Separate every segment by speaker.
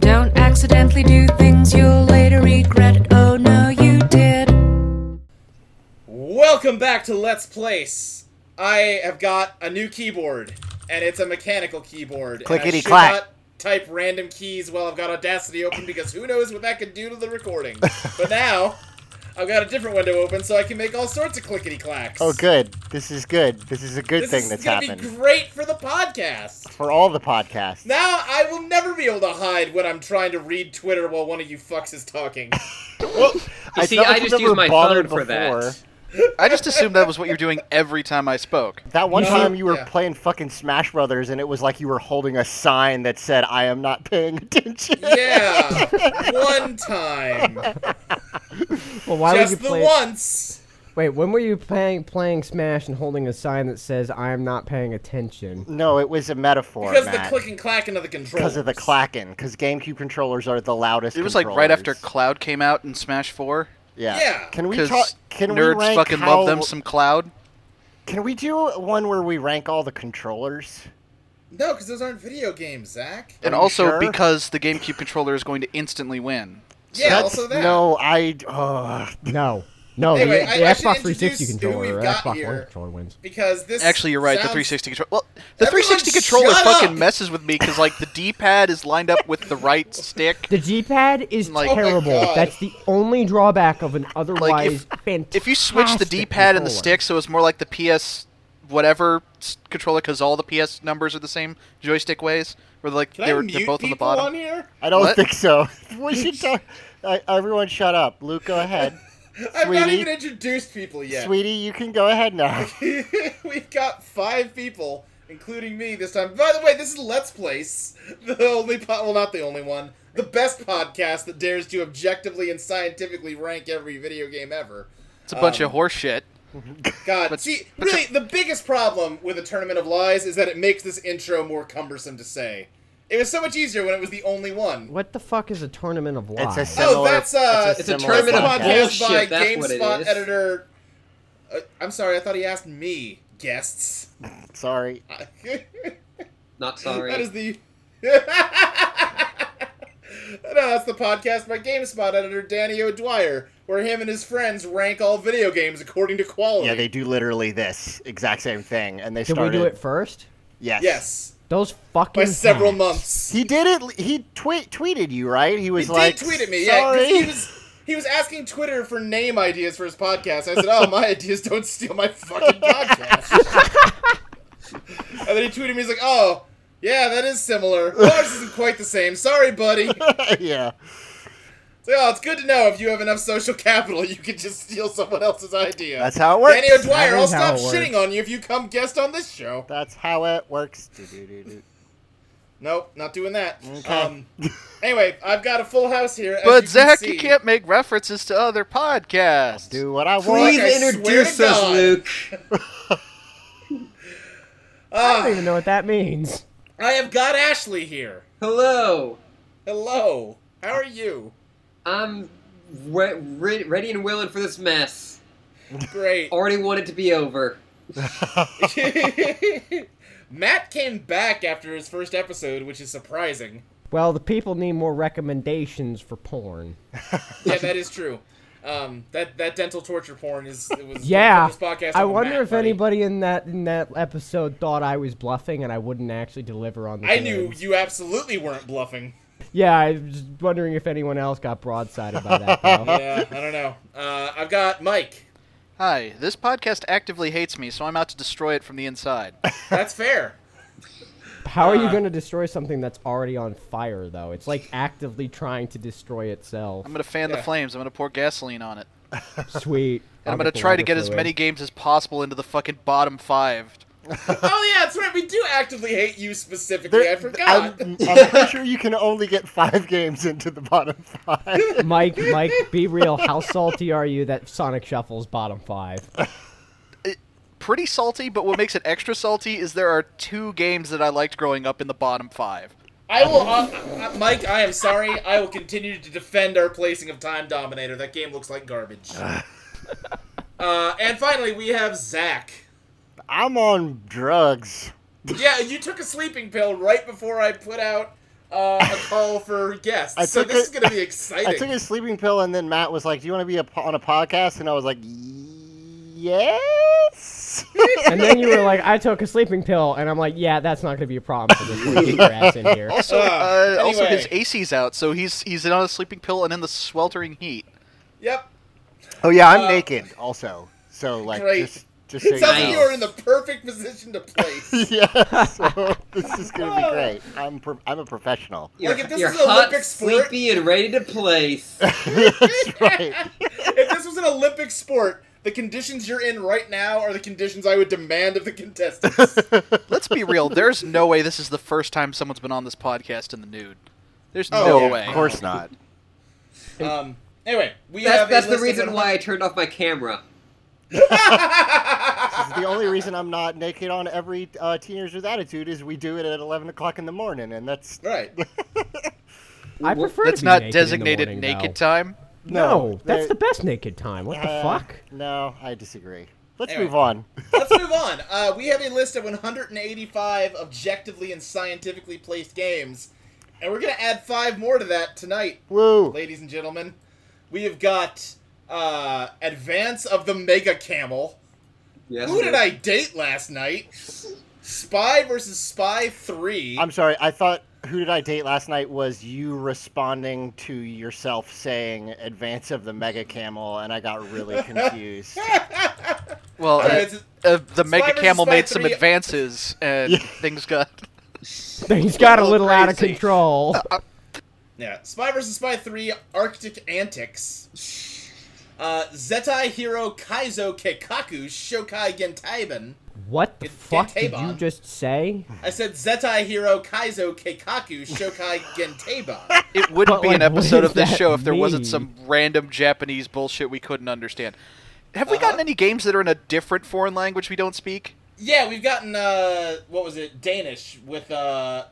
Speaker 1: Don't accidentally do things you'll later regret. Oh no, you did.
Speaker 2: Welcome back to Let's Place. I have got a new keyboard, and it's a mechanical keyboard. and I
Speaker 3: Clickety
Speaker 2: should
Speaker 3: clack.
Speaker 2: not Type random keys while I've got Audacity open because who knows what that could do to the recording. but now I've got a different window open so I can make all sorts of clickety clacks.
Speaker 3: Oh, good. This is good. This is a good
Speaker 2: This
Speaker 3: thing
Speaker 2: is
Speaker 3: that's
Speaker 2: gonna
Speaker 3: happened
Speaker 2: be great for the podcast.
Speaker 3: for all the podcasts.
Speaker 2: Now I will never be able to hide when I'm trying to read Twitter while one of you fucks is talking.
Speaker 4: You see,
Speaker 3: felt
Speaker 4: I
Speaker 3: like
Speaker 4: just
Speaker 3: never
Speaker 4: use my
Speaker 3: bothered
Speaker 4: phone for that.
Speaker 3: before.
Speaker 5: I just assumed that was what you were doing every time I spoke.
Speaker 3: That one
Speaker 2: No.
Speaker 3: time you were
Speaker 2: Yeah.
Speaker 3: playing fucking Smash Brothers, and it was like you were holding a sign that said, "I am not paying attention."
Speaker 2: yeah, one time,
Speaker 6: Well, why
Speaker 2: just
Speaker 6: would
Speaker 2: the
Speaker 6: you play?
Speaker 2: once.
Speaker 6: Wait, when were you playing playing Smash and holding a sign that says "I am not paying attention"?
Speaker 3: No, it was a metaphor,
Speaker 2: Because of the
Speaker 3: Matt.
Speaker 2: click and clacking of the controls.
Speaker 3: because of the clacking, because GameCube controllers are the loudest.
Speaker 5: It was like right after
Speaker 3: controllers.
Speaker 5: Cloud came out in Smash 4.
Speaker 3: Yeah.
Speaker 2: Yeah.
Speaker 3: Can we talk?
Speaker 5: Because
Speaker 3: Can
Speaker 5: nerds
Speaker 3: we rank
Speaker 5: fucking
Speaker 3: how,
Speaker 5: love them some Cloud.
Speaker 3: Can we do one where we rank all the controllers?
Speaker 2: No, because those aren't video games, Zach.
Speaker 5: And
Speaker 3: you
Speaker 5: also
Speaker 3: sure?
Speaker 5: because the GameCube controller is going to instantly win.
Speaker 2: Yeah,
Speaker 3: That's-
Speaker 2: also that.
Speaker 3: No, I. Uh,
Speaker 6: No, no.
Speaker 2: Anyway,
Speaker 6: the
Speaker 2: I-
Speaker 6: the
Speaker 2: I should
Speaker 6: Xbox 360
Speaker 2: introduce who we've
Speaker 6: controller, or
Speaker 2: got
Speaker 6: Xbox One
Speaker 2: here.
Speaker 6: controller wins.
Speaker 2: Because this.
Speaker 5: Actually, you're right. The
Speaker 2: sounds-
Speaker 5: 360 controller. Well, the
Speaker 2: Everyone
Speaker 5: 360 controller
Speaker 2: shut
Speaker 5: fucking
Speaker 2: up!
Speaker 5: messes with me because like the D-pad is lined up with the right stick.
Speaker 6: The G-pad is
Speaker 5: Like- Oh my
Speaker 6: terrible.
Speaker 2: God.
Speaker 6: That's the only drawback of an otherwise fantastic.
Speaker 5: If you switch the D-pad and the
Speaker 6: controller.
Speaker 5: stick, so it's more like the PS whatever s- controller, because all the PS numbers are the same joystick ways, where like
Speaker 2: Can
Speaker 5: they
Speaker 2: I
Speaker 5: were,
Speaker 2: mute
Speaker 5: they're both on the
Speaker 2: people
Speaker 5: bottom.
Speaker 2: on here?
Speaker 3: I don't
Speaker 5: What?
Speaker 3: think so. we should talk. I, uh, everyone, shut up. Luke, go ahead.
Speaker 2: I've not
Speaker 3: Sweetie.
Speaker 2: even introduced people yet.
Speaker 3: Sweetie, you can go ahead now.
Speaker 2: We've got five people, including me this time. By the way, this is Let's Place, the only pod, well, not the only one, the best podcast that dares to objectively and scientifically rank every video game ever.
Speaker 5: It's a bunch
Speaker 2: Um,
Speaker 5: of horse shit.
Speaker 2: God,
Speaker 5: But-
Speaker 2: see,
Speaker 5: but-
Speaker 2: really, the biggest problem with a tournament of lies is that it makes this intro more cumbersome to say. It was so much easier when it was the only one.
Speaker 6: What the fuck is a tournament of lies?
Speaker 3: It's a
Speaker 2: Oh,
Speaker 3: similar-
Speaker 2: that's uh,
Speaker 3: it's a
Speaker 4: It's a
Speaker 3: similar
Speaker 4: tournament of
Speaker 3: podcast.
Speaker 2: podcast by
Speaker 4: bullshit, that's what it
Speaker 2: GameSpot
Speaker 4: is.
Speaker 2: editor. Uh, I'm sorry, I thought he asked me guests.
Speaker 3: Sorry.
Speaker 4: Not sorry.
Speaker 2: That is the. no, that's the podcast by GameSpot editor Danny O'Dwyer, where him and his friends rank all video games according to quality.
Speaker 3: Yeah, they do literally this exact same thing, and they
Speaker 6: Did we
Speaker 3: started.
Speaker 6: do it first?
Speaker 3: Yes.
Speaker 2: Yes,
Speaker 6: Those fucking.
Speaker 2: by several
Speaker 6: hacks.
Speaker 2: months.
Speaker 3: He did it. He tweet tweeted you, right? He was
Speaker 2: He
Speaker 3: like,
Speaker 2: did tweet at me. Yeah, 'cause
Speaker 3: Sorry.
Speaker 2: he was he was asking Twitter for name ideas for his podcast. I said, "Oh, my ideas don't steal my fucking podcast." and then he tweeted me. He's like, "Oh, yeah, that is similar. Ours isn't quite the same. Sorry, buddy." It's like,
Speaker 3: yeah.
Speaker 2: oh, it's good to know if you have enough social capital, you can just steal someone else's idea.
Speaker 3: That's how it works.
Speaker 2: Danny O'Dwyer,
Speaker 6: That
Speaker 2: I'll
Speaker 6: is how
Speaker 2: stop
Speaker 6: it works.
Speaker 2: shitting on you if you come guest on this show.
Speaker 3: That's how it works. Do-do-do-do.
Speaker 2: Nope, not doing that.
Speaker 3: Okay.
Speaker 2: Um, anyway, I've got a full house here. as
Speaker 5: But
Speaker 2: you can
Speaker 5: Zach,
Speaker 2: see.
Speaker 5: you can't make references to other podcasts.
Speaker 3: Do what I
Speaker 2: Please
Speaker 3: want.
Speaker 2: I swear
Speaker 4: introduce
Speaker 2: to
Speaker 4: us,
Speaker 2: God.
Speaker 4: Luke.
Speaker 6: I don't even know what that means.
Speaker 2: Ah, I have got Ashley here.
Speaker 4: Hello.
Speaker 2: Hello. How are you?
Speaker 4: I'm re- re- ready and willing for this mess.
Speaker 2: Great.
Speaker 4: Already want it to be over.
Speaker 2: Matt came back after his first episode, which is surprising.
Speaker 6: Well, the people need more recommendations for porn.
Speaker 2: Yeah, that is true. Um, that that dental torture porn is it was
Speaker 6: Yeah.
Speaker 2: this podcast.
Speaker 6: I
Speaker 2: with
Speaker 6: wonder
Speaker 2: Matt,
Speaker 6: if
Speaker 2: buddy.
Speaker 6: anybody in that in that episode thought I was bluffing and I wouldn't actually deliver on the.
Speaker 2: I knew
Speaker 6: goods.
Speaker 2: you absolutely weren't bluffing.
Speaker 6: Yeah, I was just wondering if anyone else got broadsided by that. though.
Speaker 2: Yeah, I don't know. Uh, I've got Mike.
Speaker 5: Hi, this podcast actively hates me, so I'm out to destroy it from the inside.
Speaker 2: That's fair.
Speaker 6: How
Speaker 2: Uh,
Speaker 6: are you going to destroy something that's already on fire, though? It's like actively trying to destroy itself.
Speaker 5: I'm gonna fan
Speaker 2: Yeah.
Speaker 5: the flames. I'm gonna pour gasoline on it.
Speaker 6: Sweet.
Speaker 5: And I'm
Speaker 6: I'll
Speaker 5: gonna
Speaker 6: the
Speaker 5: try to
Speaker 6: lighter
Speaker 5: get as
Speaker 6: fluid.
Speaker 5: many games as possible into the fucking bottom five.
Speaker 2: oh yeah, that's right. We do actively hate you specifically. I
Speaker 3: There-
Speaker 2: forgot.
Speaker 3: I'm, I'm pretty sure you can only get five games into the bottom five.
Speaker 6: Mike, Mike, be real. How salty are you that Sonic Shuffle's bottom five?
Speaker 5: Pretty salty, but what makes it extra salty is there are two games that I liked growing up in the bottom five.
Speaker 2: I will, uh, uh, Mike. I am sorry. I will continue to defend our placing of Time Dominator. That game looks like garbage. Uh, and finally, we have Zach.
Speaker 3: I'm on drugs.
Speaker 2: Yeah, you took a sleeping pill right before I put out uh, a call for guests.
Speaker 3: I
Speaker 2: so
Speaker 3: took
Speaker 2: this is
Speaker 3: it-
Speaker 2: going to be
Speaker 3: I took
Speaker 2: exciting.
Speaker 3: a sleeping pill, and then Matt was like, "Do you want to be a po- on a podcast?" And I was like, "Yes."
Speaker 6: And then you were like, I took a sleeping pill, and I'm like, yeah, that's not going to be a problem for this one. Get your ass in here.
Speaker 5: Also, uh,
Speaker 2: Ah,
Speaker 5: also his
Speaker 2: anyway.
Speaker 5: AC's out, so he's he's on a sleeping pill and in the sweltering heat.
Speaker 2: yep.
Speaker 3: oh yeah, I'm
Speaker 2: Uh,
Speaker 3: naked also. So like,
Speaker 2: great.
Speaker 3: just just so
Speaker 2: It
Speaker 3: you
Speaker 2: sounds like you
Speaker 3: know.
Speaker 2: are in the perfect position to place.
Speaker 3: yeah. So this is gonna be great. I'm pro- I'm a professional.
Speaker 4: You're,
Speaker 2: if this
Speaker 4: you're
Speaker 2: is an
Speaker 4: hot,
Speaker 2: Olympic sport-
Speaker 4: sleepy, and ready to place.
Speaker 3: That's right.
Speaker 2: if this was an Olympic sport, the conditions you're in right now are the conditions I would demand of the contestants.
Speaker 5: Let's be real. There's no way this is the first time someone's been on this podcast in the nude. There's
Speaker 2: Oh,
Speaker 5: no
Speaker 2: yeah,
Speaker 5: way.
Speaker 3: Of course not.
Speaker 2: um, anyway, we
Speaker 4: That's,
Speaker 2: have a
Speaker 4: that's the
Speaker 2: list of
Speaker 4: reason
Speaker 2: 100
Speaker 4: why I turned off my camera.
Speaker 3: This is the only reason I'm not naked on every uh, Teenagers with Attitude is we do it at 11 o'clock in the morning, and that's
Speaker 2: Right.
Speaker 6: I prefer
Speaker 5: That's
Speaker 6: to be
Speaker 5: not
Speaker 6: naked in the
Speaker 5: designated
Speaker 6: morning,
Speaker 5: naked
Speaker 6: though.
Speaker 5: time.
Speaker 6: No,
Speaker 3: No,
Speaker 6: that's
Speaker 3: they-
Speaker 6: the best naked time. What the
Speaker 3: Uh,
Speaker 6: fuck?
Speaker 3: No, I disagree. Let's
Speaker 2: Anyway.
Speaker 3: move on.
Speaker 2: Let's move on. Uh, we have a list of 185 objectively and scientifically placed games, and we're going to add five more to that tonight,
Speaker 3: Woo!
Speaker 2: ladies and gentlemen. We have got uh, Advance of the Mega Camel.
Speaker 4: Yes,
Speaker 2: Who did
Speaker 4: it
Speaker 2: I date last night? Spy versus Spy 3.
Speaker 3: I'm sorry. I thought who did I date last night was you responding to yourself saying "Advance of the Mega Camel," and I got really confused.
Speaker 5: Well,
Speaker 2: Alright,
Speaker 5: uh,
Speaker 2: it's-
Speaker 5: uh, the
Speaker 2: Spy
Speaker 5: Mega
Speaker 2: versus
Speaker 5: Camel
Speaker 2: Spy
Speaker 5: made some
Speaker 2: 3.
Speaker 5: advances, and
Speaker 3: Yeah.
Speaker 5: things got.
Speaker 6: Things got a
Speaker 5: little
Speaker 6: little out of
Speaker 5: crazy.
Speaker 6: control.
Speaker 3: Uh,
Speaker 2: Yeah, Spy vs. Spy 3 Arctic Antics. Uh, Zetai Hero Kaizo Keikaku Shokai Gentaiban.
Speaker 6: What the
Speaker 2: Get- get
Speaker 6: fuck did you
Speaker 2: Tavon.
Speaker 6: just say?
Speaker 2: I said Zetai Hero Kaizo Keikaku Shokai Gentaiban.
Speaker 5: It wouldn't
Speaker 6: But,
Speaker 5: be an
Speaker 6: like, what
Speaker 5: episode
Speaker 6: does
Speaker 5: of this
Speaker 6: that
Speaker 5: show if there wasn't
Speaker 6: mean?
Speaker 5: some random Japanese bullshit we couldn't understand. Have we gotten any games that are in a different foreign language we don't speak?
Speaker 2: yeah, we've gotten, uh, what was it, Danish with, uh,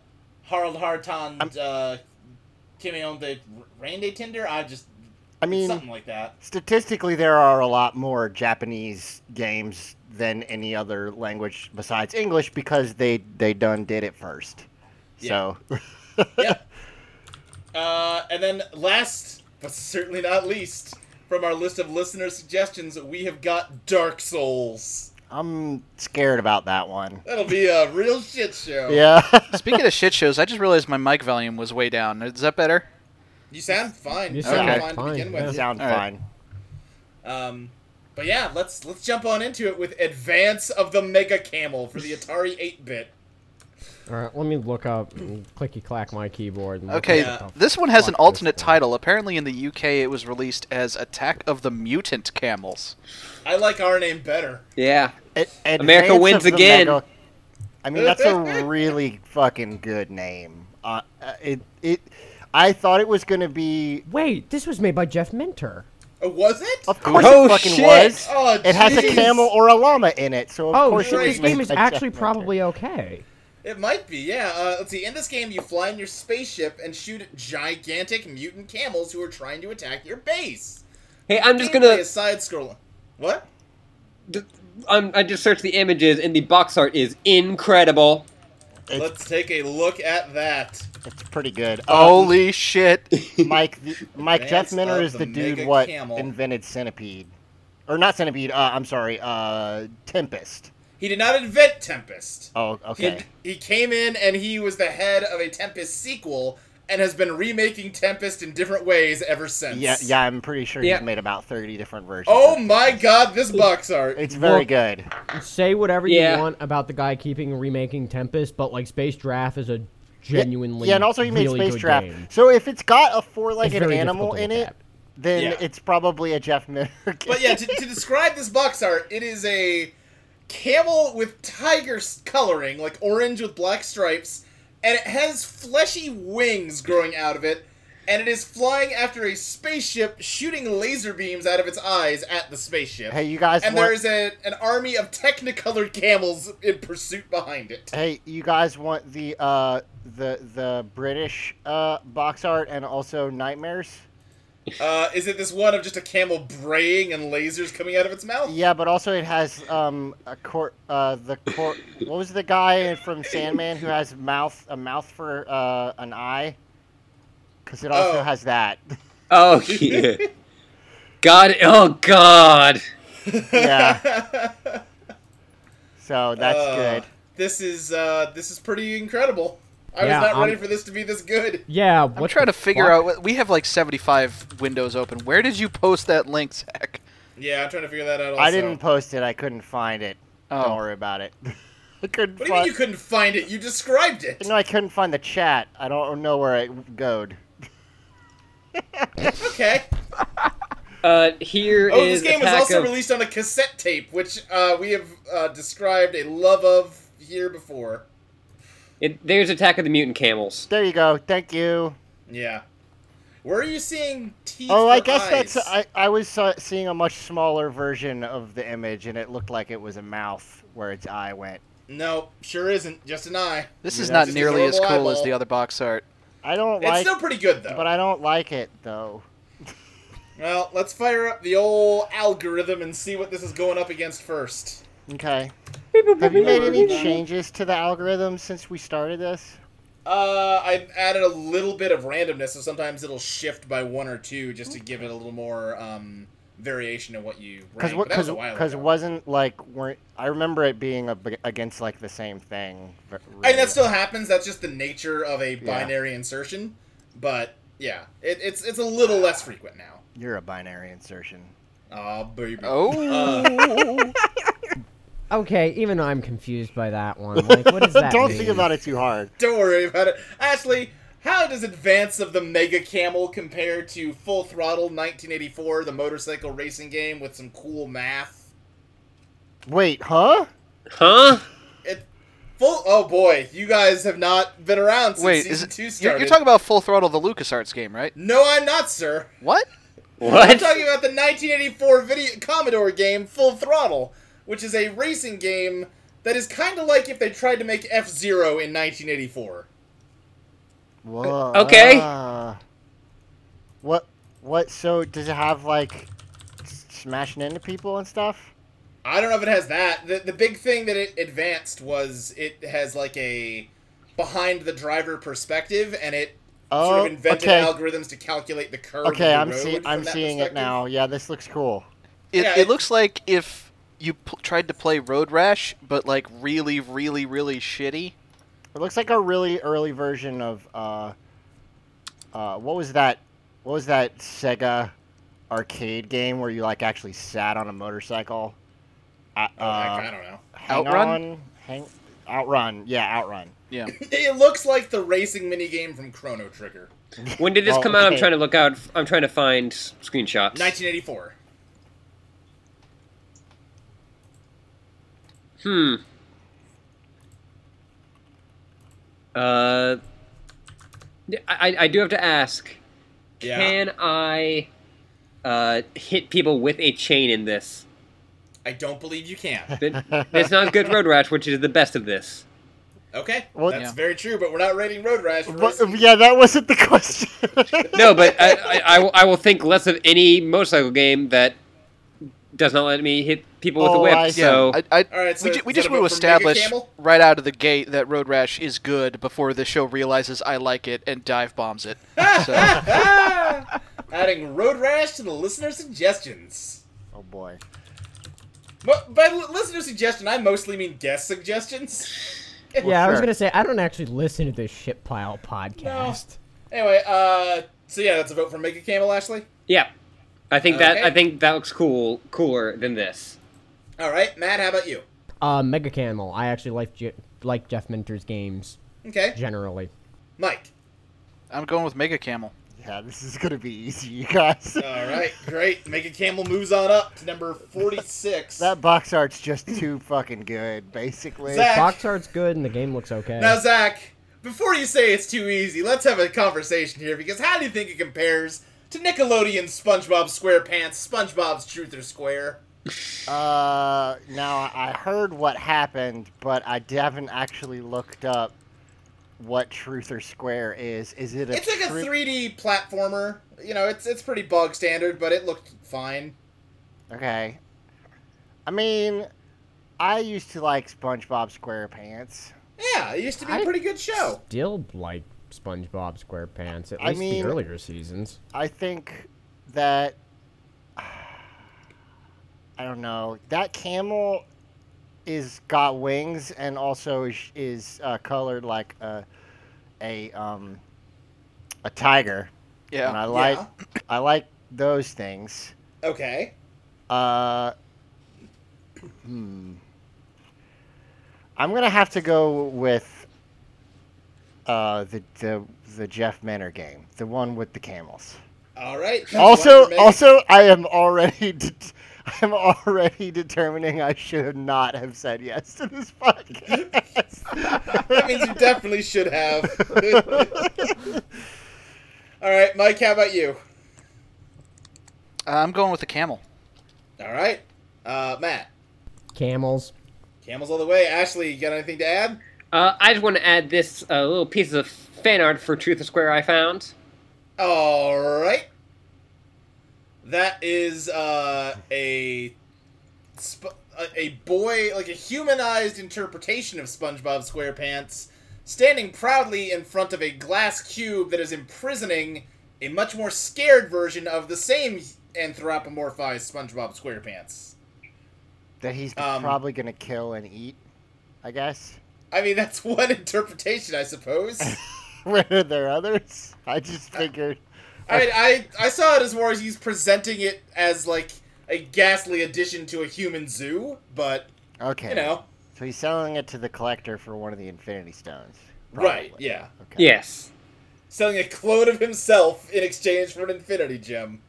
Speaker 2: Harald Hartan, uh, Kimmy on the Rande Tinder? I just,
Speaker 3: I mean,
Speaker 2: something like that.
Speaker 3: statistically, there are a lot more Japanese games than any other language besides English because they they done did it first.
Speaker 2: Yeah.
Speaker 3: So
Speaker 2: yep. Uh, and then last, but certainly not least, from our list of listener suggestions, we have got Dark Souls.
Speaker 3: I'm scared about that one.
Speaker 2: That'll be a real shit show.
Speaker 3: Yeah.
Speaker 5: Speaking of shit shows, I just realized my mic volume was way down. Is that better?
Speaker 2: You sound fine.
Speaker 6: You
Speaker 2: sound
Speaker 3: sound
Speaker 2: fine, to
Speaker 6: fine,
Speaker 2: begin
Speaker 3: You
Speaker 2: with.
Speaker 3: sound
Speaker 5: All right.
Speaker 3: fine.
Speaker 2: Um, but yeah, let's let's jump on into it with Advance of the Mega Camel for the Atari 8-bit.
Speaker 6: All right, let me look up and clicky clack my keyboard. And look
Speaker 5: Okay,
Speaker 6: up what the
Speaker 5: this one has an
Speaker 6: Oh, fuck this
Speaker 5: alternate
Speaker 6: thing-
Speaker 5: title. Apparently, in the UK, it was released as Attack of the Mutant Camels.
Speaker 2: I like our name better.
Speaker 4: Yeah.
Speaker 3: It,
Speaker 4: America
Speaker 3: Advance
Speaker 4: wins
Speaker 3: of the
Speaker 4: again.
Speaker 3: Mega- I mean, that's a really fucking good name. Uh, uh, it it. I thought it was gonna be.
Speaker 6: Wait, this was made by Jeff Minter.
Speaker 2: Oh, was it?
Speaker 3: Of course,
Speaker 4: Oh,
Speaker 3: it fucking
Speaker 4: shit.
Speaker 3: was.
Speaker 2: Oh,
Speaker 3: it has a
Speaker 2: jeez.
Speaker 3: camel or a llama in it, so of
Speaker 6: Oh,
Speaker 3: course
Speaker 6: shit,
Speaker 3: it
Speaker 2: right.
Speaker 6: this
Speaker 3: was
Speaker 6: game
Speaker 3: made
Speaker 6: is
Speaker 3: by
Speaker 6: actually
Speaker 3: Jack Hunter.
Speaker 6: probably okay.
Speaker 2: It might be, yeah. Uh, let's see. In this game, you fly in your spaceship and shoot at gigantic mutant camels who are trying to attack your base.
Speaker 4: Hey, I'm just
Speaker 2: Gameplay
Speaker 4: gonna.
Speaker 2: is side scrolling. What?
Speaker 4: d- I'm, I just searched the images, and the box art is incredible.
Speaker 3: It's,
Speaker 2: Let's take a look at that.
Speaker 3: it's pretty good. Oh,
Speaker 5: Holy shit!
Speaker 3: Mike, the, Mike
Speaker 2: Advance
Speaker 3: Jeff Minner
Speaker 2: of
Speaker 3: is
Speaker 2: the
Speaker 3: the dude
Speaker 2: Mega
Speaker 3: what
Speaker 2: Camel.
Speaker 3: invented centipede, or not centipede? Uh, I'm sorry, uh, tempest.
Speaker 2: He did not invent Tempest.
Speaker 3: Oh,
Speaker 2: He,
Speaker 3: okay.
Speaker 2: he came in and he was the head of a Tempest sequel and has been remaking Tempest in different ways ever since.
Speaker 3: Yeah, yeah, I'm pretty sure
Speaker 4: Yeah.
Speaker 3: he's made about 30 different versions.
Speaker 2: Oh
Speaker 3: of it.
Speaker 2: my god, this box art.
Speaker 3: It's very
Speaker 6: Look.
Speaker 3: good.
Speaker 6: Say whatever
Speaker 4: Yeah.
Speaker 6: you want about the guy keeping and remaking Tempest, but like Space Draft is a genuinely
Speaker 3: Yeah, and also he made
Speaker 6: really
Speaker 3: Space
Speaker 6: good
Speaker 3: Trap.
Speaker 6: game.
Speaker 3: So if it's got a
Speaker 6: It's
Speaker 3: four-legged
Speaker 6: very
Speaker 3: animal
Speaker 6: difficult to
Speaker 3: in it,
Speaker 6: look at.
Speaker 3: then
Speaker 2: Yeah.
Speaker 3: it's probably a Jeff Miller.
Speaker 2: But yeah, to, to describe this box art, it is a camel with tiger s- coloring, like orange with black stripes, and it has fleshy wings growing out of it, and it is flying after a spaceship, shooting laser beams out of its eyes at the spaceship.
Speaker 3: hey, you guys.
Speaker 2: and
Speaker 3: want-
Speaker 2: there is a, an army of technicolored camels in pursuit behind it.
Speaker 3: Hey, you guys want the uh, the the British uh, box art and also Nightmares?
Speaker 2: Uh, is it this one of just a camel braying and lasers coming out of its mouth?
Speaker 3: Yeah, but also it has um a court uh the court. What was the guy from Sandman who has mouth a mouth for uh an eye? Because it also
Speaker 2: Oh.
Speaker 3: has that.
Speaker 4: Oh yeah. God. Oh God.
Speaker 3: yeah, so that's
Speaker 2: Uh,
Speaker 3: good.
Speaker 2: This is uh, this is pretty incredible. I
Speaker 6: Yeah,
Speaker 2: was not
Speaker 6: I'm-
Speaker 2: ready for this to be this good.
Speaker 6: Yeah, what
Speaker 5: I'm trying
Speaker 6: the
Speaker 5: to figure
Speaker 6: fuck?
Speaker 5: out. What, we have like 75 windows open. Where did you post that link, Zach?
Speaker 2: Yeah, I'm trying to figure that out. Also.
Speaker 3: I didn't post it. I couldn't find it. Don't
Speaker 5: Oh.
Speaker 3: worry about it. I couldn't
Speaker 2: What do you mean
Speaker 3: find.
Speaker 2: you couldn't find it? You described it.
Speaker 3: No, I couldn't find the chat. I don't know where it goed.
Speaker 2: Okay.
Speaker 4: Uh, here
Speaker 2: Oh, this
Speaker 4: is
Speaker 2: game was
Speaker 4: Attack
Speaker 2: also
Speaker 4: of-
Speaker 2: released on a cassette tape, which uh, we have uh, described a love of here before.
Speaker 4: it- there's Attack of the Mutant Camels.
Speaker 3: There you go. Thank you.
Speaker 2: Yeah. Where are you seeing teeth?
Speaker 3: Oh, I
Speaker 2: for
Speaker 3: guess that's.
Speaker 2: eyes?
Speaker 3: I, I was uh, seeing a much smaller version of the image, and it looked like it was a mouth where its eye went.
Speaker 2: No, sure isn't. Just an eye.
Speaker 5: This is
Speaker 2: Yeah,
Speaker 5: not
Speaker 2: just a
Speaker 5: nearly as cool
Speaker 2: adorable
Speaker 5: as
Speaker 2: eyeball.
Speaker 5: the other box art.
Speaker 3: I don't
Speaker 2: It's
Speaker 3: like,
Speaker 2: still pretty good though.
Speaker 3: but I don't like it though.
Speaker 2: Well, let's fire up the old algorithm and see what this is going up against first.
Speaker 3: Okay. Have you made any changes to the algorithm since we started this?
Speaker 2: Uh, I've added a little bit of randomness, so sometimes it'll shift by one or two just to give it a little more um, variation in what you.
Speaker 3: Because
Speaker 2: rank, but that was a while
Speaker 3: because
Speaker 2: ago.
Speaker 3: wasn't like weren't I remember it being ab against like the same thing. but
Speaker 2: I mean,
Speaker 3: really-
Speaker 2: that still happens. That's just the nature of a binary insertion. But yeah, it, it's it's a little less frequent now.
Speaker 3: You're a binary insertion.
Speaker 2: Oh, baby. Uh,
Speaker 5: Oh.
Speaker 6: Okay, even I'm confused by that one. Like, what does that
Speaker 3: Don't
Speaker 6: mean?
Speaker 3: think about it too hard.
Speaker 2: Don't worry about it. Ashley, how does Advance of the Mega Camel compare to Full Throttle 1984, the motorcycle racing game with some cool math?
Speaker 3: Wait, huh?
Speaker 4: Huh?
Speaker 2: It full. Oh boy, you guys have not been around since
Speaker 5: Wait, is
Speaker 2: season
Speaker 5: it,
Speaker 2: two started.
Speaker 5: you're, you're talking about Full Throttle, the LucasArts game, right?
Speaker 2: No, I'm not, sir.
Speaker 5: What?
Speaker 2: I'm
Speaker 4: What?
Speaker 2: talking about the 1984 video Commodore game Full Throttle, which is a racing game that is kind of like if they tried to make F Zero in 1984. Uh,
Speaker 3: Whoa.
Speaker 4: okay.
Speaker 3: What? What? So does it have like s- smashing into people and stuff?
Speaker 2: I don't know if it has that. The, the big thing that it advanced was it has like a behind the driver perspective, and it
Speaker 3: Oh,
Speaker 2: sort of invented
Speaker 3: okay.
Speaker 2: algorithms to calculate the curve. of
Speaker 3: Okay,
Speaker 2: the
Speaker 3: I'm
Speaker 2: road
Speaker 3: see-
Speaker 2: from
Speaker 3: I'm
Speaker 2: that
Speaker 3: seeing it
Speaker 2: perspective.
Speaker 3: now. Yeah, this looks cool.
Speaker 5: It,
Speaker 2: Yeah,
Speaker 5: it,
Speaker 2: it-
Speaker 5: looks like if you p- tried to play Road Rash, but like really, really, really shitty.
Speaker 3: It looks like a really early version of uh, uh, what was that? What was that Sega arcade game where you like actually sat on a motorcycle? Uh,
Speaker 2: Oh, heck, I
Speaker 3: uh,
Speaker 2: don't know.
Speaker 3: hang
Speaker 5: Outrun?
Speaker 3: on, hang, outrun. Yeah, outrun.
Speaker 5: Yeah.
Speaker 2: It looks like the racing minigame from Chrono Trigger,
Speaker 4: When did this
Speaker 3: Well,
Speaker 4: come out? I'm
Speaker 3: okay.
Speaker 4: trying to look out. I'm trying to find s- screenshots.
Speaker 2: 1984.
Speaker 4: Hmm. Uh, I, I do have to ask.
Speaker 2: Yeah.
Speaker 4: Can I uh, hit people with a chain in this?
Speaker 2: I don't believe you can.
Speaker 4: That, that's not good road rash, which is the best of this.
Speaker 2: Okay,
Speaker 3: Well-
Speaker 2: that's
Speaker 5: Yeah.
Speaker 2: very true, but we're not rating Road Rash. We're
Speaker 3: But,
Speaker 2: racing-
Speaker 3: yeah, that wasn't the question.
Speaker 4: No, but I, I, I, will, I will think less of any motorcycle game that does not let me hit people with a
Speaker 3: Oh,
Speaker 4: whip.
Speaker 3: I see.
Speaker 4: so
Speaker 5: I, I,
Speaker 2: All right, so
Speaker 5: we, ju- we
Speaker 2: is
Speaker 5: just
Speaker 2: that a vote for
Speaker 5: want to
Speaker 2: Mega
Speaker 5: establish
Speaker 2: Camel?
Speaker 5: right out of the gate that Road Rash is good before the show realizes I like it and dive bombs it. So,
Speaker 2: adding Road Rash to the listener suggestions.
Speaker 3: oh boy.
Speaker 2: But by li- listener suggestion, I mostly mean guest suggestions.
Speaker 6: Yeah, I was
Speaker 3: sure.
Speaker 6: gonna say I don't actually listen to this shit pile podcast.
Speaker 2: Anyway, uh, so yeah, that's a vote for Mega Camel, Ashley.
Speaker 4: yeah, I think that
Speaker 2: Uh, Okay.
Speaker 4: I think that looks cool, cooler than this.
Speaker 2: All right, Matt, how about you?
Speaker 6: Uh, Mega Camel. I actually like Je- like Jeff Minter's games
Speaker 2: Okay,
Speaker 6: generally.
Speaker 2: Mike.
Speaker 5: I'm going with Mega Camel.
Speaker 3: Yeah, this is gonna be easy, you guys.
Speaker 2: All right, great. Mega Camel moves on up to number forty-six.
Speaker 3: That box art's just too fucking good, basically.
Speaker 2: Zach.
Speaker 6: Box art's good and the game looks okay.
Speaker 2: Now, Zach, before you say it's too easy, let's have a conversation here because how do you think it compares to Nickelodeon SpongeBob SquarePants, SpongeBob's Truth or Square?
Speaker 3: Uh, now I heard what happened, but I haven't actually looked up what Truth or Square is. Is it a?
Speaker 2: It's like a
Speaker 3: tri-
Speaker 2: 3D platformer. You know, it's it's pretty bog standard, but it looked fine.
Speaker 3: Okay. I mean, I used to like SpongeBob SquarePants.
Speaker 2: Yeah, it used to be a
Speaker 6: I-
Speaker 2: pretty good show.
Speaker 6: Still like SpongeBob SquarePants, at
Speaker 3: I
Speaker 6: least
Speaker 3: mean-
Speaker 6: the earlier seasons.
Speaker 3: I think that I don't know that camel is got wings and also is, is uh, colored like a a um a tiger. And
Speaker 5: Yeah.
Speaker 3: I like I like those things.
Speaker 2: Okay.
Speaker 3: Uh, hmm. I'm gonna have to go with uh, the the the Jeff Menner game, the one with the camels.
Speaker 2: All right. That's one
Speaker 3: Also,
Speaker 2: for me.
Speaker 3: also, I am already det- I'm already determining I should not have said yes to this
Speaker 2: that
Speaker 3: podcast.
Speaker 2: means you definitely should have. All right, Mike. How about you?
Speaker 5: I'm going with the camel.
Speaker 2: All right, uh, Matt.
Speaker 6: Camels.
Speaker 2: Camels all the way. Ashley, you got anything to add?
Speaker 4: Uh, I just want to add this uh, little piece of fan art for Truth or Square I found.
Speaker 2: All right. That is uh, a sp- a- a boy, like a humanized interpretation of SpongeBob SquarePants, standing proudly in front of a glass cube that is imprisoning a much more scared version of the same anthropomorphized SpongeBob SquarePants.
Speaker 3: that he's
Speaker 2: Um,
Speaker 3: probably gonna kill and eat, I guess.
Speaker 2: I mean, that's one interpretation, I suppose.
Speaker 3: Were there others? I just
Speaker 2: Uh,
Speaker 3: figured.
Speaker 2: I mean, I I saw it as more as he's presenting it as like a ghastly addition to a human zoo, but
Speaker 3: Okay.
Speaker 2: you know,
Speaker 3: So he's selling it to the collector for one of the Infinity Stones.
Speaker 2: right?
Speaker 3: probably.
Speaker 2: Yeah,
Speaker 3: Okay.
Speaker 4: Yes.
Speaker 2: selling a clone of himself in exchange for an infinity gem.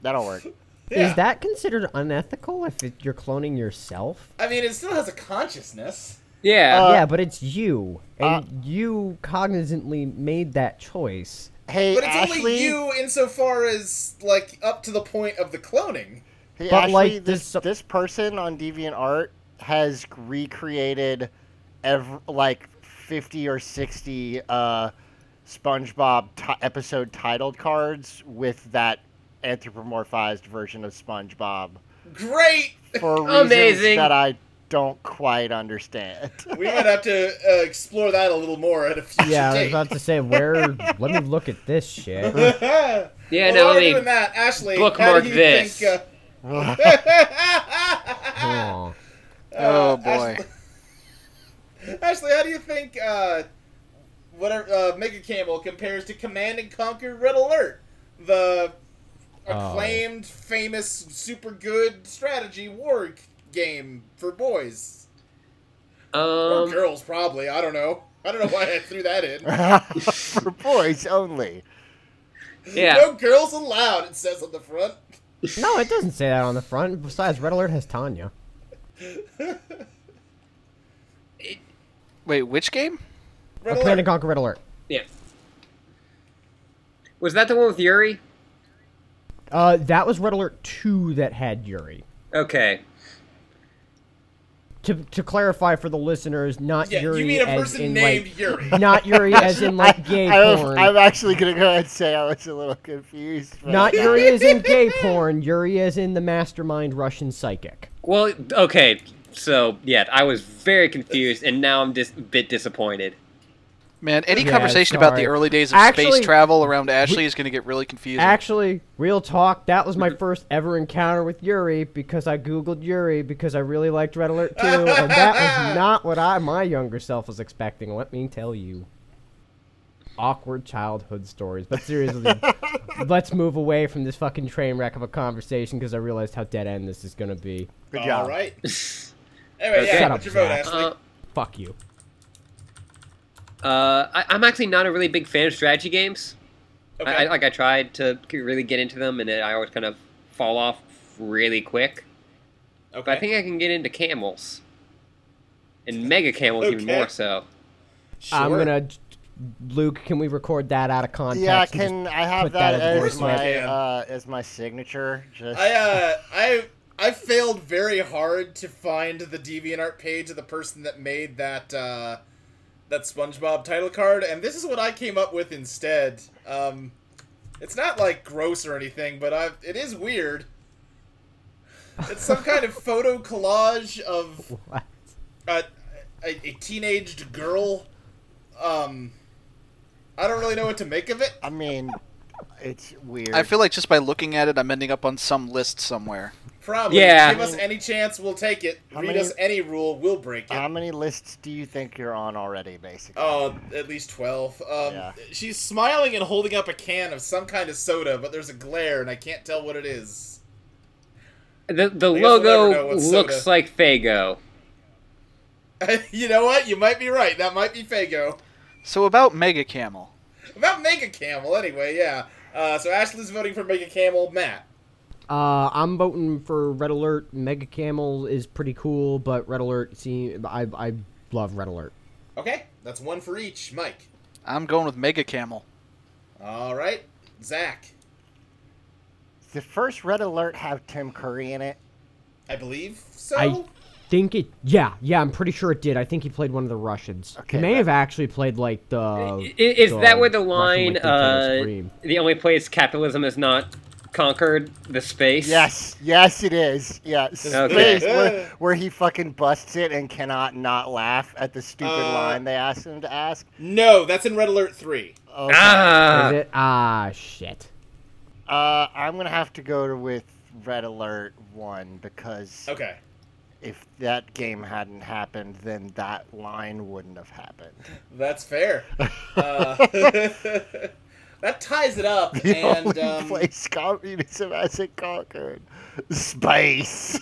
Speaker 3: That'll work.
Speaker 2: Yeah.
Speaker 6: Is that considered unethical if it, you're cloning yourself?
Speaker 2: I mean, it still has a consciousness.
Speaker 4: Yeah.
Speaker 3: Uh,
Speaker 6: yeah, but it's you,
Speaker 3: uh,
Speaker 6: and you cognizantly made that choice.
Speaker 3: Hey,
Speaker 2: But it's
Speaker 3: Ashley.
Speaker 2: only you insofar as like up to the point of the cloning.
Speaker 3: Hey,
Speaker 6: But,
Speaker 3: Ashley,
Speaker 6: like,
Speaker 3: this
Speaker 6: this- uh,
Speaker 3: this person on DeviantArt has recreated ev- like 50 or 60 uh, SpongeBob ti episode titled cards with that anthropomorphized version of SpongeBob
Speaker 2: Great.
Speaker 3: for reasons
Speaker 4: Amazing.
Speaker 3: that I don't quite understand.
Speaker 2: We might have to uh, explore that a little more at a future
Speaker 6: Yeah, I was
Speaker 2: date.
Speaker 6: about to say where. let me look at this shit.
Speaker 4: yeah,
Speaker 2: While
Speaker 4: no,
Speaker 2: we're
Speaker 4: let
Speaker 2: doing
Speaker 4: me.
Speaker 2: that, Ashley, how
Speaker 4: bookmark
Speaker 2: do you
Speaker 4: this.
Speaker 2: think? Uh,
Speaker 6: Aw.
Speaker 5: Oh
Speaker 2: Uh,
Speaker 5: boy.
Speaker 2: Ashley, Ashley, how do you think uh, whatever uh, Mega Camel compares to Command and Conquer Red Alert, the
Speaker 6: Oh.
Speaker 2: acclaimed, famous, super good strategy war g- game for boys or
Speaker 4: Um,
Speaker 2: girls? Probably. I don't know. I don't know why I threw that in.
Speaker 3: for boys only.
Speaker 4: yeah.
Speaker 2: No girls allowed. It says on the front.
Speaker 6: no, it doesn't say that on the front. Besides, Red Alert has Tanya.
Speaker 5: Wait, which game?
Speaker 2: Red
Speaker 6: Oh, Command
Speaker 2: Alert.
Speaker 6: and Conquer Red Alert.
Speaker 4: Yeah. Was that the one with Yuri?
Speaker 6: Uh, that was Red Alert Two that had Yuri.
Speaker 4: Okay.
Speaker 6: To, to clarify for the listeners, not
Speaker 2: Yeah,
Speaker 6: Yuri
Speaker 2: you mean a
Speaker 6: as
Speaker 2: person
Speaker 6: in
Speaker 2: named
Speaker 6: like,
Speaker 2: Yuri.
Speaker 6: not Yuri as in like gay
Speaker 3: I, am
Speaker 6: porn.
Speaker 3: I'm actually gonna go ahead and say I was a little confused. but-
Speaker 6: Not Yuri as in gay porn. Yuri as in the mastermind Russian psychic.
Speaker 4: Well, okay. So, yeah, I was very confused, and now I'm just a bit disappointed.
Speaker 5: Man, any
Speaker 6: Yeah,
Speaker 5: conversation about the
Speaker 6: sorry.
Speaker 5: early days of
Speaker 6: Actually-
Speaker 5: space travel around Ashley is going to get really confusing.
Speaker 6: Actually, real talk, that was my first ever encounter with Yuri because I googled Yuri because I really liked Red Alert 2, and that was not what I my younger self was expecting, let me tell you. Awkward childhood stories. But seriously, let's move away from this fucking train wreck of a conversation because I realized how dead end this is gonna be.
Speaker 3: Good
Speaker 2: All
Speaker 3: job.
Speaker 2: right. Anyway, yeah.
Speaker 6: Shut
Speaker 2: What's your
Speaker 6: up,
Speaker 2: vote,
Speaker 6: Zach.
Speaker 2: Ashley?
Speaker 4: Uh,
Speaker 6: Fuck you.
Speaker 4: Uh, I, I'm actually not a really big fan of strategy games.
Speaker 2: Okay.
Speaker 4: I, I, like I tried to c- really get into them, and then I always kind of fall off really quick.
Speaker 2: okay.
Speaker 4: But I think I can get into camels, and mega camels even
Speaker 2: Okay.
Speaker 4: more so.
Speaker 6: I'm
Speaker 2: Sure.
Speaker 6: gonna Luke, can we record that out of context?
Speaker 3: Yeah,
Speaker 6: and just-
Speaker 3: can I have
Speaker 6: put that
Speaker 3: that,
Speaker 6: as the
Speaker 3: as
Speaker 2: voice
Speaker 3: my
Speaker 2: memo.
Speaker 3: uh, as my signature? Just
Speaker 2: I uh I I failed very hard to find the DeviantArt page of the person that made that uh that SpongeBob title card, and this is what I came up with instead. Um, it's not like gross or anything, but I, it is weird. It's some kind of photo collage of
Speaker 6: What?
Speaker 2: a, a, a teenaged girl. Um, I don't really know what to make of it.
Speaker 3: I mean, it's weird.
Speaker 5: I feel like just by looking at it, I'm ending up on some list somewhere.
Speaker 2: Probably.
Speaker 4: Yeah.
Speaker 2: Give us any chance, we'll take it.
Speaker 3: How
Speaker 2: Read
Speaker 3: many- Uh,
Speaker 2: us any rule, we'll break it.
Speaker 3: How many lists do you think you're on already, basically?
Speaker 2: Oh, at least 12. Um,
Speaker 3: Yeah.
Speaker 2: She's smiling and holding up a can of some kind of soda, but there's a glare and I can't tell what it is.
Speaker 4: The the
Speaker 2: guess we'll never know
Speaker 4: logo
Speaker 2: what's
Speaker 4: looks
Speaker 2: soda.
Speaker 4: like Fago.
Speaker 2: you know what? You might be right. That might be Fago.
Speaker 5: So about Mega Camel.
Speaker 2: About Mega Camel, anyway, yeah. Uh, so Ashley's voting for Mega Camel. Matt.
Speaker 6: Uh, I'm voting for Red Alert. Mega Camel is pretty cool, but Red Alert. See, I I love Red Alert.
Speaker 2: Okay, that's one for each. Mike.
Speaker 5: I'm going with Mega Camel.
Speaker 2: All right. Zach.
Speaker 3: The first Red Alert have Tim Curry in it.
Speaker 2: I believe so.
Speaker 6: I think it. Yeah, yeah. I'm pretty sure it did. I think he played one of the Russians.
Speaker 3: Okay,
Speaker 6: he may
Speaker 3: that-
Speaker 6: have actually played like the.
Speaker 4: I- Is that where the
Speaker 6: Russian
Speaker 4: line,
Speaker 6: Lake Dictator
Speaker 4: uh,
Speaker 6: Scream.
Speaker 4: the only place capitalism is not conquered, the space?
Speaker 3: Yes, yes, it is. Yeah,
Speaker 4: Okay.
Speaker 3: space where, where he fucking busts it and cannot not laugh at the stupid
Speaker 2: Uh,
Speaker 3: line they asked him to ask.
Speaker 2: No, that's in Red Alert 3.
Speaker 3: Okay.
Speaker 4: Ah!
Speaker 6: Is it? Ah, shit.
Speaker 3: Uh, I'm gonna have to go to with Red Alert One because
Speaker 2: Okay.
Speaker 3: if that game hadn't happened, then that line wouldn't have happened.
Speaker 2: That's fair. Uh, that ties it up.
Speaker 3: The
Speaker 2: and
Speaker 3: only
Speaker 2: um,
Speaker 3: place communism hasn't conquered space.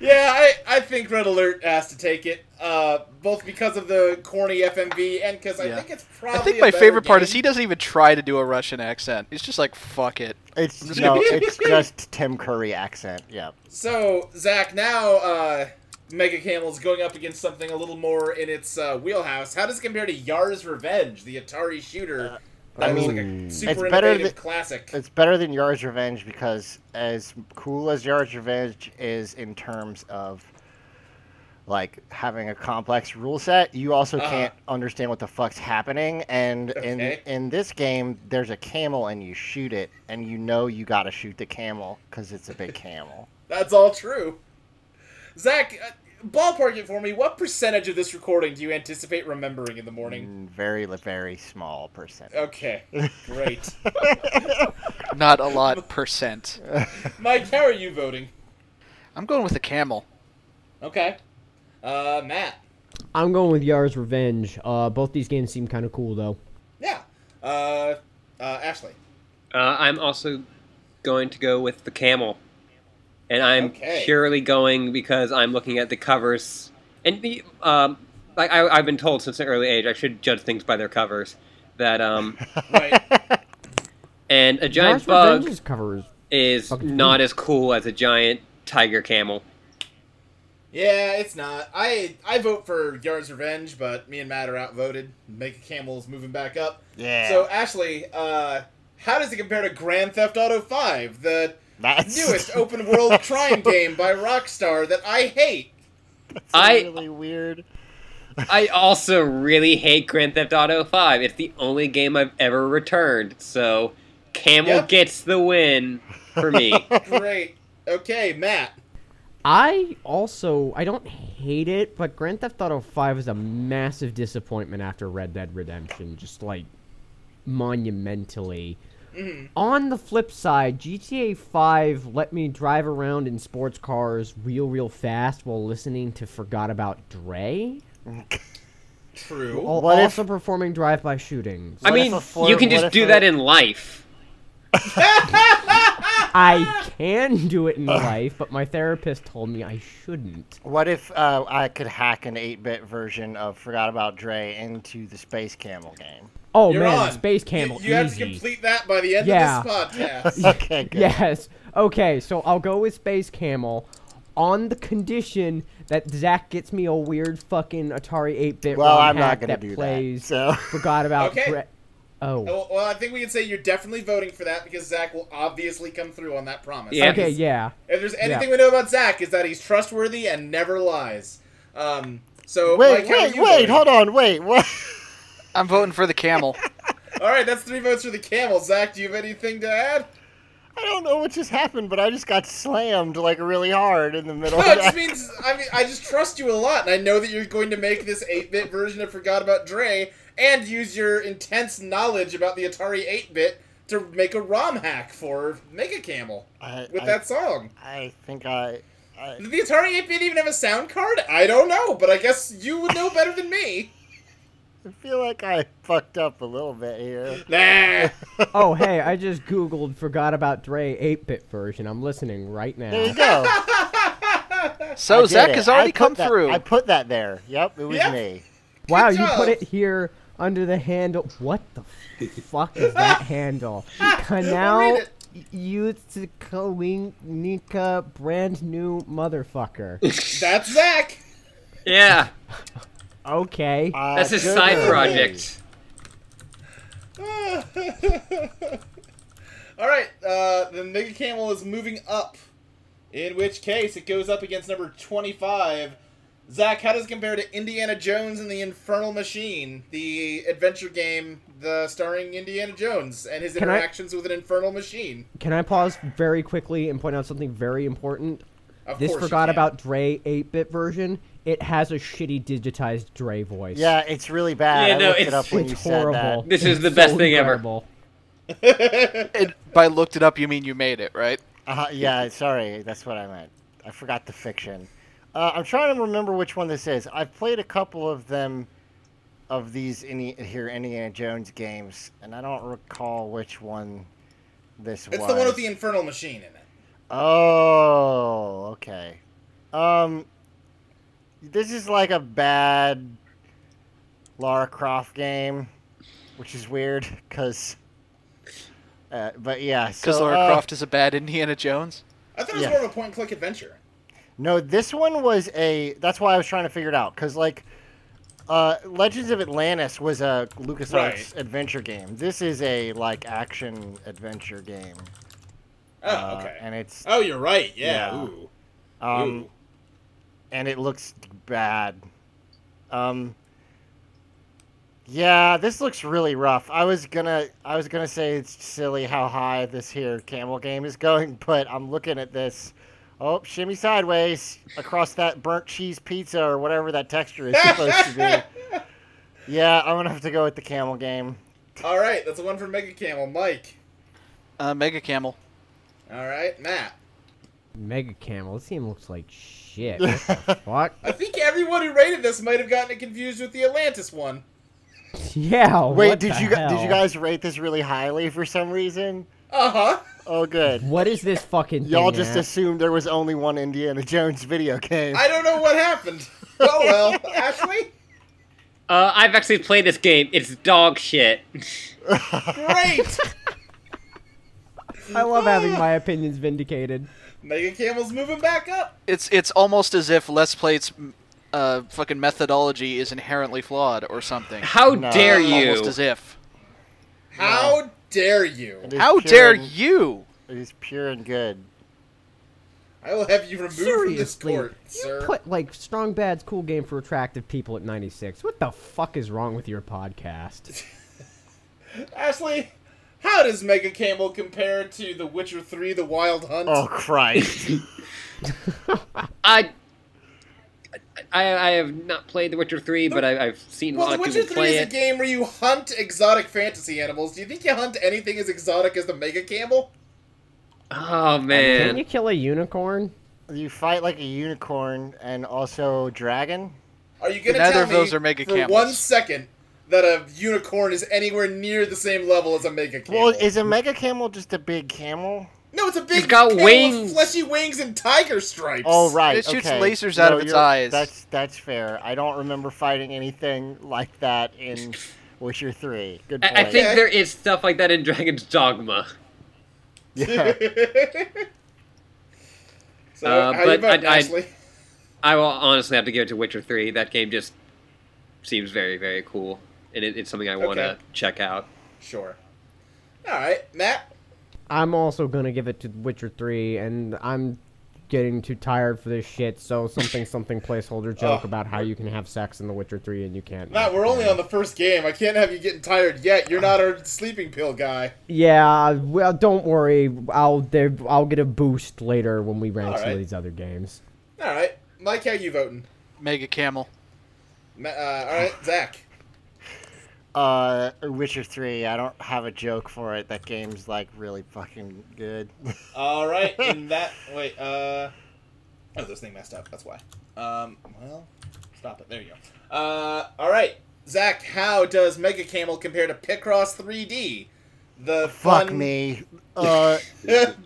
Speaker 2: yeah, I, I think Red Alert asked to take it, uh, both because of the corny FMV and because I
Speaker 5: Yeah.
Speaker 2: think it's
Speaker 5: I
Speaker 2: probably.
Speaker 5: think
Speaker 2: a
Speaker 5: my
Speaker 2: better
Speaker 5: favorite part is
Speaker 2: game.
Speaker 5: he doesn't even try to do a Russian accent. He's just like, fuck it.
Speaker 3: It's no, it's just Tim Curry accent. Yeah.
Speaker 2: So Zach, now uh, Mega Camel is going up against something a little more in its uh, wheelhouse. How does it compare to Yar's Revenge, the Atari shooter? that
Speaker 3: I
Speaker 2: was like
Speaker 3: mean,
Speaker 2: a super
Speaker 3: Uh, it's better
Speaker 2: innovative
Speaker 3: than-
Speaker 2: classic.
Speaker 3: It's better than Yard's Revenge because, as cool as Yard's Revenge is in terms of like having a complex rule set, you also
Speaker 2: Uh-huh.
Speaker 3: can't understand what the fuck's happening. And
Speaker 2: Okay.
Speaker 3: in in this game, there's a camel and you shoot it, and you know you gotta shoot the camel because it's a big camel.
Speaker 2: That's all true. Zach, uh, ballpark it for me. What percentage of this recording do you anticipate remembering in the morning?
Speaker 3: And very very small percent.
Speaker 2: Okay, great.
Speaker 5: Not a lot percent.
Speaker 2: Mike, how are you voting?
Speaker 5: I'm going with the camel.
Speaker 2: Okay. Uh, Matt.
Speaker 6: I'm going with Yar's Revenge. Uh, both these games seem kind of cool though.
Speaker 2: Yeah. Uh, uh, Ashley.
Speaker 4: Uh, I'm also going to go with the camel. And I'm
Speaker 2: Okay.
Speaker 4: purely going because I'm looking at the covers. And the, um, like I, I've been told since an early age, I should judge things by their covers. That, um,
Speaker 2: Right.
Speaker 4: and a giant
Speaker 6: Yar's
Speaker 4: bug
Speaker 6: Revenge's cover is
Speaker 4: is
Speaker 6: fucking
Speaker 4: not as cool as a giant tiger camel.
Speaker 2: yeah, it's not. I I vote for Yar's Revenge, but me and Matt are outvoted. Mega Camel's moving back up.
Speaker 3: Yeah.
Speaker 2: So Ashley, uh, how does it compare to Grand Theft Auto Five, the
Speaker 3: That's
Speaker 2: newest open world crime game by Rockstar that I hate?
Speaker 4: I-
Speaker 3: really weird.
Speaker 4: I also really hate Grand Theft Auto 5. It's the only game I've ever returned. So, Camel
Speaker 2: Yep.
Speaker 4: gets the win for me.
Speaker 2: Great. Okay, Matt.
Speaker 6: I also I don't hate it, but Grand Theft Auto 5 is a massive disappointment after Red Dead Redemption, just like monumentally. On the flip side, GTA 5 let me drive around in sports cars real real fast while listening to Forgot About Dre,
Speaker 2: True.
Speaker 6: while
Speaker 3: What if-
Speaker 6: also performing drive-by shootings.
Speaker 4: I
Speaker 3: What if
Speaker 4: mean,
Speaker 3: a floor-
Speaker 4: you can
Speaker 3: what
Speaker 4: just
Speaker 3: if
Speaker 4: do
Speaker 3: a-
Speaker 4: that in life.
Speaker 6: I can do it in life, but my therapist told me I shouldn't.
Speaker 3: What if uh, I could hack an 8-bit version of Forgot About Dre into the Space Camel game?
Speaker 6: Oh
Speaker 2: You're
Speaker 6: man,
Speaker 2: on.
Speaker 6: Space Camel
Speaker 2: You, you have
Speaker 6: easy.
Speaker 2: to complete that by the end
Speaker 6: Yeah.
Speaker 2: of this podcast.
Speaker 3: Okay, good.
Speaker 6: Yes. Okay, so I'll go with Space Camel on the condition that Zach gets me a weird fucking Atari 8 bit
Speaker 3: Well, I'm not
Speaker 6: going
Speaker 3: gonna
Speaker 6: to
Speaker 3: do
Speaker 6: plays
Speaker 3: that. So
Speaker 6: Forgot About
Speaker 2: Okay.
Speaker 6: Dre- Oh.
Speaker 2: Well, well, I think we can say you're definitely voting for that because Zach will obviously come through on that promise.
Speaker 4: Yeah.
Speaker 6: Okay, yeah.
Speaker 2: If there's anything we know about Zach, is that he's trustworthy and never lies. Um, So
Speaker 3: Wait,
Speaker 2: Mike, how are
Speaker 3: wait,
Speaker 2: you
Speaker 3: wait,
Speaker 2: voting?
Speaker 3: hold on, wait, what?
Speaker 5: I'm voting for the camel.
Speaker 2: All right, that's three votes for the camel. Zach, do you have anything to add?
Speaker 3: I don't know what just happened, but I just got slammed like really hard in the middle.
Speaker 2: No,
Speaker 3: of
Speaker 2: it just
Speaker 3: that.
Speaker 2: means I mean I just trust you a lot, and I know that you're going to make this 8-bit version of Forgot About Dre and use your intense knowledge about the Atari 8-bit to make a ROM hack for Mega Camel
Speaker 3: I,
Speaker 2: with
Speaker 3: I-
Speaker 2: that song.
Speaker 3: I think I, I
Speaker 2: Did the Atari 8-bit even have a sound card? I don't know, but I guess you would know better than me.
Speaker 3: feel like I fucked up a little bit here.
Speaker 2: Nah.
Speaker 6: Oh, hey, I just Googled forgot about Dre 8 bit version. I'm listening right
Speaker 3: There you
Speaker 6: now.
Speaker 3: go. I
Speaker 5: So
Speaker 3: did
Speaker 5: Zach
Speaker 3: it.
Speaker 5: has
Speaker 3: I
Speaker 5: already
Speaker 3: put
Speaker 5: come
Speaker 3: that-
Speaker 5: through.
Speaker 3: I put that there. Yep, it was
Speaker 2: Yep.
Speaker 3: me.
Speaker 6: Wow,
Speaker 2: Good
Speaker 6: you
Speaker 2: job.
Speaker 6: put it here under the handle. What the fuck is that handle? Canal
Speaker 2: Read
Speaker 6: Utsikalinka, brand new motherfucker.
Speaker 2: That's Zach.
Speaker 4: Yeah,
Speaker 6: Okay.
Speaker 3: Uh,
Speaker 4: that's his
Speaker 3: good
Speaker 4: side
Speaker 3: for
Speaker 4: project.
Speaker 2: All right, uh, the Mega Camel is moving up. In which case, it goes up against number 25. Zach, how does it compare to Indiana Jones and the Infernal Machine, the adventure game the starring Indiana Jones and his
Speaker 6: Can I-
Speaker 2: interactions with an infernal machine?
Speaker 6: Can I pause very quickly and point out something very important?
Speaker 2: Of
Speaker 6: this
Speaker 2: course you
Speaker 6: forgot
Speaker 2: can.
Speaker 6: about Dre 8-bit version. It has a shitty digitized Dre voice.
Speaker 3: me. Yeah, it's really bad.
Speaker 4: Yeah,
Speaker 3: I
Speaker 4: no,
Speaker 3: looked it
Speaker 4: it's-
Speaker 3: up when
Speaker 6: it's
Speaker 3: you
Speaker 6: horrible.
Speaker 3: said
Speaker 4: This is
Speaker 6: It's
Speaker 4: the best
Speaker 6: so
Speaker 4: thing ever.
Speaker 6: incredible.
Speaker 5: And by looked it up, you mean you made it, right?
Speaker 3: that. Uh, yeah, sorry, that's what I meant. I forgot the fiction. Uh, I'm trying to remember which one this is. I've played a couple of them, of these Indi- here Indiana Jones games, and I don't recall which one this was.
Speaker 2: It's the one with the infernal machine in it.
Speaker 3: Oh, okay. Um, this is like a bad Lara Croft game, which is weird because. Uh, but yeah, so
Speaker 5: Because Lara
Speaker 3: uh,
Speaker 5: Croft is a bad Indiana Jones.
Speaker 2: I thought it was
Speaker 3: Yeah.
Speaker 2: more of a point and click adventure.
Speaker 3: No, this one was a. That's why I was trying to figure it out because like, uh, Legends of Atlantis was a LucasArts
Speaker 2: Right.
Speaker 3: adventure game. This is a like action adventure game.
Speaker 2: Oh,
Speaker 3: uh,
Speaker 2: okay.
Speaker 3: And it's
Speaker 2: oh, you're right. Yeah.
Speaker 3: Yeah.
Speaker 2: Ooh.
Speaker 3: um,
Speaker 2: Ooh.
Speaker 3: and it looks bad. Um, yeah, this looks really rough. I was gonna, I was gonna say it's silly how high this here camel game is going, but I'm looking at this. Oh, shimmy sideways across that burnt cheese pizza or whatever that texture is supposed to be. Yeah, I'm gonna have to go with the camel game.
Speaker 2: All right, that's the one for Mega Camel. Mike.
Speaker 5: Uh, Mega Camel.
Speaker 2: All right, Matt.
Speaker 6: Mega Camel. This game looks like shit. What the fuck?
Speaker 2: I think everyone who rated this might have gotten it confused with the Atlantis one.
Speaker 6: Yeah.
Speaker 3: Wait,
Speaker 6: what
Speaker 3: did
Speaker 6: the
Speaker 3: you gu-
Speaker 6: hell?
Speaker 3: did you guys rate this really highly for some reason?
Speaker 2: Uh huh.
Speaker 3: Oh, good.
Speaker 6: What is this fucking?
Speaker 3: Y'all
Speaker 6: thing,
Speaker 3: just
Speaker 6: Matt?
Speaker 3: assumed there was only one Indiana Jones video game.
Speaker 2: I don't know what happened. Oh well, Ashley.
Speaker 4: Uh, I've actually played this game. It's dog shit.
Speaker 2: Great.
Speaker 6: I love having my opinions vindicated.
Speaker 2: Mega Camel's moving back up.
Speaker 5: It's it's almost as if Let's Play's uh, fucking methodology is inherently flawed or something.
Speaker 4: How
Speaker 3: No.
Speaker 4: dare you?
Speaker 5: Almost as if.
Speaker 2: How dare you?
Speaker 3: It is
Speaker 5: How
Speaker 3: pure
Speaker 5: dare
Speaker 3: and-
Speaker 5: you?
Speaker 3: It is pure and good.
Speaker 2: I will have you removed from this
Speaker 6: Seriously,
Speaker 2: court,
Speaker 6: you
Speaker 2: sir.
Speaker 6: put like Strong Bad's cool game for attractive people at 96. What the fuck is wrong with your podcast?
Speaker 2: Ashley, how does Mega Camel compare to The Witcher Three: The Wild Hunt?
Speaker 3: Oh Christ!
Speaker 4: I, I, I have not played The Witcher Three, but I, I've seen a
Speaker 2: well,
Speaker 4: lot
Speaker 2: The
Speaker 4: of
Speaker 2: Witcher Three
Speaker 4: people play
Speaker 2: is a
Speaker 4: it.
Speaker 2: game where you hunt exotic fantasy animals. Do you think you hunt anything as exotic as the Mega Camel?
Speaker 4: Oh
Speaker 6: Can you
Speaker 4: man,
Speaker 6: kill a unicorn?
Speaker 3: you fight like a unicorn and also dragon.
Speaker 2: Are you gonna
Speaker 5: Neither
Speaker 2: tell
Speaker 5: of those
Speaker 2: me
Speaker 5: are Mega
Speaker 2: for
Speaker 5: Camels.
Speaker 2: one second that a unicorn is anywhere near the same level as a Mega Camel?
Speaker 3: Well, is a mega camel just a big camel?
Speaker 2: No, it's a big.
Speaker 4: It's got
Speaker 2: camel with
Speaker 4: wings.
Speaker 2: fleshy wings, and tiger stripes.
Speaker 3: Oh right.
Speaker 5: It shoots
Speaker 3: okay.
Speaker 5: lasers out
Speaker 3: No,
Speaker 5: of its
Speaker 3: you're-
Speaker 5: eyes.
Speaker 3: That's that's fair. I don't remember fighting anything like that in Witcher Three. Good point.
Speaker 4: I, I think
Speaker 2: Okay.
Speaker 4: there is stuff like that in Dragon's Dogma.
Speaker 3: Yeah.
Speaker 2: so,
Speaker 4: Uh,
Speaker 2: how you
Speaker 4: but
Speaker 2: voting,
Speaker 4: I- I-
Speaker 2: Ashley?
Speaker 4: I will honestly have to give it to Witcher Three. That game just seems very, very cool, and it, it's something I want to
Speaker 2: Okay.
Speaker 4: check out.
Speaker 2: Sure. All right, Matt.
Speaker 6: I'm also gonna give it to Witcher 3, and I'm getting too tired for this shit. So something something placeholder joke about how you can have sex in The Witcher Three and you can't.
Speaker 2: Matt, we're only on the first game. I can't have you getting tired yet. You're not our sleeping pill guy.
Speaker 6: Yeah, well, don't worry. I'll there, I'll get a boost later when we rank
Speaker 2: All
Speaker 6: some
Speaker 2: right.
Speaker 6: of these other games.
Speaker 2: All right, Mike, how you voting?
Speaker 5: Mega Camel.
Speaker 2: Ma- Uh, all right, Zach.
Speaker 3: Uh, Witcher Three. I don't have a joke for it. That game's like really fucking good.
Speaker 2: All right, in that wait, uh, oh, this thing messed up. That's why. Um, well, stop it. There you go. Uh, all right, Zach. How does Mega Camel compare to Picross 3D? The
Speaker 3: Fuck
Speaker 2: fun
Speaker 3: me. Uh,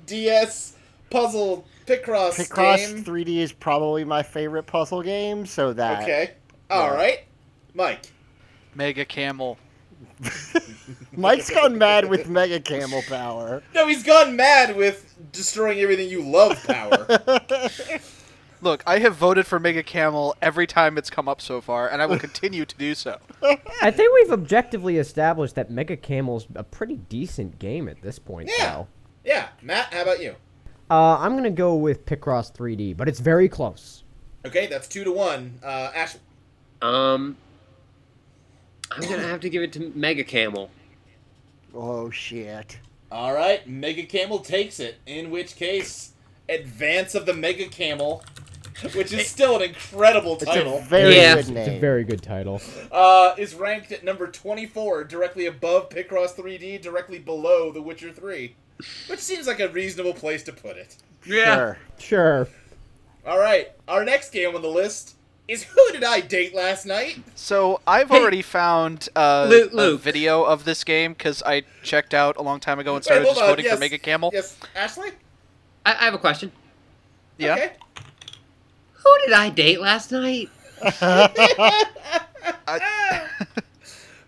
Speaker 2: DS puzzle Picross,
Speaker 3: Picross
Speaker 2: game.
Speaker 3: 3D is probably my favorite puzzle game. So that.
Speaker 2: Okay. All right, Mike.
Speaker 5: Mega Camel.
Speaker 3: Mike's gone mad with Mega Camel Power.
Speaker 2: No, he's gone mad with destroying everything you love power.
Speaker 5: Look, I have voted for Mega Camel every time it's come up so far, and I will continue to do so.
Speaker 6: I think we've objectively established that Mega Camel's a pretty decent game at this point.
Speaker 2: Yeah. yeah, Matt. How about you?
Speaker 6: though. Uh, I'm gonna go with Picross 3D, but it's very close.
Speaker 2: Okay, that's two to one. Uh, Ash.
Speaker 4: Um, I'm gonna have to give it to Mega Camel.
Speaker 3: Oh shit.
Speaker 2: All right, Mega Camel takes it. In which case, Advance of the Mega Camel, which is still an incredible
Speaker 3: It's a
Speaker 2: title,
Speaker 3: very
Speaker 4: Yeah.
Speaker 3: good name.
Speaker 6: It's a very good title.
Speaker 2: uh, is ranked at number 24, directly above Picross 3D, directly below The Witcher 3, which seems like a reasonable place to put it.
Speaker 3: Sure.
Speaker 6: Sure.
Speaker 2: All right, our next game on the list is Who Did I Date Last Night?
Speaker 5: So I've already found uh,
Speaker 4: Lu-
Speaker 5: a
Speaker 4: Luke.
Speaker 5: video of this game because I checked out a long time ago and
Speaker 2: Wait,
Speaker 5: started
Speaker 2: hold
Speaker 5: just
Speaker 2: on,
Speaker 5: voting
Speaker 2: yes,
Speaker 5: for Mega Camel.
Speaker 2: Yes, Ashley?
Speaker 4: I, I have a question.
Speaker 5: Yeah.
Speaker 2: Okay.
Speaker 4: Who did I date last night?
Speaker 5: I-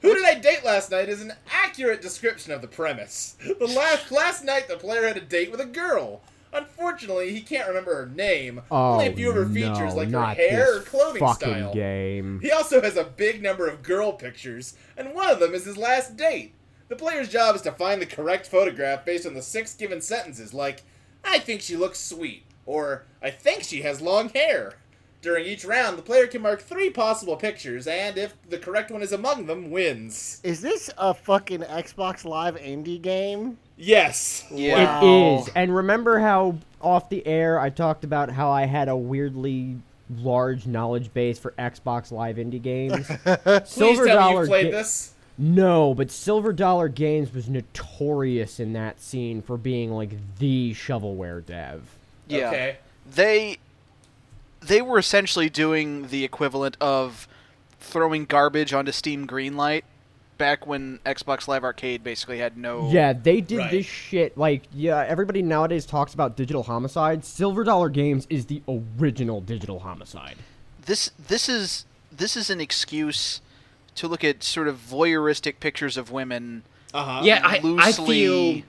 Speaker 2: Who did I date last night is an accurate description of the premise. The last last night the player had a date with a girl. Unfortunately, he can't remember her name,
Speaker 6: Oh
Speaker 2: only a few of her features
Speaker 6: no,
Speaker 2: like her
Speaker 6: not
Speaker 2: hair
Speaker 6: this
Speaker 2: or clothing
Speaker 6: fucking
Speaker 2: style.
Speaker 6: game.
Speaker 2: He also has a big number of girl pictures, and one of them is his last date. The player's job is to find the correct photograph based on the six given sentences, like, I think she looks sweet, or I think she has long hair. During each round, the player can mark three possible pictures, and if the correct one is among them, wins.
Speaker 3: Is this a fucking Xbox Live indie game?
Speaker 2: Yes.
Speaker 5: yeah.
Speaker 3: Wow.
Speaker 6: It is. And remember how off the air I talked about how I had a weirdly large knowledge base for Xbox Live indie games.
Speaker 2: Please
Speaker 6: Silver
Speaker 2: tell me
Speaker 6: Dollar
Speaker 2: you played
Speaker 6: Ga-
Speaker 2: this.
Speaker 6: No, but Silver Dollar Games was notorious in that scene for being like the shovelware dev.
Speaker 5: Yeah.
Speaker 2: Okay.
Speaker 5: They they were essentially doing the equivalent of throwing garbage onto Steam Greenlight back when Xbox Live Arcade basically had no
Speaker 6: Yeah, they did
Speaker 2: Oh, Right.
Speaker 6: this shit like yeah, everybody nowadays talks about digital homicide. Silver Dollar Games is the original digital homicide.
Speaker 5: this this is this is an excuse to look at sort of voyeuristic pictures of women.
Speaker 2: Uh huh.
Speaker 4: yeah, I, I
Speaker 5: loosely-
Speaker 4: feel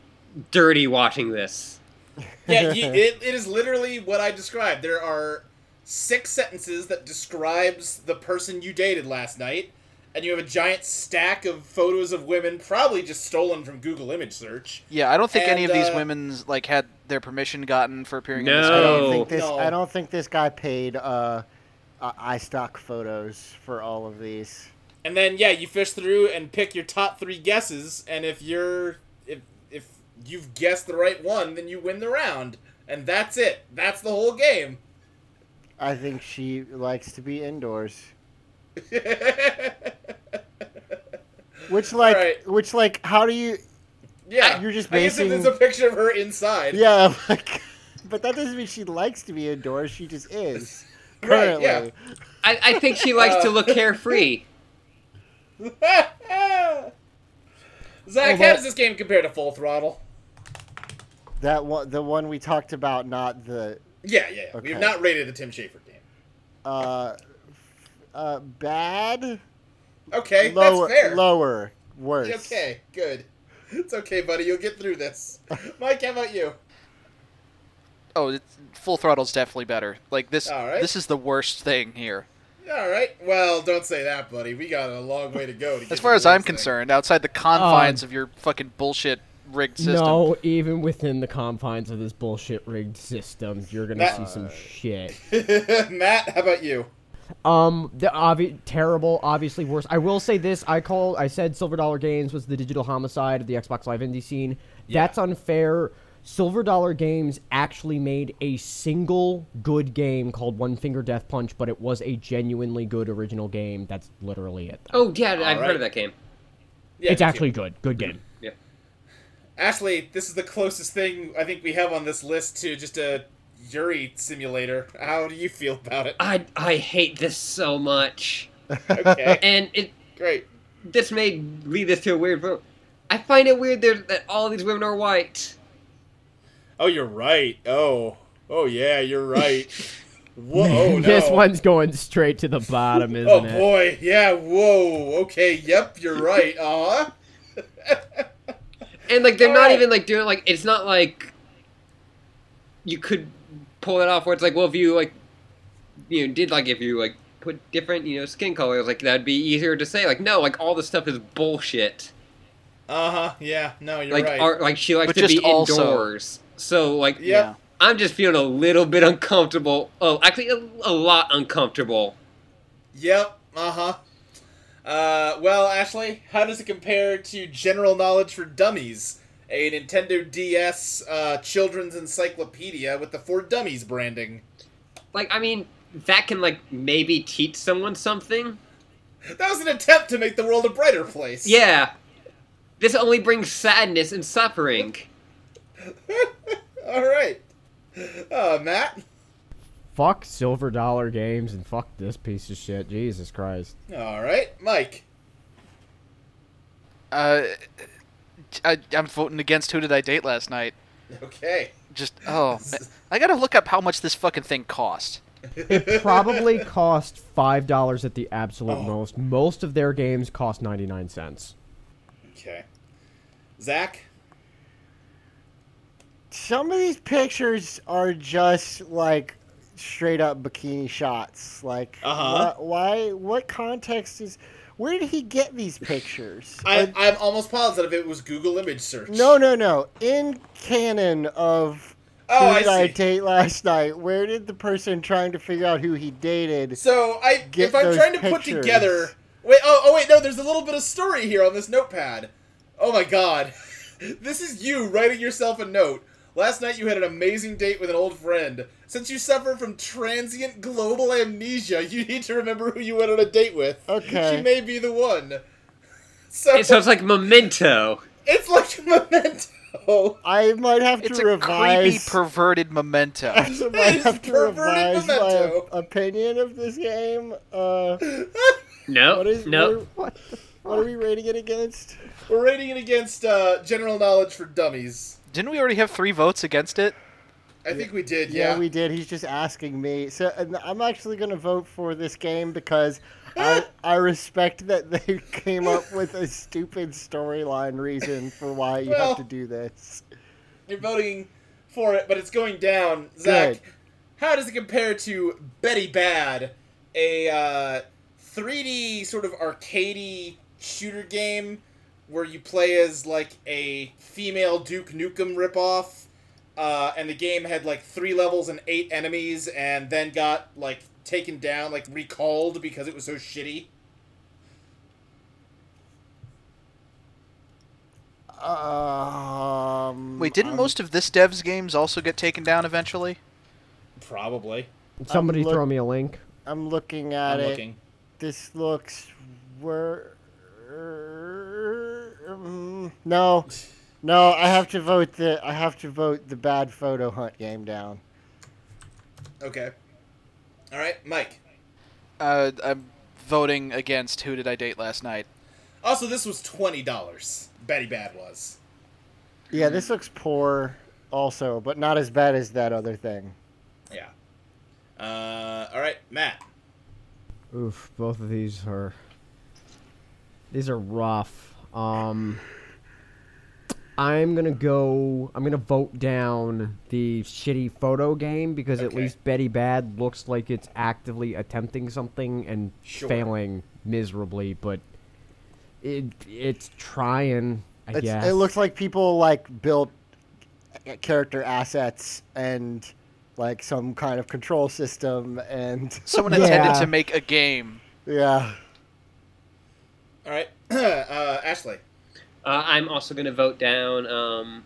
Speaker 4: dirty watching this.
Speaker 2: yeah, you, it, it is literally what I described. There are six sentences that describes the person you dated last night, and you have a giant stack of photos of women, probably just stolen from Google image search.
Speaker 5: Yeah, I don't think any of
Speaker 2: And,
Speaker 5: these
Speaker 2: uh,
Speaker 5: women's like had their permission gotten for appearing in this
Speaker 3: I
Speaker 5: game.
Speaker 4: No.
Speaker 3: don't think this.
Speaker 2: No.
Speaker 3: I don't think this guy paid uh, uh, iStock photos for all of these.
Speaker 2: And then yeah, you fish through and pick your top three guesses, and if you're if if you've guessed the right one, then you win the round, and that's it. That's the whole game.
Speaker 3: I think she likes to be indoors. Which like,
Speaker 2: Alright.
Speaker 3: which like, how do you?
Speaker 2: Yeah,
Speaker 3: You're just
Speaker 2: I guess if
Speaker 3: basing-
Speaker 2: there's a picture of her inside.
Speaker 3: Yeah, like, but that doesn't mean she likes to be indoors. She just is.
Speaker 2: Right,
Speaker 3: Currently.
Speaker 2: yeah.
Speaker 4: I, I think she likes to look carefree.
Speaker 2: Zach,
Speaker 6: Oh, well-
Speaker 2: how does this game compare to Full Throttle?
Speaker 3: That one, the one we talked about, not the
Speaker 2: Yeah, yeah. yeah. We
Speaker 3: Okay.
Speaker 2: have not rated the Tim Schafer game.
Speaker 3: uh, uh, bad.
Speaker 2: Okay,
Speaker 3: lower,
Speaker 2: that's fair.
Speaker 3: lower, worse.
Speaker 2: Okay, good. It's okay, buddy. You'll get through this. Mike, how about you?
Speaker 5: Oh, it's, full throttle's definitely better. Like this
Speaker 2: All right.
Speaker 5: this is the worst thing here.
Speaker 2: All right. Well, don't say that, buddy. We got a long way to go. To get
Speaker 5: As
Speaker 2: to
Speaker 5: far
Speaker 2: the
Speaker 5: as I'm
Speaker 2: worst thing.
Speaker 5: concerned, outside the confines of your fucking bullshit rigged system.
Speaker 6: No, even within the confines of this bullshit rigged system, you're gonna
Speaker 2: That-
Speaker 6: see some shit.
Speaker 2: Matt, how about you?
Speaker 6: Um, the obvi- terrible, obviously worse. I will say this: I called, I said Silver Dollar Games was the digital homicide of the Xbox Live indie scene. That's unfair. Silver Dollar Games actually made a single good game called One Finger Death Punch, but it was a genuinely good original game. That's literally it.
Speaker 4: Oh yeah, I've
Speaker 2: right.
Speaker 4: heard of that game.
Speaker 2: Yeah,
Speaker 6: it's
Speaker 2: me too.
Speaker 6: actually good. Good game.
Speaker 4: Yeah.
Speaker 2: Ashley, this is the closest thing I think we have on this list to just a Yuri simulator. How do you feel about it?
Speaker 4: I I hate this so much,
Speaker 2: Okay,
Speaker 4: and it
Speaker 2: great.
Speaker 4: this may lead this to a weird vote. I find it weird that that all these women are white.
Speaker 2: Oh, you're right. Oh, oh yeah, you're right. Whoa, oh, no.
Speaker 6: This one's going straight to the bottom, isn't
Speaker 2: Oh
Speaker 6: it?
Speaker 2: boy, yeah. Whoa. Okay. Yep. You're right. Uh huh.
Speaker 4: And like they're
Speaker 2: All
Speaker 4: not
Speaker 2: right.
Speaker 4: even like doing like it's not like you could pull it off where it's like well if you like you know did like if you like put different you know skin colors like that'd be easier to say like no like all this stuff is bullshit
Speaker 2: Uh huh. Yeah. No, you're
Speaker 4: like
Speaker 2: right.
Speaker 4: art like she likes
Speaker 5: But
Speaker 4: to
Speaker 5: just
Speaker 4: be
Speaker 5: also-
Speaker 4: indoors so like
Speaker 2: Yep.
Speaker 5: Yeah.
Speaker 4: I'm just feeling a little bit uncomfortable oh actually a, a lot uncomfortable
Speaker 2: Yep. Uh huh. Uh, well, Ashley, how does it compare to General Knowledge for Dummies, a Nintendo DS uh, children's encyclopedia with the For Dummies branding?
Speaker 4: like I mean that can like maybe teach someone something
Speaker 2: That was an attempt to make the world a brighter place.
Speaker 4: yeah this only brings sadness and suffering.
Speaker 2: All right. Uh, Matt.
Speaker 6: Fuck Silver Dollar Games and fuck this piece of shit. Jesus Christ.
Speaker 2: All right, Mike.
Speaker 5: Uh, I, I'm voting against Who Did I Date Last Night.
Speaker 2: Okay.
Speaker 5: Just oh, I gotta look up how much this fucking thing cost.
Speaker 6: It probably cost five dollars at the absolute most. Most of their games cost ninety nine cents.
Speaker 2: Okay. Zach.
Speaker 3: Some of these pictures are just like straight up bikini shots. Like,
Speaker 2: Uh-huh.
Speaker 3: wh- why? What context is? Where did he get these pictures?
Speaker 2: I, I'm almost positive it was Google image search.
Speaker 3: No, no, no. In canon of
Speaker 2: Oh,
Speaker 3: who
Speaker 2: I
Speaker 3: did I
Speaker 2: see.
Speaker 3: date last night, where did the person trying to figure out who he dated?
Speaker 2: So I,
Speaker 3: Get
Speaker 2: if I'm
Speaker 3: those
Speaker 2: trying to put
Speaker 3: pictures.
Speaker 2: together, wait, oh, oh, wait, no, there's a little bit of story here on this notepad. Oh my god, this is you writing yourself a note. Last night you had an amazing date with an old friend. Since you suffer from transient global amnesia, you need to remember who you went on a date with.
Speaker 3: Okay.
Speaker 2: she may be the one. So,
Speaker 4: so it's like memento.
Speaker 2: it's like memento.
Speaker 3: I might have
Speaker 5: It's
Speaker 3: to
Speaker 5: a creepy,
Speaker 3: revise.
Speaker 5: perverted memento.
Speaker 3: I might have to
Speaker 2: perverted
Speaker 3: revise
Speaker 2: memento.
Speaker 3: my opinion of this game. Uh,
Speaker 4: No,
Speaker 3: what is
Speaker 4: Oh, no.
Speaker 3: What, are- what are we rating it against?
Speaker 2: We're rating it against uh, general knowledge for dummies.
Speaker 5: Didn't we already have three votes against it?
Speaker 2: I think we did.
Speaker 3: Yeah,
Speaker 2: Yeah,
Speaker 3: we did. He's just asking me. So and I'm actually going to vote for this game because
Speaker 2: Eh.
Speaker 3: I I respect that they came up with a stupid storyline reason for why you
Speaker 2: Well,
Speaker 3: have to do this.
Speaker 2: You're voting for it, but it's going down. Zach,
Speaker 3: Good.
Speaker 2: how does it compare to Betty Bad, a uh, 3D sort of arcadey shooter game where you play as like a female Duke Nukem ripoff? Uh, and the game had like three levels and eight enemies, and then got like taken down, like recalled because it was so shitty.
Speaker 3: Um,
Speaker 5: Wait, didn't
Speaker 3: I'm-
Speaker 5: most of this dev's games also get taken down eventually?
Speaker 2: Probably.
Speaker 6: Somebody
Speaker 3: look-
Speaker 6: throw me a link.
Speaker 3: I'm looking at
Speaker 2: I'm
Speaker 3: it.
Speaker 2: looking.
Speaker 3: This looks. Were. mm, No, no. I have to vote the. I have to vote the bad photo hunt game down.
Speaker 2: Okay. All right, Mike.
Speaker 5: Uh, I'm voting against Who Did I Date Last Night.
Speaker 2: Also, this was twenty dollars. Betty Bad was.
Speaker 3: Yeah, this looks poor, also, but not as bad as that other thing.
Speaker 2: Yeah. Uh, all right, Matt.
Speaker 6: Oof, both of these are these are rough. Um I'm gonna go I'm gonna vote down the shitty photo game because at
Speaker 2: Okay.
Speaker 6: least Betty Bad looks like it's actively attempting something and
Speaker 2: Sure.
Speaker 6: failing miserably, but it it's trying. I
Speaker 3: It's,
Speaker 6: guess.
Speaker 3: It looks like people like built uh, character assets and like some kind of control system and
Speaker 5: Someone
Speaker 6: Yeah.
Speaker 5: intended to make a game.
Speaker 3: yeah.
Speaker 2: All right, uh, Ashley.
Speaker 4: Uh, I'm also gonna vote down. Um,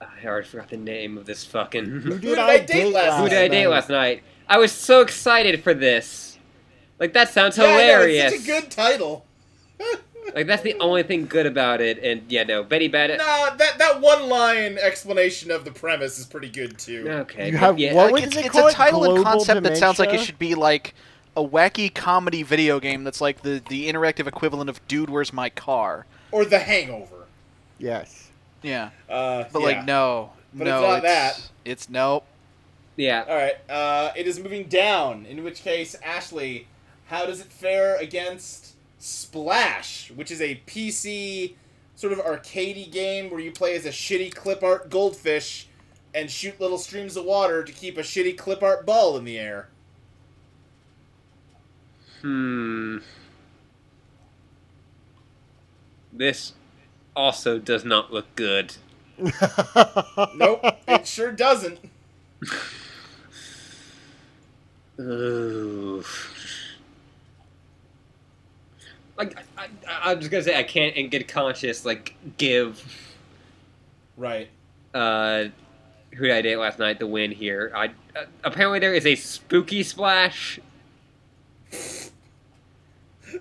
Speaker 4: I already forgot the name of this fucking.
Speaker 2: did I date last
Speaker 3: Ah,
Speaker 4: Who did I date
Speaker 3: night?
Speaker 4: last night? I was so excited for this. Like that sounds
Speaker 2: Yeah, I know, it's
Speaker 4: hilarious.
Speaker 2: such a good title.
Speaker 4: Like that's the only thing good about it. And yeah, no, Betty Bad.
Speaker 2: Nah, that that one line explanation of the premise is pretty good too.
Speaker 4: Okay.
Speaker 3: You
Speaker 4: but
Speaker 3: have
Speaker 4: yeah,
Speaker 3: one-
Speaker 5: Like,
Speaker 3: what
Speaker 5: it's
Speaker 3: is it
Speaker 5: it's a
Speaker 3: called?
Speaker 5: title and
Speaker 3: Global
Speaker 5: concept that sounds like it
Speaker 3: dementia?
Speaker 5: should be like a wacky comedy video game that's like the, the interactive equivalent of Dude, Where's My Car?
Speaker 2: Or The Hangover.
Speaker 3: Yes.
Speaker 5: Yeah.
Speaker 2: Uh,
Speaker 5: But,
Speaker 2: yeah.
Speaker 5: like, no.
Speaker 2: But it's
Speaker 5: no.
Speaker 2: not
Speaker 5: it's, it's nope.
Speaker 4: yeah.
Speaker 2: All right. Uh, it is moving down. In which case, Ashley, how does it fare against Splash, which is a PC sort of arcadey game where you play as a shitty clip art goldfish and shoot little streams of water to keep a shitty clip art ball in the air?
Speaker 4: Hmm. This also does not look good.
Speaker 2: Nope, it sure doesn't.
Speaker 4: Ooh. Like I, I, I'm just gonna say I can't and good conscious like give
Speaker 2: Right.
Speaker 4: uh who did I date last night the win here. I uh, apparently there is a spooky splash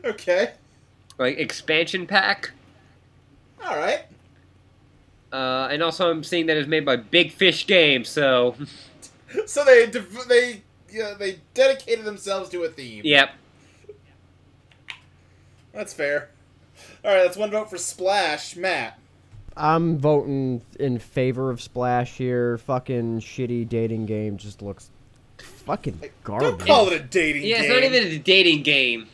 Speaker 2: Okay.
Speaker 4: like expansion pack.
Speaker 2: All right.
Speaker 4: Uh, and also, I'm seeing that it's made by Big Fish Games, so
Speaker 2: So they dev- they yeah, they dedicated themselves to a theme.
Speaker 4: yep.
Speaker 2: That's fair. All right, that's one vote for Splash, Matt.
Speaker 6: I'm voting in favor of Splash here. Fucking shitty dating game just looks fucking
Speaker 2: Don't
Speaker 6: garbage.
Speaker 2: call it a dating
Speaker 4: Yeah,
Speaker 2: game.
Speaker 4: it's not even a dating game.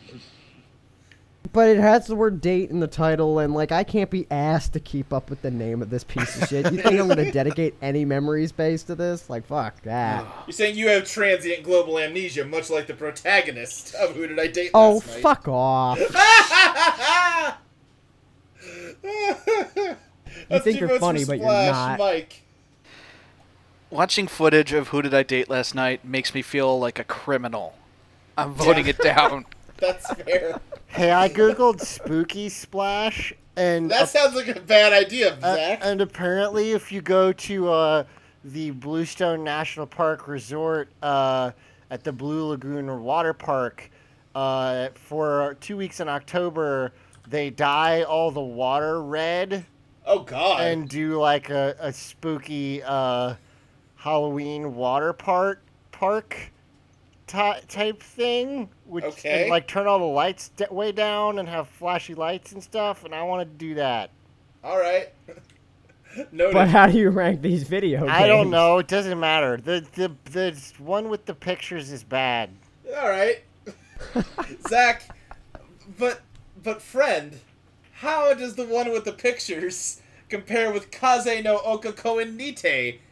Speaker 6: But it has the word date in the title, and like I can't be asked to keep up with the name of this piece of shit. You think I'm gonna dedicate any memory space to this? Like fuck that.
Speaker 2: You're saying you have transient global amnesia, much like the protagonist of Who Did I Date
Speaker 6: Oh
Speaker 2: Last Night.
Speaker 6: fuck off.
Speaker 2: That's
Speaker 6: think
Speaker 2: two
Speaker 6: you're
Speaker 2: votes for
Speaker 6: funny, but you're
Speaker 2: Splash,
Speaker 6: not.
Speaker 2: Mike.
Speaker 5: Watching footage of Who Did I Date Last Night makes me feel like a criminal. I'm voting it down.
Speaker 2: That's fair.
Speaker 3: Hey, I googled spooky splash and
Speaker 2: That sounds like a bad idea,
Speaker 3: Uh,
Speaker 2: Zach.
Speaker 3: and apparently, if you go to uh, the Bluestone National Park Resort uh, at the Blue Lagoon or Water Park uh, for two weeks in October, they dye all the water red
Speaker 2: oh God.
Speaker 3: and do like a, a spooky uh, Halloween water park park ty- type thing, which and,
Speaker 2: Okay.
Speaker 3: like turn all the lights d- way down and have flashy lights and stuff. And I want to do that.
Speaker 2: All right. Noted.
Speaker 6: But how do you rank these video games?
Speaker 3: I don't know. It doesn't matter. The the the one with the pictures is bad.
Speaker 2: All right, Zach. But but friend, how does the one with the pictures compare with Kaze no Okakoen Nite,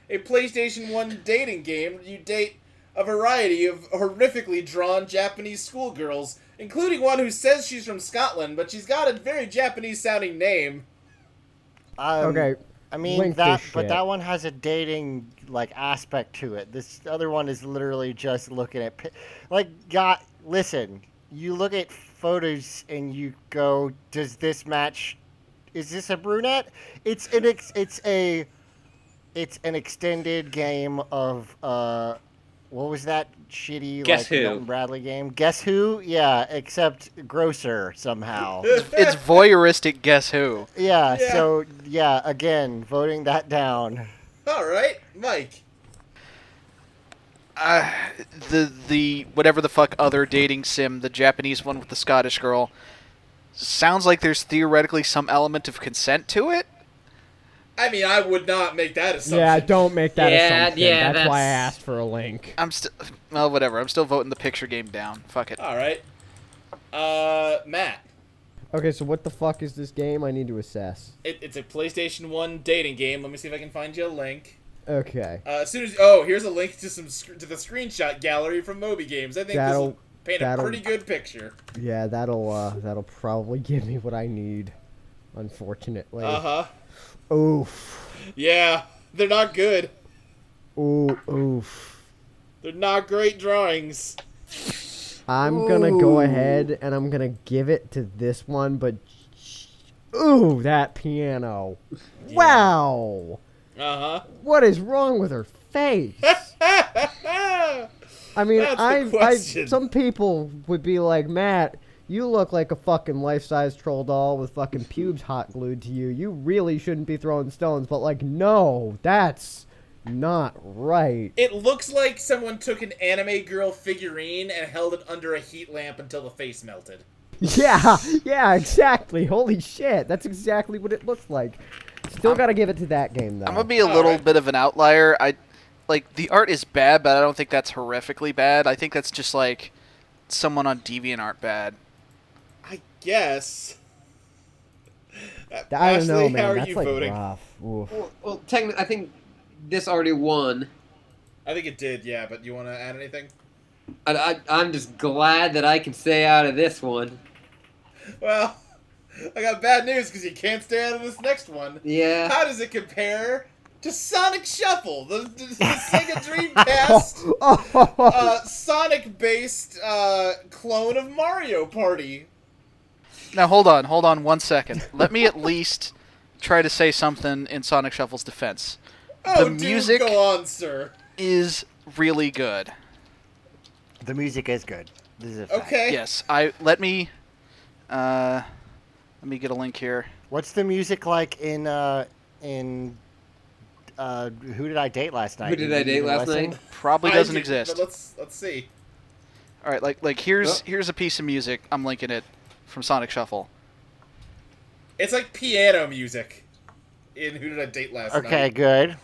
Speaker 2: a PlayStation One dating game where you date a variety of horrifically drawn Japanese schoolgirls, including one who says she's from Scotland, but she's got a very Japanese sounding name.
Speaker 3: Um,
Speaker 6: Okay.
Speaker 3: I mean
Speaker 6: link
Speaker 3: that,
Speaker 6: this
Speaker 3: but
Speaker 6: shit.
Speaker 3: that one has a dating like aspect to it. This other one is literally just looking at, pi- like, God, listen. You look at photos and you go, does this match? Is this a brunette? It's an ex- it's a, it's an extended game of uh, what was that shitty
Speaker 4: Guess
Speaker 3: like
Speaker 4: Who.
Speaker 3: Milton Bradley game? Guess who? Yeah, except grosser somehow.
Speaker 5: it's voyeuristic guess who.
Speaker 3: Yeah,
Speaker 2: Yeah.
Speaker 3: so yeah, again, voting that down.
Speaker 2: All right, Mike.
Speaker 5: Uh, the the whatever the fuck other dating sim, the Japanese one with the Scottish girl, sounds like there's theoretically some element of consent to it.
Speaker 2: I mean, I would not make that assumption.
Speaker 6: Yeah, don't make that
Speaker 4: Yeah,
Speaker 6: assumption.
Speaker 4: yeah,
Speaker 6: that's why I
Speaker 4: that's-
Speaker 6: asked for a link.
Speaker 5: I'm still well, whatever. I'm still voting the picture game down. Fuck it.
Speaker 2: All right, uh, Matt.
Speaker 6: Okay, so what the fuck is this game? I need to assess.
Speaker 2: It, it's a PlayStation One dating game. Let me see if I can find you a link.
Speaker 6: Okay.
Speaker 2: Uh, as soon as oh, here's a link to some sc- to the screenshot gallery from Moby Games. I think this will
Speaker 6: That'll-
Speaker 2: paint a
Speaker 6: that'll-
Speaker 2: pretty good picture.
Speaker 6: Yeah, that'll uh that'll probably give me what I need. unfortunately.
Speaker 2: Uh huh.
Speaker 6: Oof.
Speaker 2: Yeah, they're not good.
Speaker 6: Ooh, oof.
Speaker 2: They're not great drawings.
Speaker 6: I'm gonna go
Speaker 4: Ooh.
Speaker 6: ahead and I'm gonna give it to this one, but ooh, that piano! Wow,
Speaker 2: Uh
Speaker 6: what is wrong with her face?
Speaker 2: huh.
Speaker 6: I mean,
Speaker 2: That's the
Speaker 6: I, I
Speaker 2: question.
Speaker 6: some people would be like, Matt, you look like a fucking life-size troll doll with fucking pubes hot glued to you. You really shouldn't be throwing stones, but like, no, that's not right.
Speaker 2: It looks like someone took an anime girl figurine and held it under a heat lamp until the face melted.
Speaker 6: Yeah, yeah, exactly. Holy shit, that's exactly what it looks like. Still gotta give it to that game though.
Speaker 5: I'm gonna be a little
Speaker 2: Oh, Alright.
Speaker 5: bit of an outlier. I like the art is bad, but I don't think that's horrifically bad. I think that's just like someone on DeviantArt bad.
Speaker 2: I guess. I
Speaker 6: I don't know, man. That's like rough. Oof.
Speaker 4: Well, well technically, I think this already won.
Speaker 2: I think it did, yeah, but you want to add anything?
Speaker 4: I, I, I'm just glad that I can stay out of this one.
Speaker 2: Well, I got bad news because you can't stay out of this next one.
Speaker 4: Yeah.
Speaker 2: How does it compare to Sonic Shuffle, the, the, the Sega Dreamcast uh, Sonic-based uh, clone of Mario Party?
Speaker 5: Now hold on, hold on one second. Let me at least try to say something in Sonic Shuffle's defense.
Speaker 2: Oh,
Speaker 5: The
Speaker 2: dude,
Speaker 5: music-
Speaker 2: go on, sir.
Speaker 5: Is really good.
Speaker 3: The music is good. This is a fact.
Speaker 2: Okay.
Speaker 5: Yes, I let me uh let me get a link here.
Speaker 3: What's the music like in uh in uh who did I date last night?
Speaker 4: Who did I date last
Speaker 3: Lessing?
Speaker 4: night?
Speaker 5: Probably
Speaker 2: I
Speaker 5: doesn't
Speaker 2: do-
Speaker 5: exist.
Speaker 2: But let's let's see.
Speaker 5: All right, like like here's
Speaker 4: Oh.
Speaker 5: here's a piece of music. I'm linking it from Sonic Shuffle.
Speaker 2: It's like piano music. In Who Did I Date Last Night?
Speaker 3: Okay, good.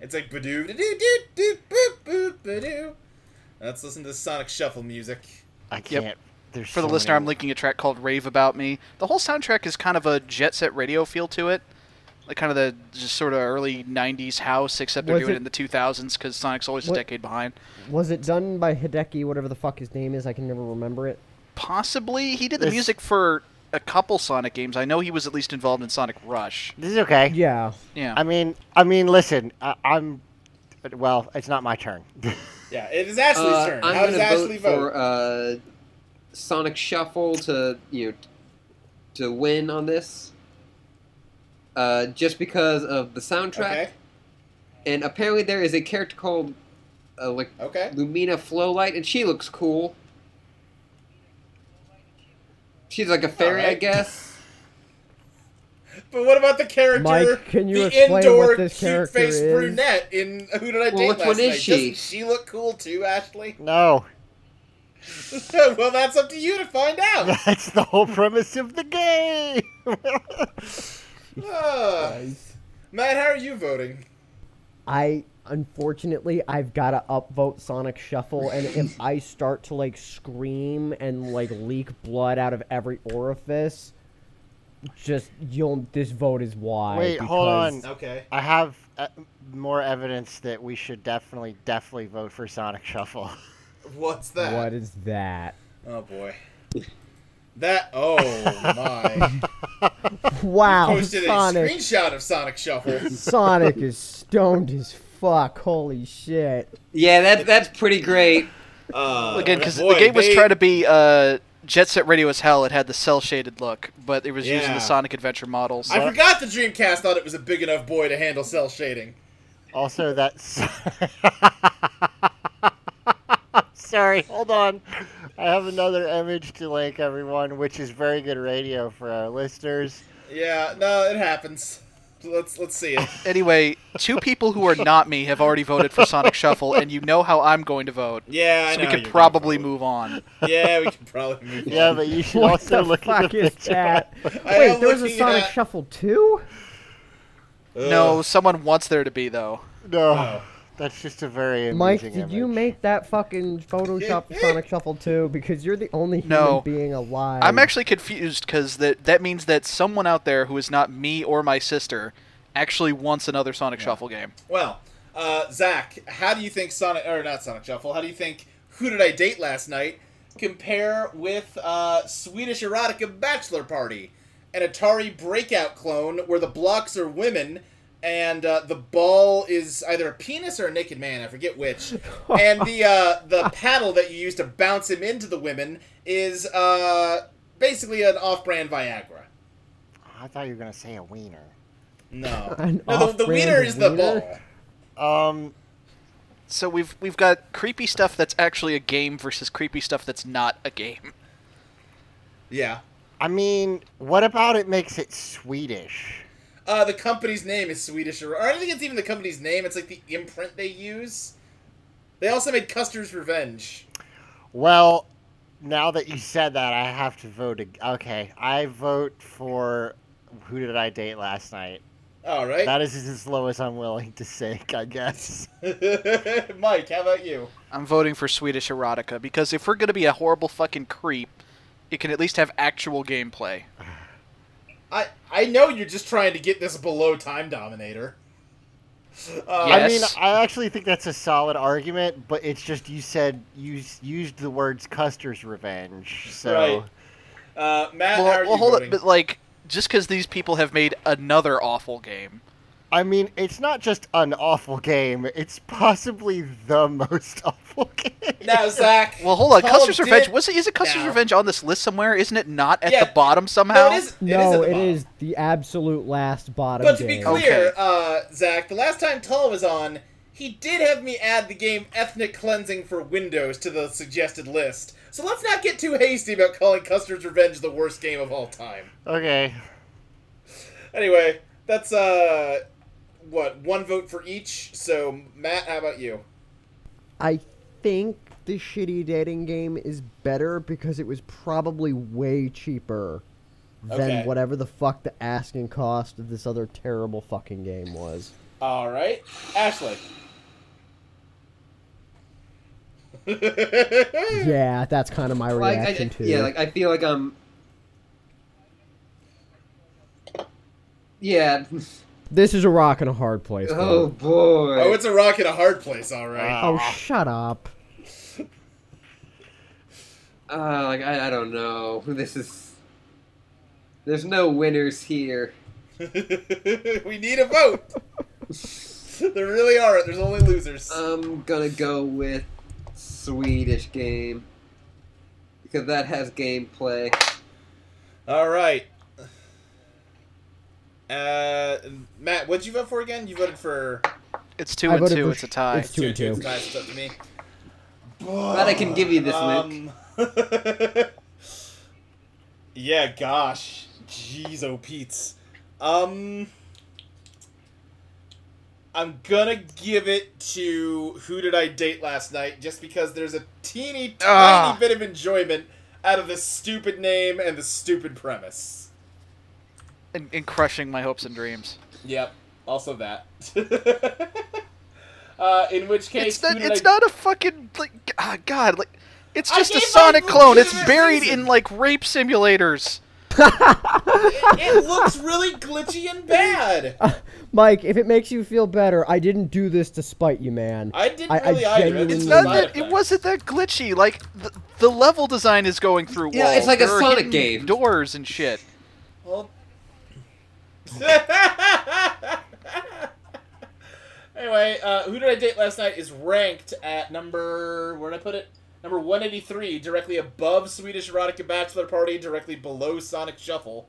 Speaker 2: It's like badoo doo doo doo doo boop boop badoo. Now Let's listen to Sonic Shuffle music.
Speaker 3: I can't. There's
Speaker 5: For the
Speaker 3: so
Speaker 5: listener,
Speaker 3: many-
Speaker 5: I'm linking a track called "Rave About Me." The whole soundtrack is kind of a jet set radio feel to it, like kind of the just sort of early '90s house, except they're
Speaker 6: Was
Speaker 5: doing
Speaker 6: it-
Speaker 5: it in the 2000s because Sonic's always
Speaker 6: What-
Speaker 5: a decade behind.
Speaker 6: Was it done by Hideki, whatever the fuck his name is? I can never remember it.
Speaker 5: Possibly, he did the
Speaker 3: This-
Speaker 5: music for a couple Sonic games. I know he was at least involved in Sonic Rush.
Speaker 3: This is okay.
Speaker 6: Yeah.
Speaker 5: Yeah,
Speaker 3: I mean, I mean, listen, I, I'm. Well, it's not my turn.
Speaker 2: Yeah, it is Ashley's
Speaker 4: Uh,
Speaker 2: turn.
Speaker 4: I'm
Speaker 2: How does
Speaker 4: gonna
Speaker 2: Ashley
Speaker 4: vote
Speaker 2: vote?
Speaker 4: for uh, Sonic Shuffle to you know to win on this, uh, just because of the soundtrack.
Speaker 2: okay.
Speaker 4: And apparently there is a character called uh, like
Speaker 2: Okay.
Speaker 4: Lumina Flowlight, and she looks cool. She's like a fairy, I
Speaker 2: Alright.
Speaker 4: guess.
Speaker 2: But what about the character?
Speaker 6: Mike, can you
Speaker 2: the
Speaker 6: explain
Speaker 2: indoor
Speaker 6: what this character
Speaker 2: cute-faced
Speaker 6: is?
Speaker 2: brunette in Who Did I Date
Speaker 4: Well, which
Speaker 2: Last
Speaker 4: one is
Speaker 2: Night?
Speaker 4: she?
Speaker 2: Doesn't she look cool too, Ashley?
Speaker 3: No,
Speaker 2: well, that's up to you to find out.
Speaker 3: that's the whole premise of the game.
Speaker 2: Ah. Matt, how are you voting?
Speaker 6: I unfortunately I've gotta upvote Sonic Shuffle, and if I start to like scream and like leak blood out of every orifice, just you'll this vote is why.
Speaker 3: Wait, hold on.
Speaker 2: Okay.
Speaker 3: I have uh, more evidence that we should definitely, definitely vote for Sonic Shuffle.
Speaker 2: What's that?
Speaker 6: What is that?
Speaker 2: Oh boy. That oh my.
Speaker 6: Wow,
Speaker 2: Posted a
Speaker 6: Sonic.
Speaker 2: screenshot of Sonic Shuffle.
Speaker 6: Uh, Sonic is stoned as fuck. Holy shit.
Speaker 4: Yeah, that that's pretty great.
Speaker 2: Uh,
Speaker 5: again because
Speaker 2: boy,
Speaker 5: the game was
Speaker 2: they-
Speaker 5: trying to be uh, jet set radio as hell. It had the cell shaded look, but it was using
Speaker 2: Yeah.
Speaker 5: the Sonic Adventure models.
Speaker 2: I forgot the Dreamcast thought it was a big enough boy to handle cell shading.
Speaker 3: Also, that's. Sorry, hold on. I have another image to link everyone, which is very good radio for our listeners.
Speaker 2: Yeah, no, it happens. Let's let's see it.
Speaker 5: Anyway, two people who are not me have already voted for Sonic Shuffle, and you know how I'm going to vote.
Speaker 2: Yeah, I
Speaker 5: so
Speaker 2: know
Speaker 5: we could
Speaker 2: you're
Speaker 5: probably
Speaker 2: gonna
Speaker 5: move on.
Speaker 2: vote. Yeah, we could probably move.
Speaker 3: Yeah,
Speaker 2: on.
Speaker 3: but you should
Speaker 6: What
Speaker 3: also
Speaker 6: the
Speaker 3: look at
Speaker 6: fuck
Speaker 3: the
Speaker 6: is
Speaker 3: picture.
Speaker 6: that?
Speaker 2: I
Speaker 6: Wait,
Speaker 2: am
Speaker 6: there was a
Speaker 2: looking at-
Speaker 6: Sonic
Speaker 2: uh,
Speaker 6: Shuffle 2?
Speaker 2: Ugh.
Speaker 5: No, someone wants there to be though.
Speaker 3: No,
Speaker 2: Oh.
Speaker 3: that's just a very amusing
Speaker 6: Mike, did you
Speaker 3: image.
Speaker 6: make that fucking Photoshop of Sonic Shuffle 2? Because you're the only human
Speaker 5: No.
Speaker 6: being alive.
Speaker 2: Um,
Speaker 5: I'm actually confused because that that means that someone out there who is not me or my sister actually wants another Sonic Shuffle game.
Speaker 2: Well, uh, Zach, how do you think Sonic or not Sonic Shuffle? How do you think Who Did I Date Last Night compare with uh, Swedish Erotica Bachelor Party? an Atari Breakout clone where the blocks are women and uh, the ball is either a penis or a naked man. I forget which. and the uh, the paddle that you use to bounce him into the women is uh, basically an off-brand Viagra.
Speaker 3: I thought you were gonna say a wiener.
Speaker 2: No,
Speaker 6: An
Speaker 2: no, the, the
Speaker 6: off-brand
Speaker 2: wiener is the
Speaker 6: wiener?
Speaker 2: ball.
Speaker 3: Um,
Speaker 5: So we've we've got creepy stuff that's actually a game versus creepy stuff that's not a game.
Speaker 2: Yeah.
Speaker 3: I mean, what about it makes it Swedish?
Speaker 2: Uh, the company's name is Swedish, or or I don't think it's even the company's name. It's like the imprint they use. They also made Custer's Revenge.
Speaker 3: Well, now that you said that, I have to vote. ag- Okay, I vote for who did I date last night?
Speaker 2: All right,
Speaker 3: That is as low as I'm willing to sink, I guess.
Speaker 2: Mike, how about you?
Speaker 5: I'm voting for Swedish erotica because if we're gonna be a horrible fucking creep, it can at least have actual gameplay.
Speaker 2: I I know you're just trying to get this below Time Dominator. Uh,
Speaker 5: Yeah.
Speaker 3: I mean,
Speaker 5: Yes.
Speaker 3: I actually think that's a solid argument, but it's just you said you s- used the words Custer's revenge, so
Speaker 2: Right. uh, Matt, how are
Speaker 5: Well, well
Speaker 2: you
Speaker 5: hold
Speaker 2: voting?
Speaker 5: up, but like just because these people have made another awful game,
Speaker 3: I mean, it's not just an awful game; it's possibly the most awful game.
Speaker 2: Now, Zach.
Speaker 5: Well, hold on.
Speaker 2: Call
Speaker 5: Custer's
Speaker 2: of
Speaker 5: Revenge
Speaker 2: Dit-
Speaker 5: was it? Is it Custer's
Speaker 2: No.
Speaker 5: Revenge on this list somewhere? Isn't it not at
Speaker 2: Yeah.
Speaker 5: the bottom somehow?
Speaker 2: No, it is. it is. at
Speaker 6: No,
Speaker 2: the
Speaker 6: it
Speaker 2: bottom.
Speaker 6: is the absolute last bottom.
Speaker 2: But to be
Speaker 6: game.
Speaker 5: Okay.
Speaker 2: clear, uh, Zach, the last time Tall was on, he did have me add the game Ethnic Cleansing for Windows to the suggested list. So let's not get too hasty about calling Custer's Revenge the worst game of all time.
Speaker 3: Okay,
Speaker 2: Anyway, that's, uh, what, one vote for each? So, Matt, how about you?
Speaker 6: I think the shitty dating game is better because it was probably way cheaper than
Speaker 2: Okay.
Speaker 6: whatever the fuck the asking cost of this other terrible fucking game was.
Speaker 2: All right. Ashley. yeah,
Speaker 6: Yeah, that's kind of my
Speaker 4: Like, I,
Speaker 6: reaction
Speaker 4: I-
Speaker 6: too.
Speaker 4: yeah, like I feel like um, I'm. Yeah.
Speaker 6: this is a rock and a hard place.
Speaker 4: Oh
Speaker 6: though.
Speaker 4: boy.
Speaker 2: oh, it's a rock in a hard place, all right.
Speaker 3: Wow.
Speaker 6: oh, shut up.
Speaker 4: Uh, like I, I don't know. This is. There's no winners here.
Speaker 2: we need a vote. there really are. There's only losers.
Speaker 4: I'm gonna go with Swedish game because that has gameplay.
Speaker 2: All right. Uh, Matt, what'd you vote for again? You voted for
Speaker 5: It's two
Speaker 6: I
Speaker 5: and
Speaker 6: voted
Speaker 5: two.
Speaker 6: for
Speaker 5: It's a
Speaker 6: sh-
Speaker 5: tie.
Speaker 6: it's two and two.
Speaker 2: It's nice, it's up to me.
Speaker 4: Glad I can give you this, Nick.
Speaker 2: Um, yeah, gosh, jeez, oh Pete's. Um, I'm gonna give it to who did I date last night, just because there's a teeny tiny
Speaker 5: Ah.
Speaker 2: bit of enjoyment out of the stupid name and the stupid premise.
Speaker 5: And, and crushing my hopes and dreams.
Speaker 2: Yep. Also that. uh, in which case,
Speaker 5: it's not.
Speaker 2: who did I-
Speaker 5: It's not a fucking like. Ah, God. Like, it's
Speaker 2: I
Speaker 5: just a
Speaker 2: gave
Speaker 5: Sonic
Speaker 2: my
Speaker 5: clone. It's
Speaker 2: legitimate
Speaker 5: buried
Speaker 2: reason.
Speaker 5: in like rape simulators.
Speaker 2: It, it looks really glitchy and bad.
Speaker 6: Mike, if it makes you feel better, I didn't do this to spite you, man.
Speaker 2: I didn't
Speaker 6: I- I
Speaker 2: really either.
Speaker 6: genuinely-
Speaker 5: It's
Speaker 6: Mm.
Speaker 5: not
Speaker 2: just a
Speaker 5: that.
Speaker 2: side
Speaker 5: It
Speaker 2: effect.
Speaker 5: wasn't that glitchy. Like the, the level design is going through
Speaker 4: Yeah,
Speaker 5: walls.
Speaker 4: it's like a
Speaker 5: There are
Speaker 4: Sonic
Speaker 5: hidden
Speaker 4: game.
Speaker 5: Doors and shit.
Speaker 2: Well- anyway, uh, who did I date last night is ranked at number where did I put it? Number 183, directly above Swedish Erotica Bachelor Party, directly below Sonic Shuffle.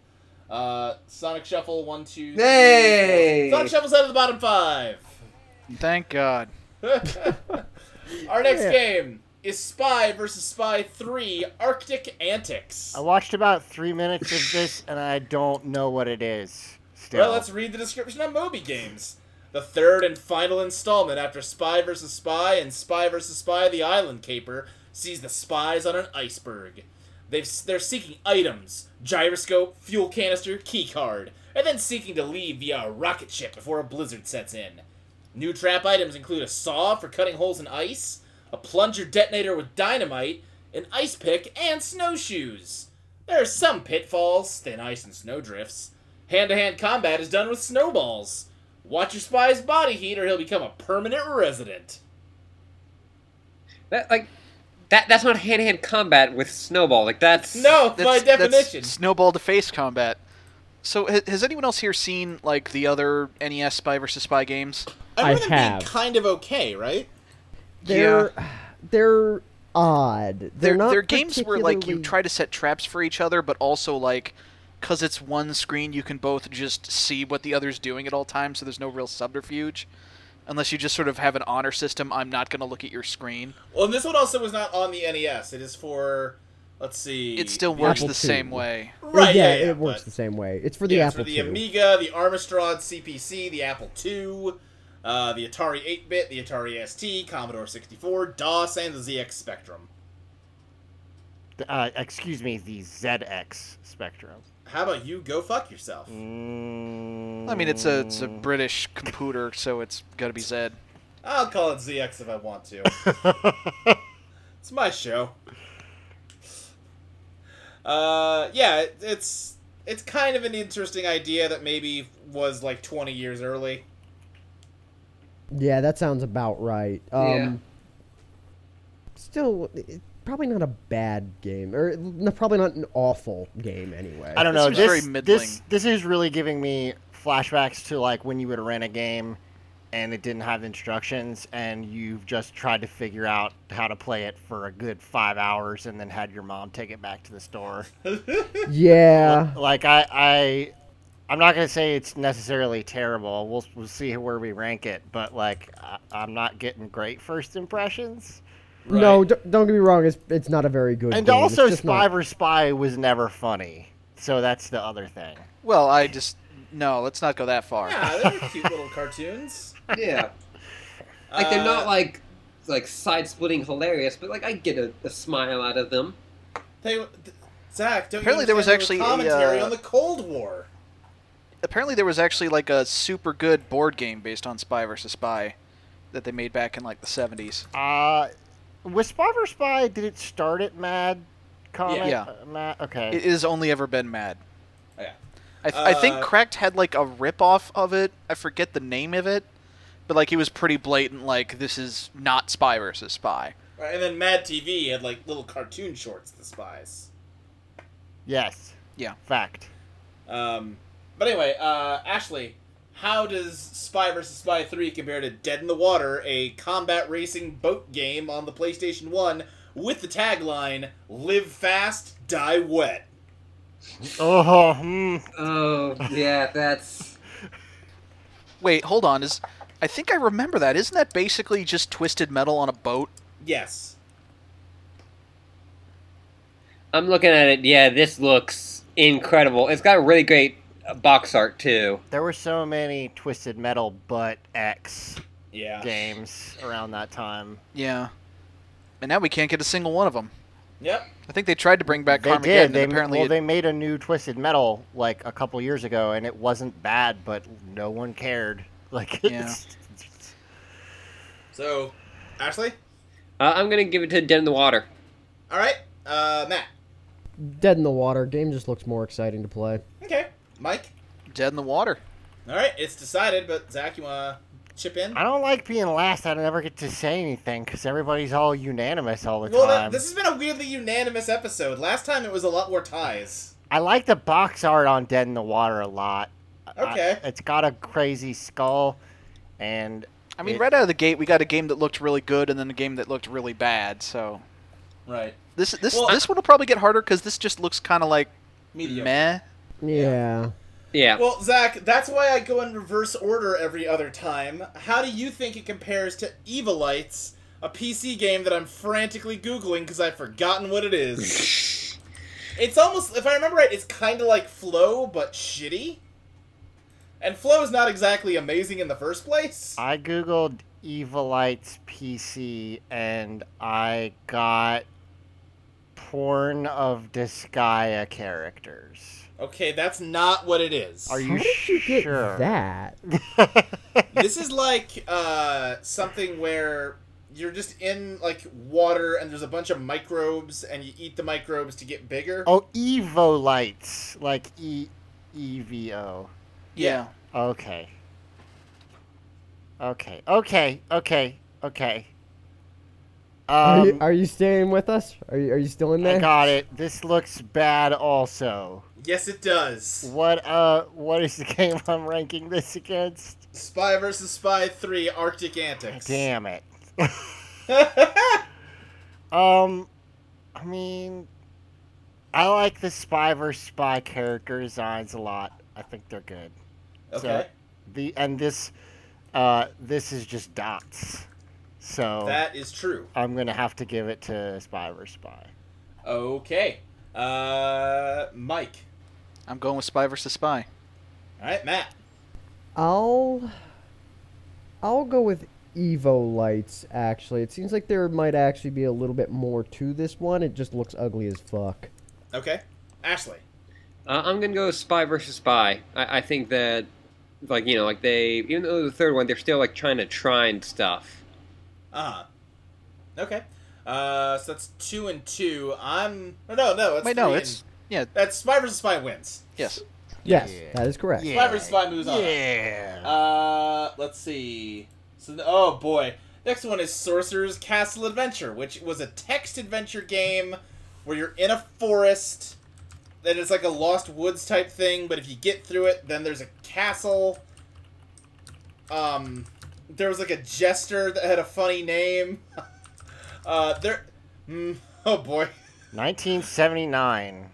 Speaker 2: Uh, Sonic Shuffle, one, two, three, four.
Speaker 4: Hey!
Speaker 2: Sonic Shuffle's out of the bottom five.
Speaker 5: Thank God.
Speaker 2: Our next
Speaker 6: Yeah.
Speaker 2: game is Spy versus Spy 3 Arctic Antics.
Speaker 3: I watched about three minutes of this, and I don't know what it is. Still,
Speaker 2: Well, let's read the description on Moby Games. The third and final installment after Spy vs. Spy and Spy vs. Spy the Island Caper sees the spies on an iceberg. They've, they're seeking items gyroscope, fuel canister, keycard, and then seeking to leave via a rocket ship before a blizzard sets in. New trap items include a saw for cutting holes in ice, a plunger detonator with dynamite, an ice pick, and snowshoes. There are some pitfalls, thin ice and snowdrifts. Hand to hand combat is done with snowballs. Watch your spy's body heat or he'll become a permanent resident.
Speaker 4: That like that that's not hand to hand combat with snowball. Like that's
Speaker 2: No, by
Speaker 5: That's- that's
Speaker 2: definition.
Speaker 5: snowball to face combat. So ha- has anyone else here seen like the other NES Spy versus Spy games?
Speaker 6: I
Speaker 2: remember them being
Speaker 6: have.
Speaker 2: kind of okay, right?
Speaker 6: They're they're odd. They're,
Speaker 5: They're,
Speaker 6: not
Speaker 5: they're games where like you
Speaker 6: particularly-
Speaker 5: try to set traps for each other, but also like because it's one screen, you can both just see what the other's doing at all times, so there's no real subterfuge. Unless you just sort of have an honor system, I'm not going to look at your screen.
Speaker 2: Well, and this one also was not on the NES. It is for, let's see.
Speaker 5: It still works
Speaker 6: Apple
Speaker 5: the
Speaker 6: II.
Speaker 5: same way.
Speaker 2: Right, yeah,
Speaker 6: yeah,
Speaker 2: yeah,
Speaker 6: it works
Speaker 2: but-
Speaker 6: the same way. It's for the
Speaker 2: yeah, it's
Speaker 6: Apple
Speaker 2: for the
Speaker 6: II.
Speaker 2: Amiga, the Armstrong CPC, the Apple II, uh, the Atari 8-bit, the Atari ST, Commodore 64, DOS, and the ZX Spectrum.
Speaker 3: Uh, excuse me, the ZX Spectrum.
Speaker 2: How about you go fuck yourself?
Speaker 5: I mean, it's a it's a British computer, so it's got to be Zed.
Speaker 2: I'll call it ZX if I want to. it's my show. Uh, yeah, it, it's it's kind of an interesting idea that maybe was like 20 years early.
Speaker 6: Yeah, that sounds about right. Um,
Speaker 4: Yeah.
Speaker 6: Still, it, probably not a bad game, or no, probably not an awful game anyway.
Speaker 3: I don't
Speaker 5: This
Speaker 3: know.
Speaker 5: was
Speaker 3: This,
Speaker 5: very
Speaker 3: this
Speaker 5: middling.
Speaker 3: this is really giving me flashbacks to like when you would rent a game and it didn't have instructions and you've just tried to figure out how to play it for a good five hours and then had your mom take it back to the store.
Speaker 6: Yeah,
Speaker 3: Like I I I'm not gonna say it's necessarily terrible. We'll we'll see where we rank it, but like I, I'm not getting great first impressions.
Speaker 6: no, d- don't get me wrong. It's it's not a very good.
Speaker 3: And
Speaker 6: game. It's
Speaker 3: also,
Speaker 6: just
Speaker 3: Spy
Speaker 6: not-
Speaker 3: vs. Spy was never funny, so that's the other thing.
Speaker 5: Well, I just no. Let's not go that far.
Speaker 2: Yeah, they were cute little cartoons.
Speaker 4: Yeah. Like they're
Speaker 2: Uh,
Speaker 4: not like like side splitting hilarious, but like I get a, a smile out of them.
Speaker 2: They, th- Zach, don't
Speaker 5: Apparently
Speaker 2: you
Speaker 5: there was
Speaker 2: understand
Speaker 5: actually
Speaker 2: there
Speaker 5: a,
Speaker 2: commentary
Speaker 5: uh,
Speaker 2: on the Cold War.
Speaker 5: Apparently, there was actually like a super good board game based on Spy versus Spy that they made back in like the 70s.
Speaker 3: Uh, was Spy vs. Spy, did it start at Mad Comic?
Speaker 5: Yeah.
Speaker 3: Uh, Mad, okay.
Speaker 5: It has only ever been Mad.
Speaker 3: Oh,
Speaker 2: Yeah.
Speaker 5: I, I
Speaker 2: Uh,
Speaker 5: think Cracked had like a ripoff of it. I forget the name of it, but like he was pretty blatant. Like this is not Spy versus Spy.
Speaker 2: Right, and then Mad TV had like little cartoon shorts, the spies.
Speaker 3: yes.
Speaker 5: Yeah.
Speaker 3: Fact.
Speaker 2: Um, but anyway, uh, Ashley, how does Spy vs. Spy 3 compare to Dead in the Water, a combat racing boat game on the PlayStation 1 with the tagline, Live Fast, Die Wet?
Speaker 3: Oh, hmm.
Speaker 4: Oh yeah, that's
Speaker 5: Wait, hold on. Is I think I remember that. Isn't that basically just twisted metal on a boat?
Speaker 2: Yes.
Speaker 4: I'm looking at it. Yeah, this looks incredible. It's got a really great uh, box art too.
Speaker 3: There were so many Twisted Metal butt X
Speaker 2: Yeah.
Speaker 3: games around that time.
Speaker 5: Yeah. And now we can't get a single one of them.
Speaker 2: Yep.
Speaker 5: I think they tried to bring back
Speaker 3: They
Speaker 5: Carmageddon,
Speaker 3: did. They,
Speaker 5: and apparently
Speaker 3: well,
Speaker 5: it-
Speaker 3: they made a new Twisted Metal like a couple years ago, and it wasn't bad, but no one cared. Like,
Speaker 5: Yeah.
Speaker 3: it's- it's-
Speaker 2: So, Ashley?
Speaker 4: Uh, I'm gonna give it to Dead in the Water.
Speaker 2: All right. Uh, Matt.
Speaker 6: Dead in the Water game just looks more exciting to play.
Speaker 2: Okay. Mike?
Speaker 5: dead in the water.
Speaker 2: All right. It's decided, but Zach, you want to chip in?
Speaker 3: I don't like being last. I never get to say anything because everybody's all unanimous all the
Speaker 2: Well, that,
Speaker 3: time.
Speaker 2: this has been a weirdly unanimous episode. Last time it was a lot more ties.
Speaker 3: I like the box art on Dead in the Water a lot. I-
Speaker 2: Okay.
Speaker 3: it's got a crazy skull, and
Speaker 5: I mean,
Speaker 3: It-
Speaker 5: right out of the gate, we got a game that looked really good, and then a game that looked really bad. So
Speaker 2: Right.
Speaker 5: this this
Speaker 2: Well,
Speaker 5: this one will probably get harder because this just looks kind of like
Speaker 2: Medium.
Speaker 5: meh.
Speaker 6: Yeah.
Speaker 4: Yeah.
Speaker 2: Well, Zach, that's why I go in reverse order every other time. How do you think it compares to Evilites, a PC game that I'm frantically Googling because I've forgotten what it is? it's almost, if I remember right, it's kind of like Flow, but shitty. And Flow is not exactly amazing in the first place.
Speaker 3: I googled Evilites PC, and I got porn of Disgaea characters.
Speaker 2: Okay, that's not what it is.
Speaker 3: Are
Speaker 6: How
Speaker 3: you
Speaker 6: did you get
Speaker 3: sure? Um,
Speaker 6: that?
Speaker 2: this is like uh, something where you're just in like water and there's a bunch of microbes and you eat the microbes to get bigger.
Speaker 3: oh, Evolites, like E E V O.
Speaker 5: Yeah.
Speaker 3: Okay. Okay. Okay. Okay. Okay.
Speaker 6: Are, you,
Speaker 3: Um,
Speaker 6: are you staying with us? Are you, are you still in
Speaker 3: I
Speaker 6: there?
Speaker 3: got it. This looks bad. Also,
Speaker 2: Yes, it does.
Speaker 3: what uh, what is the game I'm ranking this against?
Speaker 2: Spy versus Spy 3 Arctic Antics.
Speaker 3: Damn it. um, I mean, I like the spy versus spy character designs a lot. I think they're good.
Speaker 2: okay.
Speaker 3: The and this, uh, this is just dots. So
Speaker 2: That is true.
Speaker 3: I'm gonna have to give it to spy versus spy.
Speaker 2: Okay. Uh, Mike.
Speaker 5: I'm going with Spy versus Spy.
Speaker 2: All right, Matt.
Speaker 6: I'll I'll go with Evo lights. Actually, it seems like there might actually be a little bit more to this one. It just looks ugly as fuck.
Speaker 2: Okay. Ashley.
Speaker 4: Uh, I'm gonna go spy versus spy. I, I think that, like you know, like they even though the third one, they're still like trying to trine stuff.
Speaker 2: Uh huh. Okay. Uh, so that's two and two. I'm. No, no, no. It's
Speaker 5: Wait, no,
Speaker 2: three
Speaker 5: it's
Speaker 2: and-
Speaker 5: yeah,
Speaker 2: That's Spy versus Spy wins.
Speaker 5: yes.
Speaker 6: Yes,
Speaker 3: Yeah.
Speaker 6: that is correct.
Speaker 3: Yeah.
Speaker 2: Spy versus Spy moves on.
Speaker 3: Yeah.
Speaker 2: Uh, let's see. So, the- oh boy, next one is Sorcerer's Castle Adventure, which was a text adventure game where you're in a forest. That is like a Lost Woods type thing, but if you get through it, then there's a castle. Um, there was like a jester that had a funny name. uh, there. Mm, oh boy.
Speaker 3: 1979.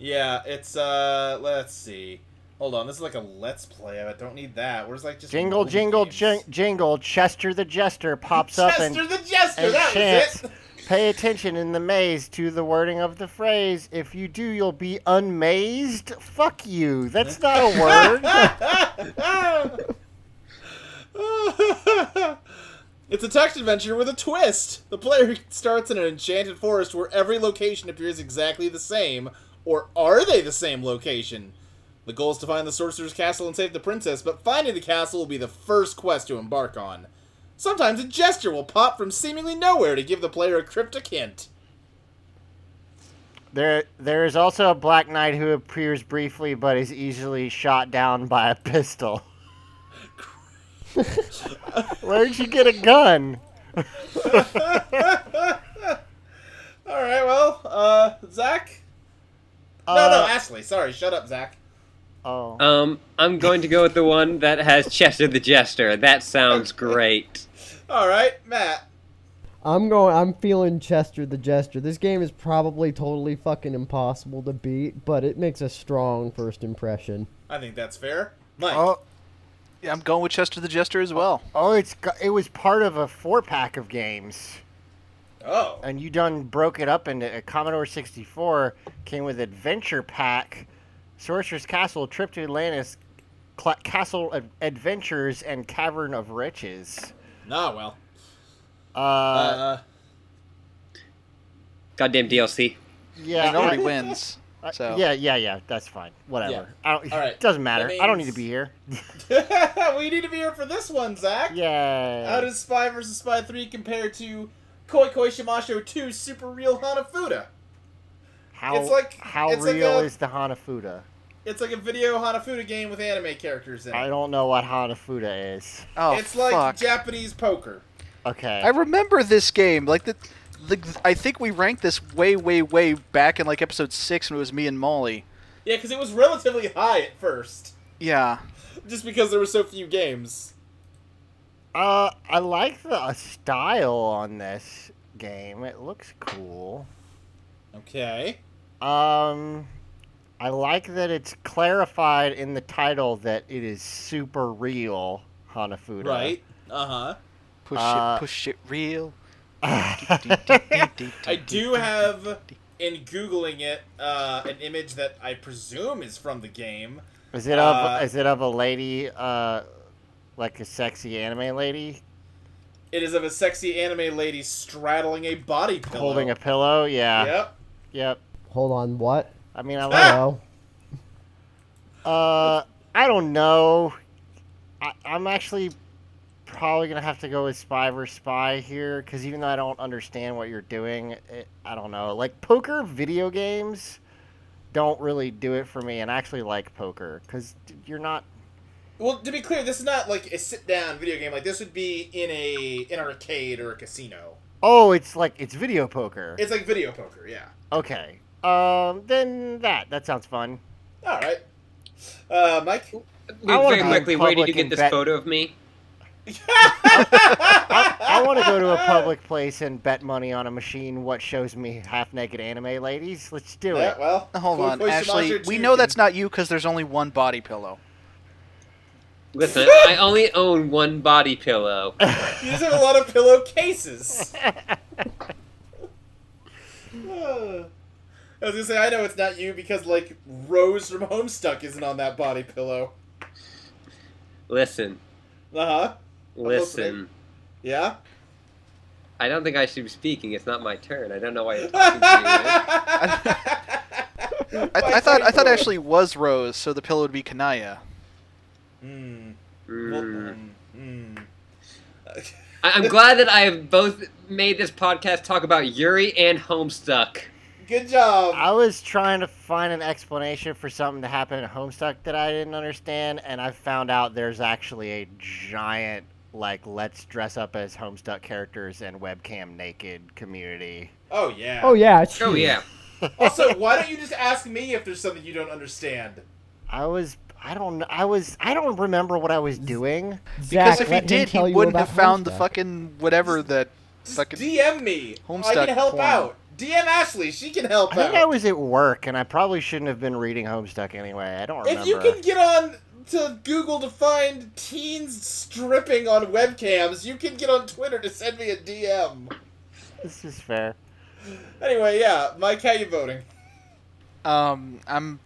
Speaker 2: Yeah, it's uh. Let's see. Hold on, this is like a let's play of it. Don't need that. Where's like just
Speaker 3: Jingle,
Speaker 2: mobile
Speaker 3: jingle,
Speaker 2: games?
Speaker 3: jing- jingle. Chester the Jester pops up and
Speaker 2: Jester the Jester,
Speaker 3: and
Speaker 2: that
Speaker 3: chance.
Speaker 2: was it.
Speaker 3: Pay attention in the maze to the wording of the phrase. If you do, you'll be unmazed. Fuck you. That's not a word.
Speaker 2: it's a text adventure with a twist. The player starts in an enchanted forest where every location appears exactly the same, or are they the same location? The goal is to find the sorcerer's castle and save the princess, but finding the castle will be the first quest to embark on. Sometimes a gesture will pop from seemingly nowhere to give the player a cryptic hint.
Speaker 3: there, there is also a Black Knight who appears briefly but is easily shot down by a pistol. Where'd you get a gun?
Speaker 2: All right, well, uh, Zach. no,
Speaker 3: Uh,
Speaker 2: no, Ashley. Sorry, shut up, Zach.
Speaker 3: Oh.
Speaker 4: Um, I'm going to go with the one that has Chester the Jester. That sounds great.
Speaker 2: All right, Matt.
Speaker 6: I'm going. I'm feeling Chester the Jester. This game is probably totally fucking impossible to beat, but it makes a strong first impression.
Speaker 2: I think that's fair. Mike.
Speaker 3: Oh,
Speaker 5: Yeah, I'm going with Chester the Jester as well.
Speaker 3: oh, it's go- it was part of a four pack of games.
Speaker 2: Oh.
Speaker 3: and you done broke it up into a Commodore 64 came with Adventure Pack, Sorcerer's Castle, Trip to Atlantis, Cla Castle Ad- Adventures, and Cavern of Riches.
Speaker 2: Nah, well.
Speaker 3: Uh,
Speaker 2: Uh,
Speaker 4: Goddamn DLC.
Speaker 3: yeah,
Speaker 5: and nobody
Speaker 3: I-
Speaker 5: wins.
Speaker 3: I-
Speaker 5: So
Speaker 3: yeah, yeah, yeah. That's fine. Whatever. I don't.
Speaker 2: All right.
Speaker 3: Doesn't matter.
Speaker 2: That
Speaker 3: I don't need to
Speaker 2: means-
Speaker 3: be here. Uh,
Speaker 2: we need to be here for this one, Zach.
Speaker 3: Yay.
Speaker 2: How does Spy vs. Spy 3 compare to Koi Koi Shimasho 2 Super Real Hanafuda?
Speaker 3: how
Speaker 2: it's like-
Speaker 3: how
Speaker 2: it's like
Speaker 3: real
Speaker 2: a-
Speaker 3: is the Hanafuda?
Speaker 2: It's like a video Hanafuda game with anime characters in it.
Speaker 3: I don't know what Hanafuda is.
Speaker 5: Oh,
Speaker 2: it's like
Speaker 5: fuck.
Speaker 2: Japanese poker.
Speaker 3: Okay.
Speaker 5: I remember this game. Like the, the, I think we ranked this way, way, way back in like episode six when it was me and Molly.
Speaker 2: Yeah, because it was relatively high at first,
Speaker 5: Yeah.
Speaker 2: just because there were so few games.
Speaker 3: Uh, I like the uh, style on this game. It looks cool.
Speaker 2: Okay.
Speaker 3: Um, I like that it's clarified in the title that it is super real Hanafuda.
Speaker 2: Right. Uh huh.
Speaker 5: Push
Speaker 3: Uh,
Speaker 5: it, push it real.
Speaker 2: I
Speaker 5: I
Speaker 2: do have, in Googling it, uh, an image that I presume is from the game.
Speaker 3: is it of
Speaker 2: Uh,
Speaker 3: is it of a lady, uh, like a sexy anime lady
Speaker 2: It is of a sexy anime lady straddling a body pillow.
Speaker 3: holding a pillow? Yeah.
Speaker 2: Yep.
Speaker 3: Yep.
Speaker 6: Hold on, what?
Speaker 3: I mean, I
Speaker 4: Ah!
Speaker 3: like.
Speaker 6: Hello.
Speaker 3: uh, I don't know. I, I'm actually probably gonna have to go with Spy vs. Spy here because even though I don't understand what you're doing, it, I don't know. Like poker video games don't really do it for me, and I actually like poker because you're not.
Speaker 2: Well, to be clear, this is not like a sit-down video game. Like this would be in a in an arcade or a casino.
Speaker 3: Oh, it's like it's video poker.
Speaker 2: It's like video poker, yeah.
Speaker 3: okay. Um, then that that sounds fun.
Speaker 2: All right. Uh, Mike?
Speaker 3: I wanna
Speaker 4: Very
Speaker 3: be in
Speaker 4: quickly, where did you
Speaker 3: public
Speaker 4: get
Speaker 3: and
Speaker 4: this
Speaker 3: bet-
Speaker 4: photo of me?
Speaker 3: I want to go to a public place and bet money on a machine. What shows me half naked anime ladies? Let's do
Speaker 2: Yeah,
Speaker 3: it.
Speaker 2: well,
Speaker 5: Hold
Speaker 2: Food
Speaker 5: on,
Speaker 2: Poison
Speaker 5: Ashley.
Speaker 2: Monster
Speaker 5: We
Speaker 2: 2
Speaker 5: know
Speaker 2: can-
Speaker 5: that's not you because there's only one body pillow.
Speaker 4: Listen, I only own one body pillow.
Speaker 2: You just have a lot of pillowcases. Uh, I was gonna say I know it's not you because like Rose from Homestuck isn't on that body pillow.
Speaker 4: Listen,
Speaker 2: Uh huh.
Speaker 4: listen.
Speaker 2: Yeah.
Speaker 4: I don't think I should be speaking. It's not my turn. I don't know why you're talking to
Speaker 2: I,
Speaker 5: I, I thought I thought Ashley was Rose, so the pillow would be Kanaya.
Speaker 3: Hmm.
Speaker 2: Mm,
Speaker 4: me.
Speaker 2: well,
Speaker 4: Mm.
Speaker 2: mm, mm.
Speaker 4: I- I'm glad that I have both made this podcast talk about Yuri and Homestuck.
Speaker 2: Good job.
Speaker 3: I was trying to find an explanation for something that happened in Homestuck that I didn't understand, and I found out there's actually a giant like let's dress up as Homestuck characters and webcam naked community.
Speaker 2: oh yeah.
Speaker 6: Oh yeah. it's
Speaker 4: Oh
Speaker 6: huge.
Speaker 4: yeah,
Speaker 2: Also, why don't you just ask me if there's something you don't understand?
Speaker 3: I was I don't I was I don't remember what I was doing.
Speaker 6: Zach,
Speaker 5: because if he
Speaker 6: let him
Speaker 5: did, he
Speaker 6: tell you
Speaker 5: wouldn't
Speaker 6: about
Speaker 5: have found the
Speaker 6: Homestuck.
Speaker 5: fucking whatever that
Speaker 2: Just
Speaker 5: fucking.
Speaker 2: DM me. I
Speaker 5: Homestuck
Speaker 2: can help
Speaker 5: porn.
Speaker 2: out. DM Ashley. She can help
Speaker 3: I
Speaker 2: out.
Speaker 3: think I was at work and I probably shouldn't have been reading Homestuck anyway. I don't remember.
Speaker 2: If you can get on to Google to find teens stripping on webcams, you can get on Twitter to send me a DM.
Speaker 3: This is fair.
Speaker 2: Anyway, yeah, Mike, how you voting?
Speaker 5: Um, I'm.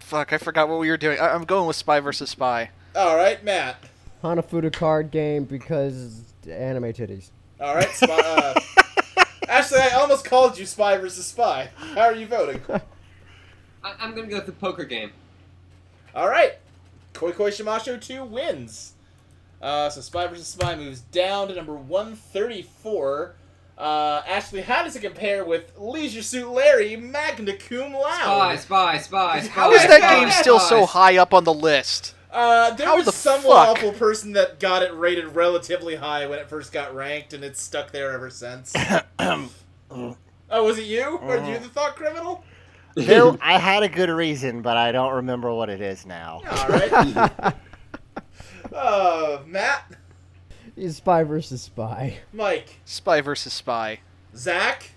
Speaker 5: Fuck, I forgot what we were doing. I, I'm going with Spy versus Spy.
Speaker 2: All right, Matt.
Speaker 6: Hanafuda card game because anime titties.
Speaker 2: All right, spy, uh, Ashley. I almost called you spy versus spy. How are you voting?
Speaker 4: I- I'm gonna go with the poker game.
Speaker 2: All right, Koi Koi Shimasho two wins. Uh, so spy versus spy moves down to number one thirty four. Uh, Ashley, how does it compare with Leisure Suit Larry Magna Cum
Speaker 4: Spy,
Speaker 2: Laude?
Speaker 4: spy, spy, spy.
Speaker 2: How
Speaker 5: How is that
Speaker 4: spy,
Speaker 5: game still so
Speaker 4: spy.
Speaker 5: high up on the list?
Speaker 2: Uh, there
Speaker 5: How
Speaker 2: was
Speaker 5: the
Speaker 2: someone
Speaker 5: fuck?
Speaker 2: awful person that got it rated relatively high when it first got ranked, and it's stuck there ever since. oh, was it you? Or you the thought criminal?
Speaker 3: Bill, I had a good reason, but I don't remember what it is now.
Speaker 2: All right. uh, Matt,
Speaker 6: It's spy versus spy.
Speaker 2: Mike,
Speaker 5: Spy versus Spy.
Speaker 2: Zach.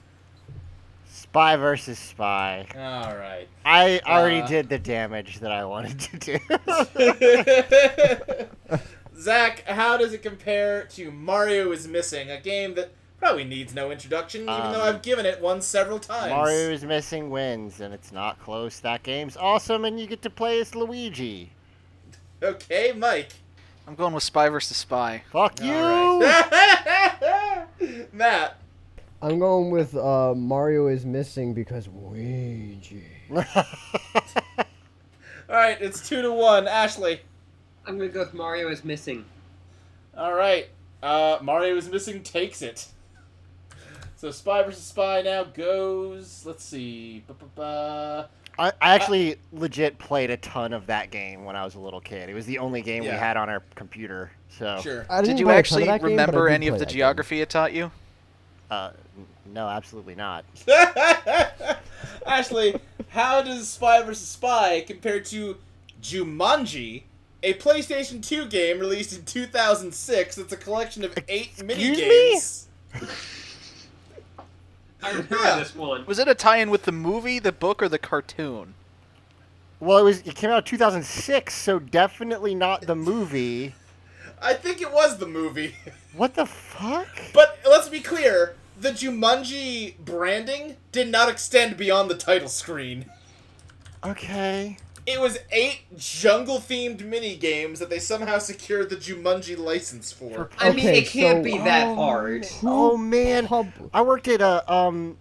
Speaker 3: Spy versus spy.
Speaker 2: All right.
Speaker 3: I already
Speaker 2: Uh.
Speaker 3: did the damage that I wanted to do.
Speaker 2: Zach, how does it compare to Mario is Missing, a game that probably needs no introduction, even
Speaker 3: Um,
Speaker 2: though I've given it one several times?
Speaker 3: Mario is missing wins, and it's not close. That game's awesome, and you get to play as Luigi.
Speaker 2: Okay, Mike.
Speaker 5: I'm going with Spy versus Spy.
Speaker 3: Fuck you!
Speaker 2: All right. Matt.
Speaker 6: I'm going with uh, Mario is missing because Luigi.
Speaker 2: All right, it's two to one. Ashley.
Speaker 4: I'm gonna go with Mario is missing.
Speaker 2: All right. Uh, Mario is missing. Takes it. So spy versus spy now goes. Let's see. Ba-ba-ba.
Speaker 3: I, I actually legit played a ton of that game when I was a little kid. It was the only game
Speaker 2: Yeah.
Speaker 3: we had on our computer. So,
Speaker 2: Sure.
Speaker 6: I didn't
Speaker 5: Did you
Speaker 6: play a ton of
Speaker 5: actually
Speaker 6: that game, but I
Speaker 5: remember
Speaker 6: did
Speaker 5: any of
Speaker 6: play
Speaker 5: the
Speaker 6: that game.
Speaker 5: geography it taught you?
Speaker 3: uh, n- no, absolutely not.
Speaker 2: Ashley, how does Spy vs. Spy compare to Jumanji, a PlayStation 2 game released in 2006 that's a collection of eight
Speaker 3: Excuse me?
Speaker 2: minigames?
Speaker 4: I remember
Speaker 2: Yeah.
Speaker 4: this one.
Speaker 5: Was it a tie-in with the movie, the book, or the cartoon?
Speaker 3: Well, it was. It came out in 2006, so definitely not the movie.
Speaker 2: I think it was the movie.
Speaker 3: What the fuck?
Speaker 2: But let's be clear, the Jumanji branding did not extend beyond the title screen.
Speaker 3: Okay.
Speaker 2: It was eight jungle-themed mini games that they somehow secured the Jumanji license for.
Speaker 4: I mean,
Speaker 6: Okay,
Speaker 4: it can't
Speaker 6: so-
Speaker 4: be that
Speaker 3: Oh,
Speaker 4: hard.
Speaker 3: man. Oh man,
Speaker 6: Pub-
Speaker 3: I worked at a um,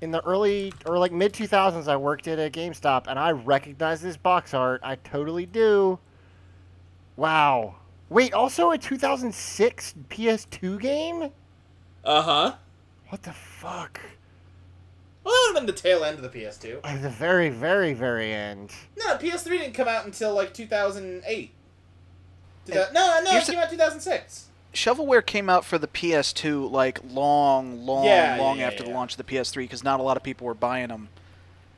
Speaker 3: in the early or like mid 2000s. I worked at a GameStop, and I recognize this box art. I totally do. Wow. Wait, also a 2006 PS2 game?
Speaker 2: Uh huh.
Speaker 3: What the fuck?
Speaker 2: Well, that would have been the tail end of the PS2.
Speaker 3: At the very, very, very end.
Speaker 2: No, PS3 didn't come out until like 2008. Two thou- no, no,
Speaker 5: you're
Speaker 2: it
Speaker 5: s-
Speaker 2: came out 2006.
Speaker 5: shovelware came out for the PS2 like long, long,
Speaker 2: Yeah, yeah,
Speaker 5: long
Speaker 2: yeah,
Speaker 5: after the
Speaker 2: yeah.
Speaker 5: launch of the PS3 because not a lot of people were buying them.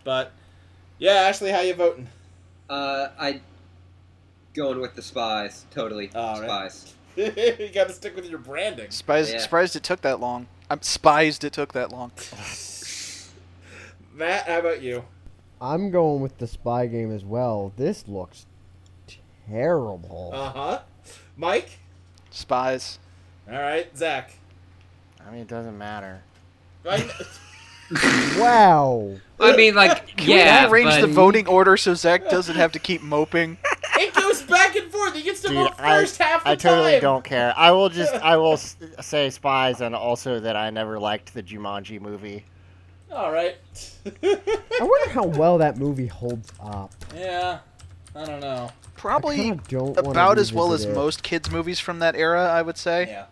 Speaker 2: But yeah, Ashley, how you voting?
Speaker 4: Uh, I going with the spies. Totally
Speaker 2: All right.
Speaker 4: spies.
Speaker 2: you got to stick with your branding.
Speaker 5: Surprised,
Speaker 4: Yeah.
Speaker 5: surprised it took that long. I'm surprised it took that long.
Speaker 2: Matt, how about you?
Speaker 6: I'm going with the spy game as well. This looks terrible.
Speaker 5: Um,
Speaker 2: Uh huh. Mike.
Speaker 5: Spies.
Speaker 2: All right, Zach.
Speaker 3: I mean, it doesn't matter.
Speaker 2: I-
Speaker 6: wow.
Speaker 4: I mean, like
Speaker 5: Can
Speaker 4: yeah,
Speaker 5: we rearrange
Speaker 4: but
Speaker 5: the voting order so Zach doesn't have to keep moping?
Speaker 2: it goes back and forth. He gets to
Speaker 3: Dude,
Speaker 2: vote
Speaker 3: I,
Speaker 2: first half the
Speaker 3: I totally
Speaker 2: time.
Speaker 3: don't care. I will just, I will s- say spies, and also that I never liked the Jumanji movie.
Speaker 2: All right.
Speaker 6: I wonder how well that movie holds up.
Speaker 2: yeah. I don't know.
Speaker 6: I
Speaker 5: Probably
Speaker 6: kinda don't wanna
Speaker 5: about as well as
Speaker 6: revisit it.
Speaker 5: most kids' movies from that era, I would say.
Speaker 2: Yeah.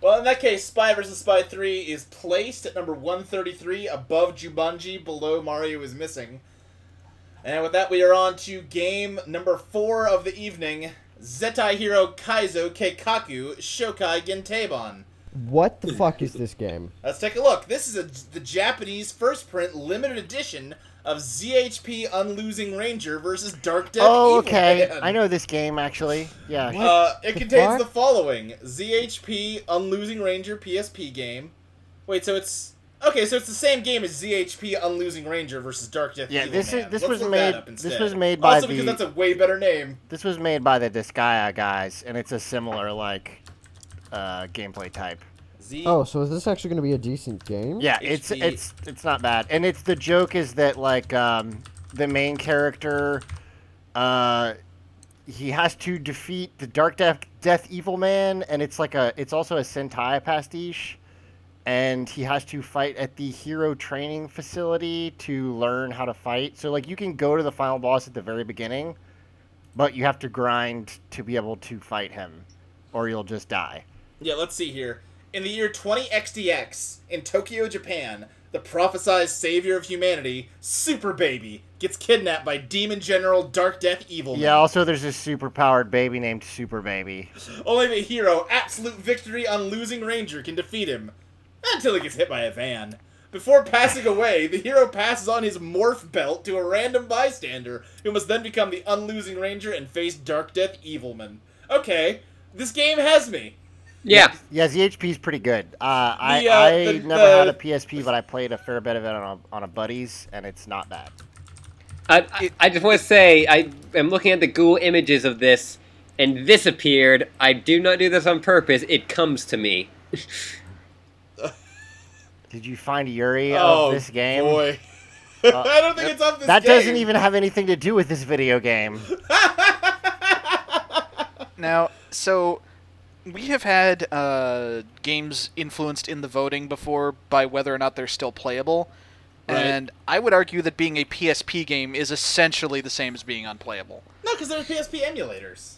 Speaker 2: Well, in that case, Spy vs. Spy 3 is placed at number 133, above Jumanji, below Mario is Missing. And with that, we are on to game number 4 of the evening Zetai Hero Kaizo Keikaku Shokai Genteibon.
Speaker 6: What the fuck is this game?
Speaker 2: Let's take a look. This is a, the Japanese first print limited edition of ZHP Unlosing Ranger versus Dark Death
Speaker 3: oh,
Speaker 2: Evil
Speaker 3: okay.
Speaker 2: Man.
Speaker 3: I know this game actually. Yeah.
Speaker 6: What?
Speaker 2: Uh, it
Speaker 6: The
Speaker 2: contains
Speaker 6: fuck?
Speaker 2: the following: ZHP Unlosing Ranger PSP game. Wait, so it's okay. So it's the same game as ZHP Unlosing Ranger versus Dark Death.
Speaker 3: Yeah,
Speaker 2: Evil
Speaker 3: this
Speaker 2: Man.
Speaker 3: is- this
Speaker 2: Let's
Speaker 3: was
Speaker 2: look That
Speaker 3: made-
Speaker 2: up
Speaker 3: this
Speaker 2: instead.
Speaker 3: was made by
Speaker 2: also because
Speaker 3: the-
Speaker 2: that's a way better name.
Speaker 3: This was made by the Disgaea guys, and it's a similar like uh, gameplay type.
Speaker 2: Z.
Speaker 6: Oh, so is this actually going to be a decent game?
Speaker 3: Yeah, it's
Speaker 2: HP.
Speaker 3: it's it's not bad. And it's the joke is that like um, the main character, uh, he has to defeat the Dark Death Death Evil Man, and it's like a it's also a Sentai pastiche, and he has to fight at the hero training facility to learn how to fight. So like you can go to the final boss at the very beginning, but you have to grind to be able to fight him, or you'll just die.
Speaker 2: Yeah, let's see here. In the year 20XDX, in Tokyo, Japan, the prophesized savior of humanity, Super Baby, gets kidnapped by Demon General Dark Death Evil.
Speaker 3: Yeah.
Speaker 2: Man.
Speaker 3: Also, there's this super powered baby named Super Baby.
Speaker 2: Only the hero, absolute victory on losing Ranger, can defeat him. Until he gets hit by a van. Before passing away, the hero passes on his morph belt to a random bystander, who must then become the unlosing Ranger and face Dark Death Evilman. Okay, this game has me.
Speaker 4: yeah.
Speaker 3: Yeah, ZHP is pretty good. Uh, I,
Speaker 2: The, uh,
Speaker 3: I
Speaker 2: the-
Speaker 3: never had a
Speaker 2: the-
Speaker 3: PSP, but I played a fair bit of it on a, on a buddy's, and it's not bad.
Speaker 4: I, I, I just want to say I am looking at the Google images of this, and this appeared. I do not do this on purpose. It comes to me.
Speaker 3: Did you find Yuri of this game?
Speaker 2: Oh, boy. I don't think it's of this
Speaker 3: That
Speaker 2: game.
Speaker 3: doesn't even have anything to do with this video game.
Speaker 5: Now, so we have had uh, games influenced in the voting before by whether or not they're still playable.
Speaker 2: Right.
Speaker 5: And I would argue that being a PSP game is essentially the same as being unplayable.
Speaker 2: No, because there's PSP emulators.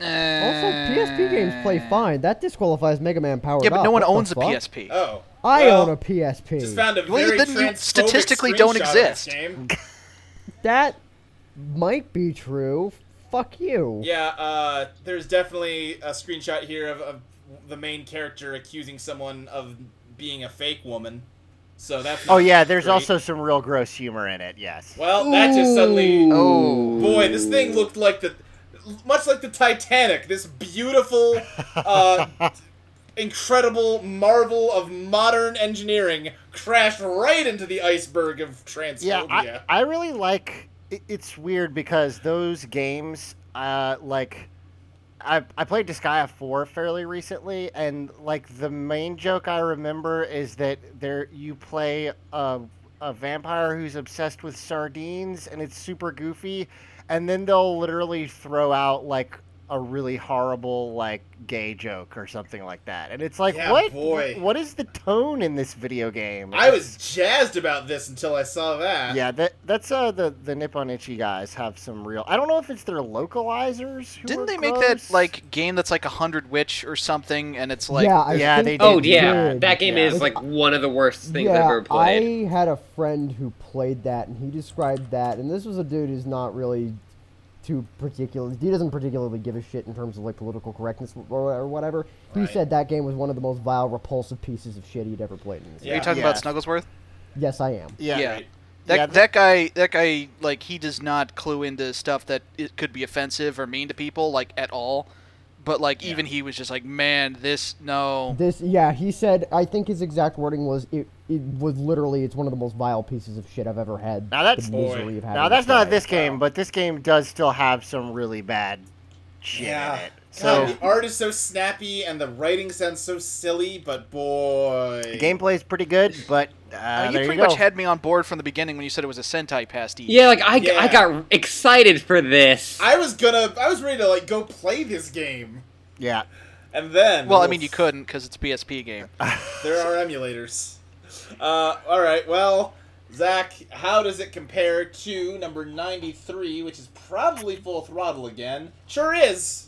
Speaker 6: Also, PSP games play fine. That disqualifies Mega Man Power
Speaker 5: Eh. Uh, Yeah, but no one owns a
Speaker 6: a PSP.
Speaker 5: PSP.
Speaker 2: Oh.
Speaker 6: I
Speaker 2: Well,
Speaker 6: own a PSP.
Speaker 2: Just found a
Speaker 5: Well,
Speaker 2: very
Speaker 5: then you
Speaker 2: transphobic
Speaker 5: statistically don't
Speaker 2: screenshot of this
Speaker 5: exist.
Speaker 2: game.
Speaker 6: that might be true. Fuck you.
Speaker 2: Yeah, uh, there's definitely a screenshot here of, of the main character accusing someone of being a fake woman. So that's.
Speaker 3: Oh
Speaker 2: not
Speaker 3: yeah, there's
Speaker 2: great.
Speaker 3: also some real gross humor in it. Yes.
Speaker 2: Well, that just suddenly.
Speaker 5: Oh.
Speaker 2: Boy, this thing looked like the. Much like the Titanic, this beautiful, uh, incredible marvel of modern engineering crashed right into the iceberg of transphobia.
Speaker 3: yeah, I, I really like. It, it's weird because those games, uh, like, I I played Disgaea four fairly recently, and like the main joke I remember is that there you play a a vampire who's obsessed with sardines, and it's super goofy, and then they'll literally throw out like a really horrible like gay joke or something like that, and it's like
Speaker 2: Yeah,
Speaker 3: what
Speaker 2: boy.
Speaker 3: what is the tone in this video game?
Speaker 2: I was jazzed about this until I saw that.
Speaker 3: Yeah, that that's uh the the Nippon Ichi guys have some real. I don't know if it's their localizers. Who
Speaker 5: Didn't
Speaker 3: are
Speaker 5: they make
Speaker 3: gross.
Speaker 5: that like game that's like a hundred witch or something? And it's like
Speaker 6: yeah, I
Speaker 3: Yeah,
Speaker 6: think
Speaker 3: they did.
Speaker 4: Oh
Speaker 6: it
Speaker 4: yeah,
Speaker 6: did.
Speaker 4: that game
Speaker 3: Yeah.
Speaker 4: is like one of the worst things
Speaker 6: yeah,
Speaker 4: I've ever played.
Speaker 6: I had a friend who played that, and he described that. And this was a dude who's not really too particular. He doesn't particularly give a shit in terms of like political correctness or, or whatever. He
Speaker 2: Right.
Speaker 6: said that game was one of the most vile, repulsive pieces of shit he'd ever played. In his
Speaker 5: Are
Speaker 2: Yeah.
Speaker 5: you talking
Speaker 3: Yeah.
Speaker 5: about Snugglesworth?
Speaker 6: Yes, I am.
Speaker 3: Yeah.
Speaker 5: Yeah.
Speaker 2: Right.
Speaker 5: That,
Speaker 3: Yeah,
Speaker 5: that guy that guy like he does not clue into stuff that it could be offensive or mean to people like at all. But like even he was just like, man, this no.
Speaker 6: This, yeah, he said. I think his exact wording was, "It, it was literally, it's one of the most vile pieces of shit I've ever had."
Speaker 3: Now that's-
Speaker 6: the misery of having
Speaker 3: Now that's
Speaker 6: to
Speaker 3: not
Speaker 6: play."
Speaker 3: this game, but this game does still have some really bad shit in
Speaker 2: Yeah.
Speaker 3: it.
Speaker 2: So
Speaker 3: So
Speaker 2: God, the art is so snappy and the writing sounds so silly, but boy,
Speaker 3: the gameplay's pretty good, but uh,
Speaker 5: I mean,
Speaker 3: there
Speaker 5: you pretty
Speaker 3: go.
Speaker 5: much had me on board from the beginning when you said it was a Sentai E. pasty.
Speaker 4: Yeah, like I,
Speaker 2: Yeah.
Speaker 4: I got excited for this.
Speaker 2: I was gonna, I was ready to like go play this game,
Speaker 3: yeah.
Speaker 2: and then
Speaker 5: Well, I mean, you couldn't because it's a PSP game.
Speaker 2: There are emulators. Uh, all right, well, Zach, how does it compare to number ninety-three, which is probably Full Throttle again? Sure is.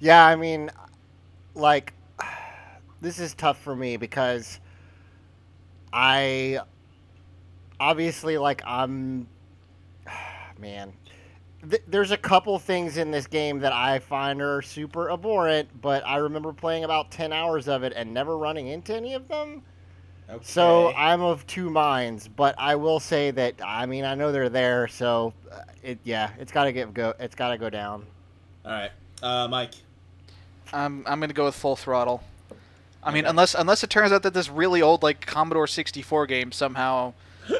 Speaker 3: Yeah, I mean, like, this is tough for me because I obviously, like, I'm. Man. Th- there's a couple things in this game that I find are super abhorrent, but I remember playing about 10 hours of it and never running into any of them.
Speaker 2: Okay.
Speaker 3: So I'm of two minds, but I will say that I mean I know they're there, so uh, it yeah, it's got to get go it's got to go down.
Speaker 2: all right, uh, Mike.
Speaker 5: I'm I'm gonna go with Full Throttle. I mean, unless unless it turns out that this really old like Commodore 64 game somehow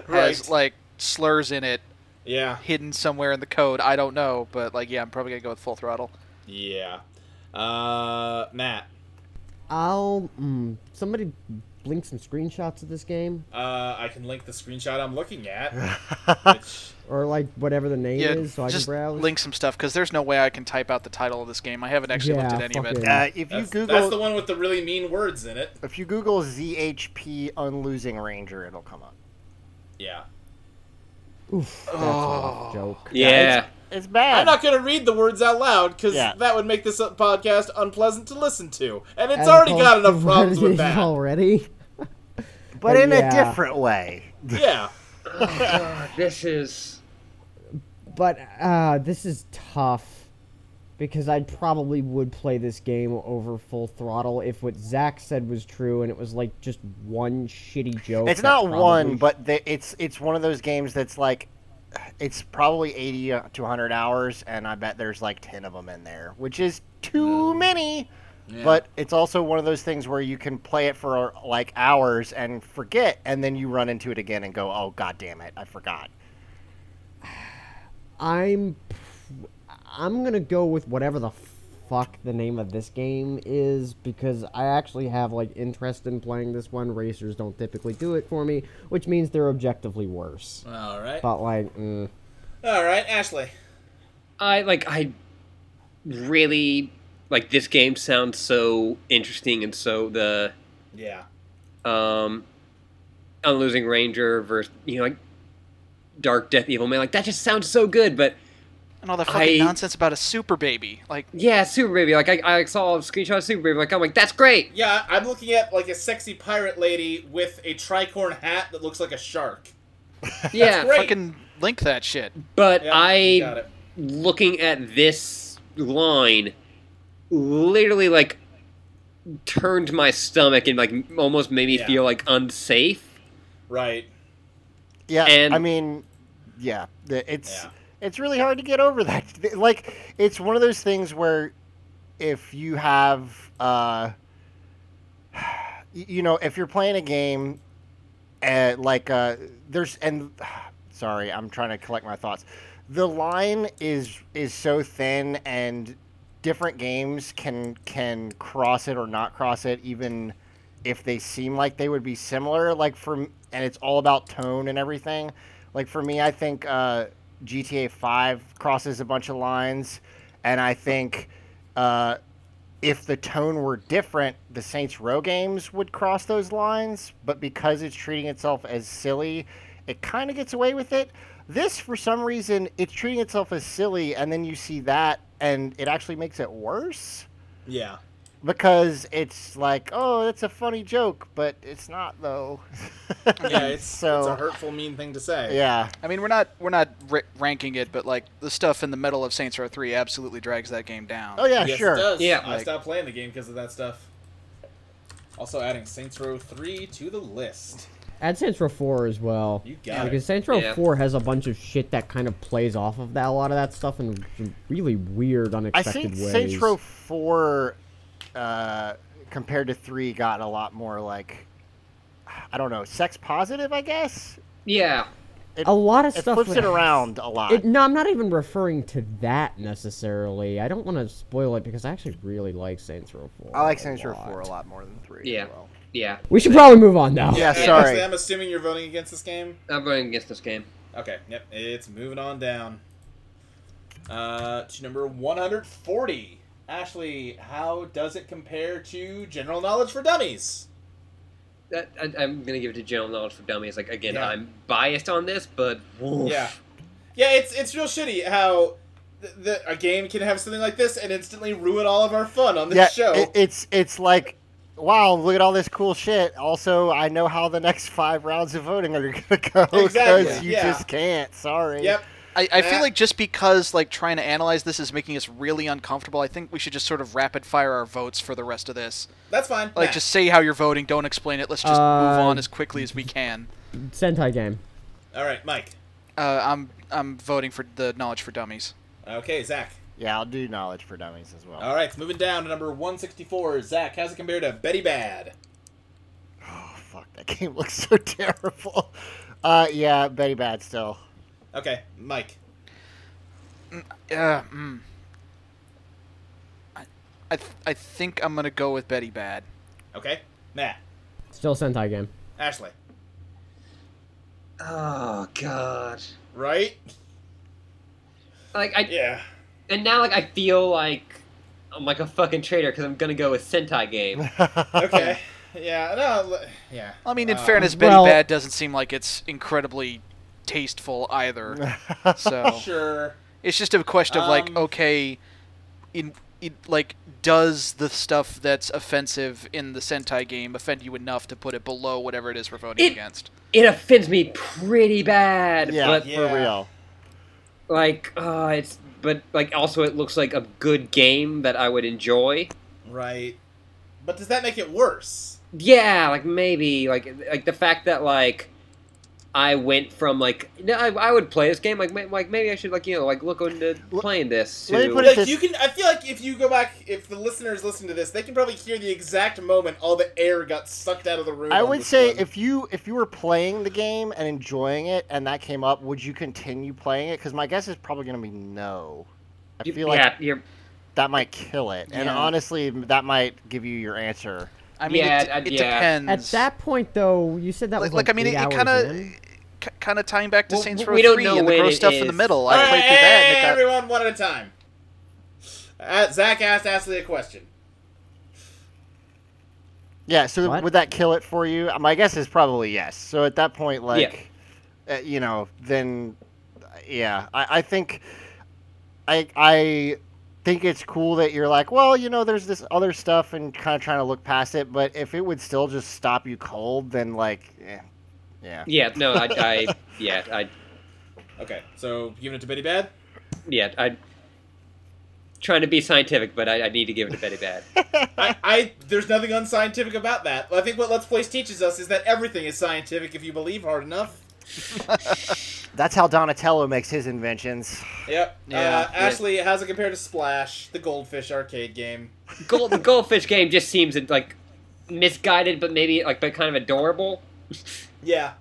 Speaker 2: Right.
Speaker 5: has like slurs in it
Speaker 2: yeah.
Speaker 5: hidden somewhere in the code. I don't know, but like yeah, I'm probably gonna go with Full Throttle.
Speaker 2: Yeah. Uh, Matt.
Speaker 6: I'll. Mm, somebody link some screenshots of this game,
Speaker 2: Uh, I can link the screenshot I'm looking at.
Speaker 3: Uh,
Speaker 2: which-
Speaker 6: or like whatever the name
Speaker 5: Yeah,
Speaker 6: is, so I can
Speaker 5: just
Speaker 6: browse.
Speaker 5: link some stuff because there's no way I can type out the title of this game. I haven't actually looked
Speaker 6: Yeah,
Speaker 5: at any of
Speaker 6: fuck
Speaker 5: it.
Speaker 6: it.
Speaker 3: Uh, if you
Speaker 2: that's,
Speaker 3: Google
Speaker 2: that's the one with the really mean words in it.
Speaker 3: If you Google ZHP Unlosing Ranger, it'll come up.
Speaker 2: Yeah.
Speaker 6: Oof, that's a
Speaker 2: Oh.
Speaker 6: rough joke.
Speaker 4: yeah,
Speaker 3: It's bad.
Speaker 2: I'm not going to read the words out loud because
Speaker 3: Yeah.
Speaker 2: that would make this podcast unpleasant to listen to. And it's
Speaker 6: As
Speaker 2: already got
Speaker 6: opposed
Speaker 2: enough
Speaker 6: to
Speaker 2: problems
Speaker 6: what it
Speaker 2: with
Speaker 6: is
Speaker 2: that.
Speaker 6: already.
Speaker 3: but in
Speaker 6: yeah.
Speaker 3: a different way.
Speaker 2: Yeah.
Speaker 4: this is.
Speaker 6: But uh, this is tough because I probably would play this game over Full Throttle if what Zach said was true and it was like just one shitty joke.
Speaker 3: It's
Speaker 6: that
Speaker 3: not one,
Speaker 6: probably-
Speaker 3: but the, it's it's one of those games that's like, it's probably 80 to 100 hours, and I bet there's like 10 of them in there, which is too many. But it's also one of those things where you can play it for like hours and forget, and then you run into it again and go, "Oh god damn it, I forgot."
Speaker 6: I'm I'm gonna go with whatever the fuck the name of this game is because I actually have like interest in playing this one. Racers don't typically do it for me, which means they're objectively worse.
Speaker 2: All right.
Speaker 6: But like, mm,
Speaker 2: All right, Ashley.
Speaker 4: I like I really like this game sounds so interesting and so the
Speaker 2: Yeah.
Speaker 4: um on losing ranger versus you know like dark death evil man like that just sounds so good but
Speaker 5: And all that fucking
Speaker 4: I-
Speaker 5: nonsense about a super baby. Like
Speaker 4: yeah super baby like I, I saw a screenshot of super baby like i'm like that's great
Speaker 2: Yeah, I'm looking at like a sexy pirate lady with a tricorn hat that looks like a shark.
Speaker 4: yeah
Speaker 2: great.
Speaker 5: fucking link that shit.
Speaker 4: but
Speaker 2: Yeah,
Speaker 4: i
Speaker 2: got it.
Speaker 4: looking at this line literally like turned my stomach and like almost made me
Speaker 2: Yeah.
Speaker 4: feel like unsafe
Speaker 2: Right.
Speaker 3: Yeah,
Speaker 4: And-
Speaker 3: I mean, yeah, the- it's
Speaker 2: Yeah.
Speaker 3: it's really hard to get over that. Like, it's one of those things where if you have, uh, y- you know, if you're playing a game, uh, like uh, there's and sorry, I'm trying to collect my thoughts. The line is is so thin, and different games can can cross it or not cross it, even if they seem like they would be similar. Like for m- and it's all about tone and everything. Like for me, I think uh, GTA Five crosses a bunch of lines, and I think uh, if the tone were different, the Saints Row games would cross those lines. But because it's treating itself as silly, it kind of gets away with it. This, for some reason, it's treating itself as silly, and then you see that, and it actually makes it worse.
Speaker 2: Yeah.
Speaker 3: because it's like, oh, that's a funny joke, but it's not though.
Speaker 2: Yeah, it's,
Speaker 3: so
Speaker 2: it's a hurtful, mean thing to say.
Speaker 3: yeah,
Speaker 5: I mean, we're not we're not r- ranking it, but like the stuff in the middle of Saints Row Three absolutely drags that game down.
Speaker 3: oh yeah,
Speaker 2: yes,
Speaker 3: sure.
Speaker 2: It does.
Speaker 4: Yeah.
Speaker 2: I stopped playing the game because of that stuff. Also, adding Saints Row 3 to the list.
Speaker 6: Add Saints Row 4 as well.
Speaker 2: You got
Speaker 6: Because
Speaker 2: it.
Speaker 6: Saints Row
Speaker 4: Yeah.
Speaker 6: 4 has a bunch of shit that kind of plays off of that a lot of that stuff in some really weird,
Speaker 3: I
Speaker 6: unexpected
Speaker 3: think
Speaker 6: ways.
Speaker 3: Saints Row Four, uh, compared to three, got a lot more like, I don't know, sex positive. I guess
Speaker 4: Yeah.
Speaker 6: a lot of
Speaker 3: it
Speaker 6: stuff
Speaker 3: flips
Speaker 6: with-
Speaker 3: it around a lot.
Speaker 6: It, no, I'm not even referring to that necessarily. I don't want to spoil it because I actually really like Saints Row 4.
Speaker 3: I like
Speaker 6: a
Speaker 3: Saints Row
Speaker 6: lot.
Speaker 3: Four a lot more than three.
Speaker 4: Yeah.
Speaker 3: As well.
Speaker 4: Yeah.
Speaker 6: We should probably move on now.
Speaker 3: Yeah,
Speaker 2: And
Speaker 3: sorry.
Speaker 2: actually, I'm assuming you're voting against this game.
Speaker 4: I'm voting against this game.
Speaker 2: Okay, yep, it's moving on down. Uh, to number 140. Ashley, how does it compare to General Knowledge for Dummies?
Speaker 4: That, I, I'm gonna give it to general knowledge for dummies. Like again,
Speaker 2: Yeah.
Speaker 4: I'm biased on this, but woof.
Speaker 2: Yeah. Yeah, it's it's real shitty how th- th- a game can have something like this and instantly ruin all of our fun on this
Speaker 3: yeah,
Speaker 2: show.
Speaker 3: it- it's it's like, wow, look at all this cool shit. Also, I know how the next five rounds of voting are gonna go because
Speaker 2: Exactly,
Speaker 3: you
Speaker 2: yeah.
Speaker 3: just can't. Sorry.
Speaker 2: yep.
Speaker 5: I, I
Speaker 2: Yeah.
Speaker 5: feel like just because like trying to analyze this is making us really uncomfortable, I think we should just sort of rapid fire our votes for the rest of this.
Speaker 2: That's fine.
Speaker 5: Like,
Speaker 2: Nah.
Speaker 5: just say how you're voting. Don't explain it. Let's just move
Speaker 6: Uh,
Speaker 5: on as quickly as we can.
Speaker 6: Sentai game.
Speaker 2: All right, Mike.
Speaker 5: Uh, I'm I'm voting for the knowledge for dummies.
Speaker 2: Okay, Zach.
Speaker 3: Yeah, I'll do knowledge for dummies as well.
Speaker 2: All right, it's moving down to number 164. Zach, how's it compare to Betty Bad?
Speaker 3: Oh fuck, that game looks so terrible. Uh, yeah, Betty Bad still.
Speaker 2: Okay, Mike.
Speaker 5: Uh, mm. I I, th- I think I'm gonna go with Betty Bad.
Speaker 2: Okay, Matt.
Speaker 6: Still Sentai game.
Speaker 2: Ashley.
Speaker 4: Oh god.
Speaker 2: Right?
Speaker 4: Like I
Speaker 2: Yeah.
Speaker 4: and now like I feel like I'm like a fucking traitor because I'm gonna go with Sentai game.
Speaker 2: Okay. yeah. No. l- Yeah.
Speaker 5: I mean, in
Speaker 2: Uh,
Speaker 5: fairness, Betty
Speaker 6: well-
Speaker 5: Bad doesn't seem like it's incredibly tasteful either.
Speaker 3: Oh.
Speaker 5: So
Speaker 2: Sure.
Speaker 5: it's just a question of like,
Speaker 2: Um,
Speaker 5: okay, in, in like, does the stuff that's offensive in the Sentai game offend you enough to put it below whatever it is we're voting
Speaker 4: It-
Speaker 5: against?
Speaker 4: It offends me pretty bad.
Speaker 3: yeah,
Speaker 4: but
Speaker 2: yeah.
Speaker 3: for real.
Speaker 4: like uh it's but like also it looks like a good game that I would enjoy.
Speaker 2: Right. But does that make it worse?
Speaker 4: Yeah, like maybe like like the fact that like I went from like no, I, I would play this game like ma- like maybe I should like you know like look into
Speaker 3: Let-
Speaker 4: playing this. To,
Speaker 3: let me put it-
Speaker 2: Like you can. I feel like if you go back, if the listeners listen to this, they can probably hear the exact moment all the air got sucked out of the room.
Speaker 3: I
Speaker 2: on
Speaker 3: would
Speaker 2: this
Speaker 3: say
Speaker 2: one.
Speaker 3: if you if you were playing the game and enjoying it, and that came up, would you continue playing it? Because my guess is probably gonna be no. I
Speaker 4: you-
Speaker 3: feel like
Speaker 4: yeah, you're,
Speaker 3: that might kill it, and
Speaker 5: Yeah.
Speaker 3: honestly, that might give you your answer.
Speaker 5: I mean,
Speaker 4: Yeah,
Speaker 5: it,
Speaker 4: I'd-
Speaker 5: it
Speaker 4: yeah.
Speaker 3: Mm.
Speaker 5: depends.
Speaker 6: At that point, though, you said that
Speaker 5: like,
Speaker 6: was like,
Speaker 5: like, I mean, it,
Speaker 6: eight
Speaker 5: it
Speaker 6: hours
Speaker 5: kind of.
Speaker 6: in.
Speaker 5: Kind of tying back to
Speaker 4: Well,
Speaker 5: Saints
Speaker 4: we-
Speaker 5: Row
Speaker 4: we don't
Speaker 5: 3
Speaker 4: know
Speaker 5: and the
Speaker 4: when
Speaker 5: gross
Speaker 4: it
Speaker 5: stuff in the
Speaker 4: is.
Speaker 5: middle.
Speaker 2: All
Speaker 5: I
Speaker 2: right,
Speaker 5: played through that and it
Speaker 2: hey,
Speaker 5: got
Speaker 2: everyone, one at a time. Uh, Zach asked Ashley a question.
Speaker 3: Yeah. So
Speaker 6: What?
Speaker 3: would that kill it for you? My guess is probably yes. So at that point, like, uh, you know, then, uh, yeah, I, I think, I I think it's cool that you're like, well, you know, there's this other stuff and kind of trying to look past it. But if it would still just stop you cold, then like, eh, yeah.
Speaker 4: yeah, no, I, I yeah, I
Speaker 2: Okay, so giving it to Betty Bad.
Speaker 4: yeah, I trying to be scientific, but I, I need to give it to Betty Bad.
Speaker 2: I, I there's nothing unscientific about that. I think what Let's Plays teaches us is that everything is scientific if you believe hard enough.
Speaker 3: That's how Donatello makes his inventions.
Speaker 2: Yep.
Speaker 5: Yeah,
Speaker 2: uh,
Speaker 5: yeah.
Speaker 2: Ashley, how's it compared to Splash, the goldfish arcade game?
Speaker 4: Gold, the goldfish game just seems like misguided, but maybe like but kind of adorable.
Speaker 2: Yeah.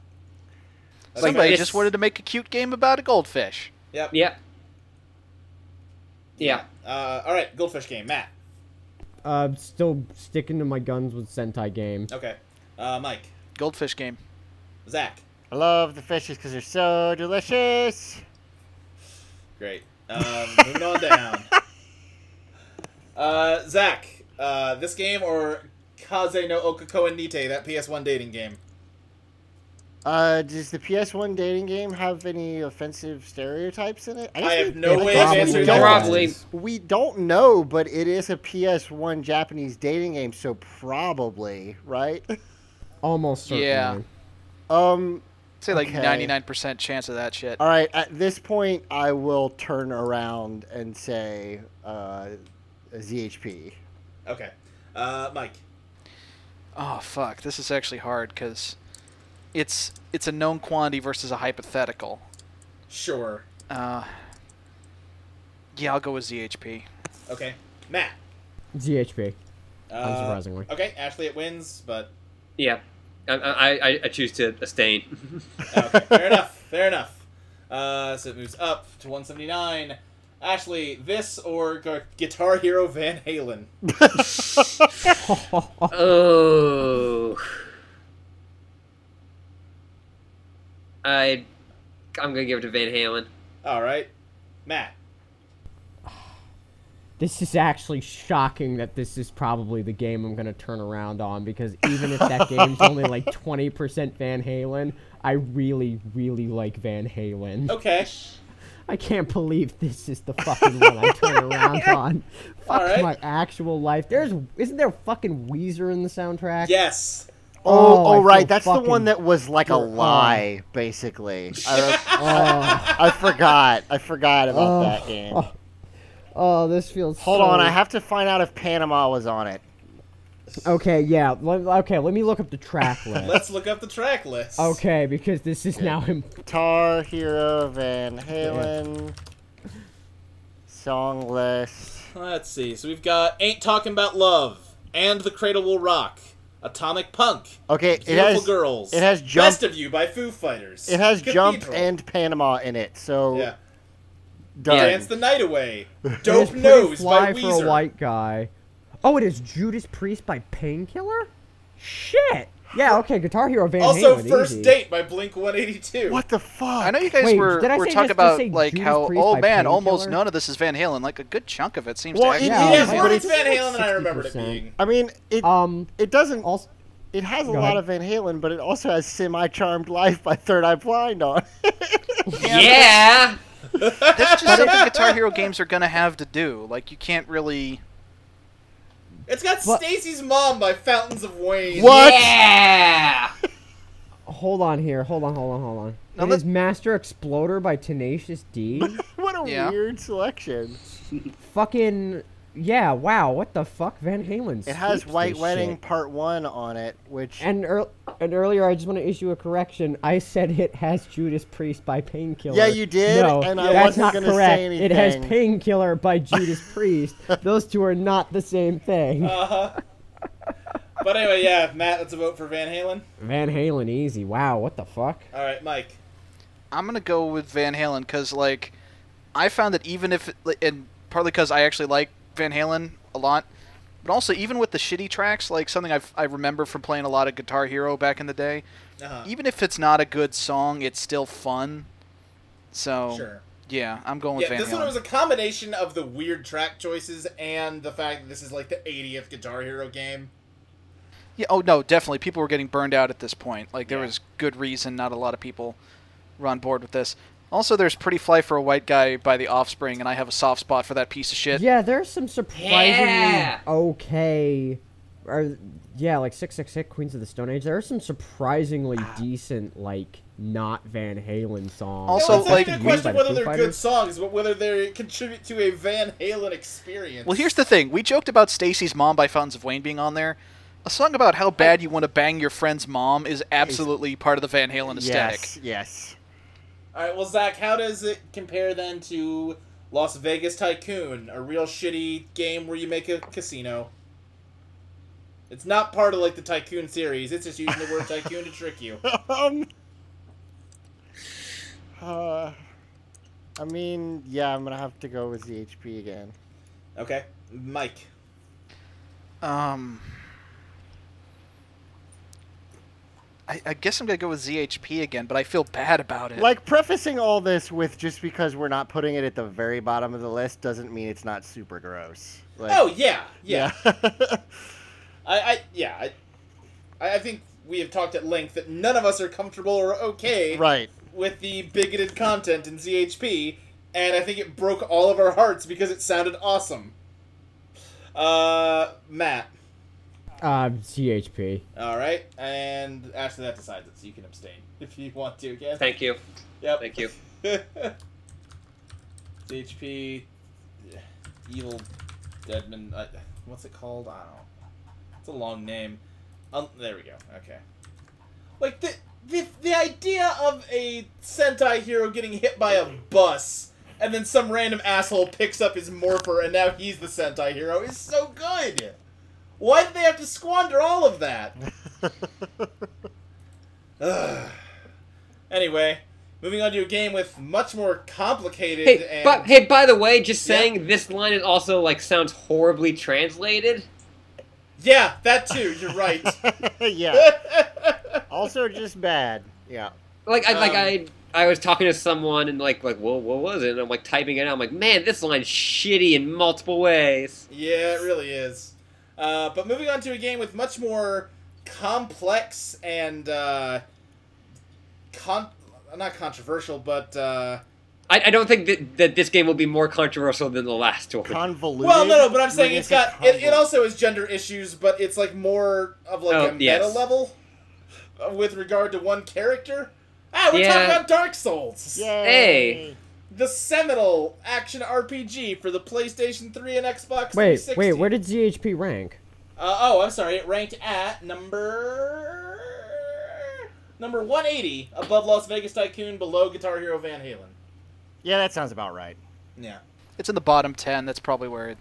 Speaker 2: That's
Speaker 5: Somebody
Speaker 4: it's-
Speaker 5: just wanted to make a cute game about a goldfish.
Speaker 2: Yep.
Speaker 4: Yeah. Yeah.
Speaker 2: Uh, all right, goldfish game, Matt.
Speaker 6: Uh, still sticking to my guns with Sentai game.
Speaker 2: Okay. Uh, Mike,
Speaker 5: Goldfish game.
Speaker 2: Zach.
Speaker 3: I love the fishes because they're so delicious.
Speaker 2: Great. Um, moving on down. Uh, Zach, uh, this game or Kaze no Okakoa Nite, that PS1 dating game?
Speaker 3: Uh, does the PS1 dating game have any offensive stereotypes in it? guess
Speaker 2: I have
Speaker 3: we-
Speaker 2: no
Speaker 3: we
Speaker 2: way
Speaker 6: of
Speaker 3: probably
Speaker 6: answering
Speaker 3: don't.
Speaker 6: that
Speaker 4: Probably.
Speaker 3: We don't know, but it is a PS1 Japanese dating game, so probably right.
Speaker 6: Almost certainly.
Speaker 5: Yeah.
Speaker 3: Um,
Speaker 5: Say like
Speaker 3: Okay.
Speaker 5: 99% chance of that shit.
Speaker 3: all right. At this point, I will turn around and say, uh, ZHP.
Speaker 2: Okay. Uh, Mike.
Speaker 5: Oh fuck, this is actually hard cuz it's it's a known quantity versus a hypothetical.
Speaker 2: Sure.
Speaker 5: Uh Yeah, I'll go with ZHP.
Speaker 2: Okay. Matt.
Speaker 6: GHP.
Speaker 2: Uh,
Speaker 6: Unsurprisingly.
Speaker 2: Okay, Ashley, it wins, but
Speaker 4: Yeah, I, I, I- I choose to abstain.
Speaker 2: okay, fair
Speaker 3: Oh,
Speaker 2: enough. Fair enough. Uh, so it moves up to 179. Ashley, this or Gu- Guitar Hero Van Halen?
Speaker 4: oh, I I'm gonna give it to Van Halen.
Speaker 2: All right, Matt.
Speaker 6: This is actually shocking that this is probably the game I'm going to turn around on because even if that game's only like 20% Van Halen, I really, really like Van Halen.
Speaker 2: Okay,
Speaker 6: I can't believe this is the fucking one I turn around on. Fuck
Speaker 2: Alright.
Speaker 6: my actual life. There's isn't there fucking Weezer in the soundtrack?
Speaker 2: yes.
Speaker 6: Oh,
Speaker 3: Oh, oh,
Speaker 6: I
Speaker 3: right.
Speaker 6: feel
Speaker 3: That's the
Speaker 6: fucking
Speaker 3: one that was like a
Speaker 6: dirt- oh.
Speaker 3: lie, basically. I,
Speaker 6: Oh,
Speaker 3: I forgot. I forgot about
Speaker 6: Oh.
Speaker 3: that game.
Speaker 6: Oh. oh, this feels.
Speaker 3: Hold
Speaker 6: so-
Speaker 3: on, I have to find out if Panama was on it.
Speaker 6: Okay, yeah. le- okay, let me look up the track list.
Speaker 2: Let's look up the track list.
Speaker 6: okay, because this is now him.
Speaker 3: Guitar Hero Van Halen song list.
Speaker 2: Let's see. So we've got Ain't Talking About Love and The Cradle Will Rock, Atomic Punk,
Speaker 3: Okay, it
Speaker 2: Beautiful
Speaker 3: has
Speaker 2: Girls,
Speaker 3: it has Jump-
Speaker 2: Best of You by Foo Fighters.
Speaker 3: it has jump
Speaker 2: Cathedral.
Speaker 3: and Panama in it, so
Speaker 2: yeah.
Speaker 3: done.
Speaker 2: Dance the Night Away,
Speaker 6: It is
Speaker 2: Dope
Speaker 6: pretty
Speaker 2: Nose
Speaker 6: fly
Speaker 2: by
Speaker 6: for a
Speaker 2: Weezer.
Speaker 6: white guy. Oh, it is Judas Priest by Painkiller. Shit. Yeah. Okay. Guitar Hero Van
Speaker 2: also,
Speaker 6: Halen,
Speaker 2: First
Speaker 6: easy.
Speaker 2: Date by Blink 182.
Speaker 3: What the fuck?
Speaker 5: I know you guys
Speaker 6: Wait,
Speaker 5: were,
Speaker 6: did I
Speaker 5: were
Speaker 6: say
Speaker 5: talking
Speaker 6: just to
Speaker 5: about
Speaker 6: say
Speaker 5: like
Speaker 6: Judas
Speaker 5: how
Speaker 6: Priest
Speaker 5: oh
Speaker 6: by
Speaker 5: man, almost
Speaker 6: Painkiller?
Speaker 5: none of this is Van Halen. Like a good chunk of it seems
Speaker 3: Well,
Speaker 5: to
Speaker 3: it
Speaker 5: actually
Speaker 6: Yeah,
Speaker 5: be
Speaker 2: Yes,
Speaker 6: Oh,
Speaker 5: Van
Speaker 2: what
Speaker 6: but
Speaker 5: Halen.
Speaker 2: is Van Halen and I remembered it
Speaker 6: 60%.
Speaker 2: being.
Speaker 3: I mean, it
Speaker 6: Um.
Speaker 3: it doesn't
Speaker 6: Also.
Speaker 3: it has a
Speaker 6: go
Speaker 3: lot
Speaker 6: ahead.
Speaker 3: of Van Halen, but it also has "Semi Charmed Life" by Third Eye Blind on. it.
Speaker 4: Yeah,
Speaker 5: That's just something Guitar Hero games are gonna have to do. Like you can't really
Speaker 2: It's got
Speaker 6: What?
Speaker 2: Stacy's Mom by Fountains of Wayne.
Speaker 3: what?
Speaker 4: yeah.
Speaker 6: Hold on here. Hold on. Hold on. Hold on.
Speaker 5: Now
Speaker 6: it
Speaker 5: let-
Speaker 6: is Master Exploder by Tenacious D.
Speaker 3: What a
Speaker 5: Yeah.
Speaker 3: weird selection.
Speaker 6: Fucking. Yeah. Wow. What the fuck, Van Halen?
Speaker 3: It has
Speaker 6: sweeps
Speaker 3: White
Speaker 6: this
Speaker 3: Wedding
Speaker 6: shit.
Speaker 3: Part One on it, which
Speaker 6: And ear- and earlier, I just want to issue a correction. I said it has Judas Priest by Painkiller.
Speaker 3: Yeah, you did,
Speaker 6: No,
Speaker 3: and I
Speaker 6: that's
Speaker 3: wasn't
Speaker 6: not
Speaker 3: gonna say
Speaker 6: correct. It has
Speaker 3: anything.
Speaker 6: Painkiller by Judas Priest. Those two are not the same thing.
Speaker 2: Uh-huh. But anyway, yeah, Matt, that's a vote for Van Halen.
Speaker 6: Van Halen, easy. Wow, what the fuck?
Speaker 2: All right, Mike.
Speaker 5: I'm gonna go with Van Halen because like I found that even if and partly because I actually like Van Halen a lot, but also even with the shitty tracks, like something I've, I remember from playing a lot of Guitar Hero back in the day.
Speaker 2: Uh-huh.
Speaker 5: Even if it's not a good song, it's still fun. So
Speaker 2: Sure.
Speaker 5: yeah, I'm going with
Speaker 2: Yeah,
Speaker 5: Van
Speaker 2: this
Speaker 5: Halen.
Speaker 2: one was a combination of the weird track choices and the fact that this is like the 80th Guitar Hero game.
Speaker 5: yeah, oh no, definitely people were getting burned out at this point. Like there
Speaker 2: Yeah.
Speaker 5: was good reason not a lot of people were on board with this. Also, there's "Pretty Fly for a White Guy" by The Offspring, and I have a soft spot for that piece of shit.
Speaker 6: Yeah, there's some surprisingly
Speaker 4: Yeah.
Speaker 6: okay. Or yeah, like six six six Queens of the Stone Age. There are some surprisingly
Speaker 2: Ah.
Speaker 6: decent, like not Van Halen songs.
Speaker 5: Also,
Speaker 2: yeah, it's not
Speaker 5: like-
Speaker 2: even a
Speaker 6: Wings by
Speaker 2: question
Speaker 6: the
Speaker 2: whether
Speaker 6: Foo
Speaker 2: they're good
Speaker 6: Fighters.
Speaker 2: songs, but whether they contribute to a Van Halen experience.
Speaker 5: Well, here's the thing. We joked about Stacy's mom by Fountains of Wayne being on there. A song about how bad you want to bang your friend's mom is absolutely part of the Van Halen aesthetic.
Speaker 3: yes, yes.
Speaker 2: All right, well, Zach, how does it compare then to Las Vegas Tycoon, a real shitty game where you make a casino? It's not part of like the Tycoon series. It's just using the word Tycoon to trick you.
Speaker 3: um, uh, I mean, yeah, I'm gonna have to go with ZHP again.
Speaker 2: Okay, Mike.
Speaker 5: Um, I, I guess I'm gonna go with ZHP again, but I feel bad about it.
Speaker 3: Like prefacing all this with just because we're not putting it at the very bottom of the list doesn't mean it's not super gross. Like,
Speaker 2: Oh yeah, yeah.
Speaker 3: yeah.
Speaker 2: I, I yeah. I, I think we have talked at length that none of us are comfortable or okay
Speaker 3: Right.
Speaker 2: with the bigoted content in CHP, and I think it broke all of our hearts because it sounded awesome. Uh, Matt.
Speaker 6: Uh, CHP.
Speaker 2: All right, and actually that decides it, so you can abstain if you want to. Again.
Speaker 4: Thank you.
Speaker 2: Yep.
Speaker 4: Thank you.
Speaker 2: CHP, evil Deadman. Uh, what's it called? I don't know. It's a long name. Um, there we go. Okay. Like the the the idea of a Sentai hero getting hit by a bus and then some random asshole picks up his morpher and now he's the Sentai hero is so good. Why did they have to squander all of that? Ugh. Anyway, moving on to a game with much more complicated
Speaker 4: Hey,
Speaker 2: and
Speaker 4: but hey, by the way, just
Speaker 2: Yeah.
Speaker 4: saying this line is also like sounds horribly translated.
Speaker 2: yeah, that too. You're right.
Speaker 3: yeah. Also, just bad. Yeah.
Speaker 4: Like I like
Speaker 2: Um,
Speaker 4: I I was talking to someone and like like well what was it? And I'm like typing it out. I'm like man, this line's shitty in multiple ways.
Speaker 2: yeah, it really is. Uh, but moving on to a game with much more complex and uh, con- not controversial, but uh,
Speaker 4: I, I don't think that, that this game will be more controversial than the last one.
Speaker 3: Convoluted.
Speaker 2: well, no, no. But I'm saying
Speaker 3: Like,
Speaker 2: it's
Speaker 3: a
Speaker 2: got it, it.
Speaker 3: convol-
Speaker 2: also is gender issues, but it's like more of like
Speaker 4: Oh,
Speaker 2: a meta
Speaker 4: yes.
Speaker 2: level uh, with regard to one character. Ah, we're talking
Speaker 4: Yeah.
Speaker 2: about Dark Souls.
Speaker 3: Yay.
Speaker 2: the seminal action RPG for the PlayStation 3 and Xbox
Speaker 6: Wait,
Speaker 2: 360.
Speaker 6: wait, where did ZHP rank?
Speaker 2: Uh, oh, I'm sorry. It ranked at number number 180 above Las Vegas Tycoon, below Guitar Hero Van Halen.
Speaker 3: Yeah, that sounds about right.
Speaker 2: Yeah.
Speaker 5: It's in the bottom ten. That's probably where it.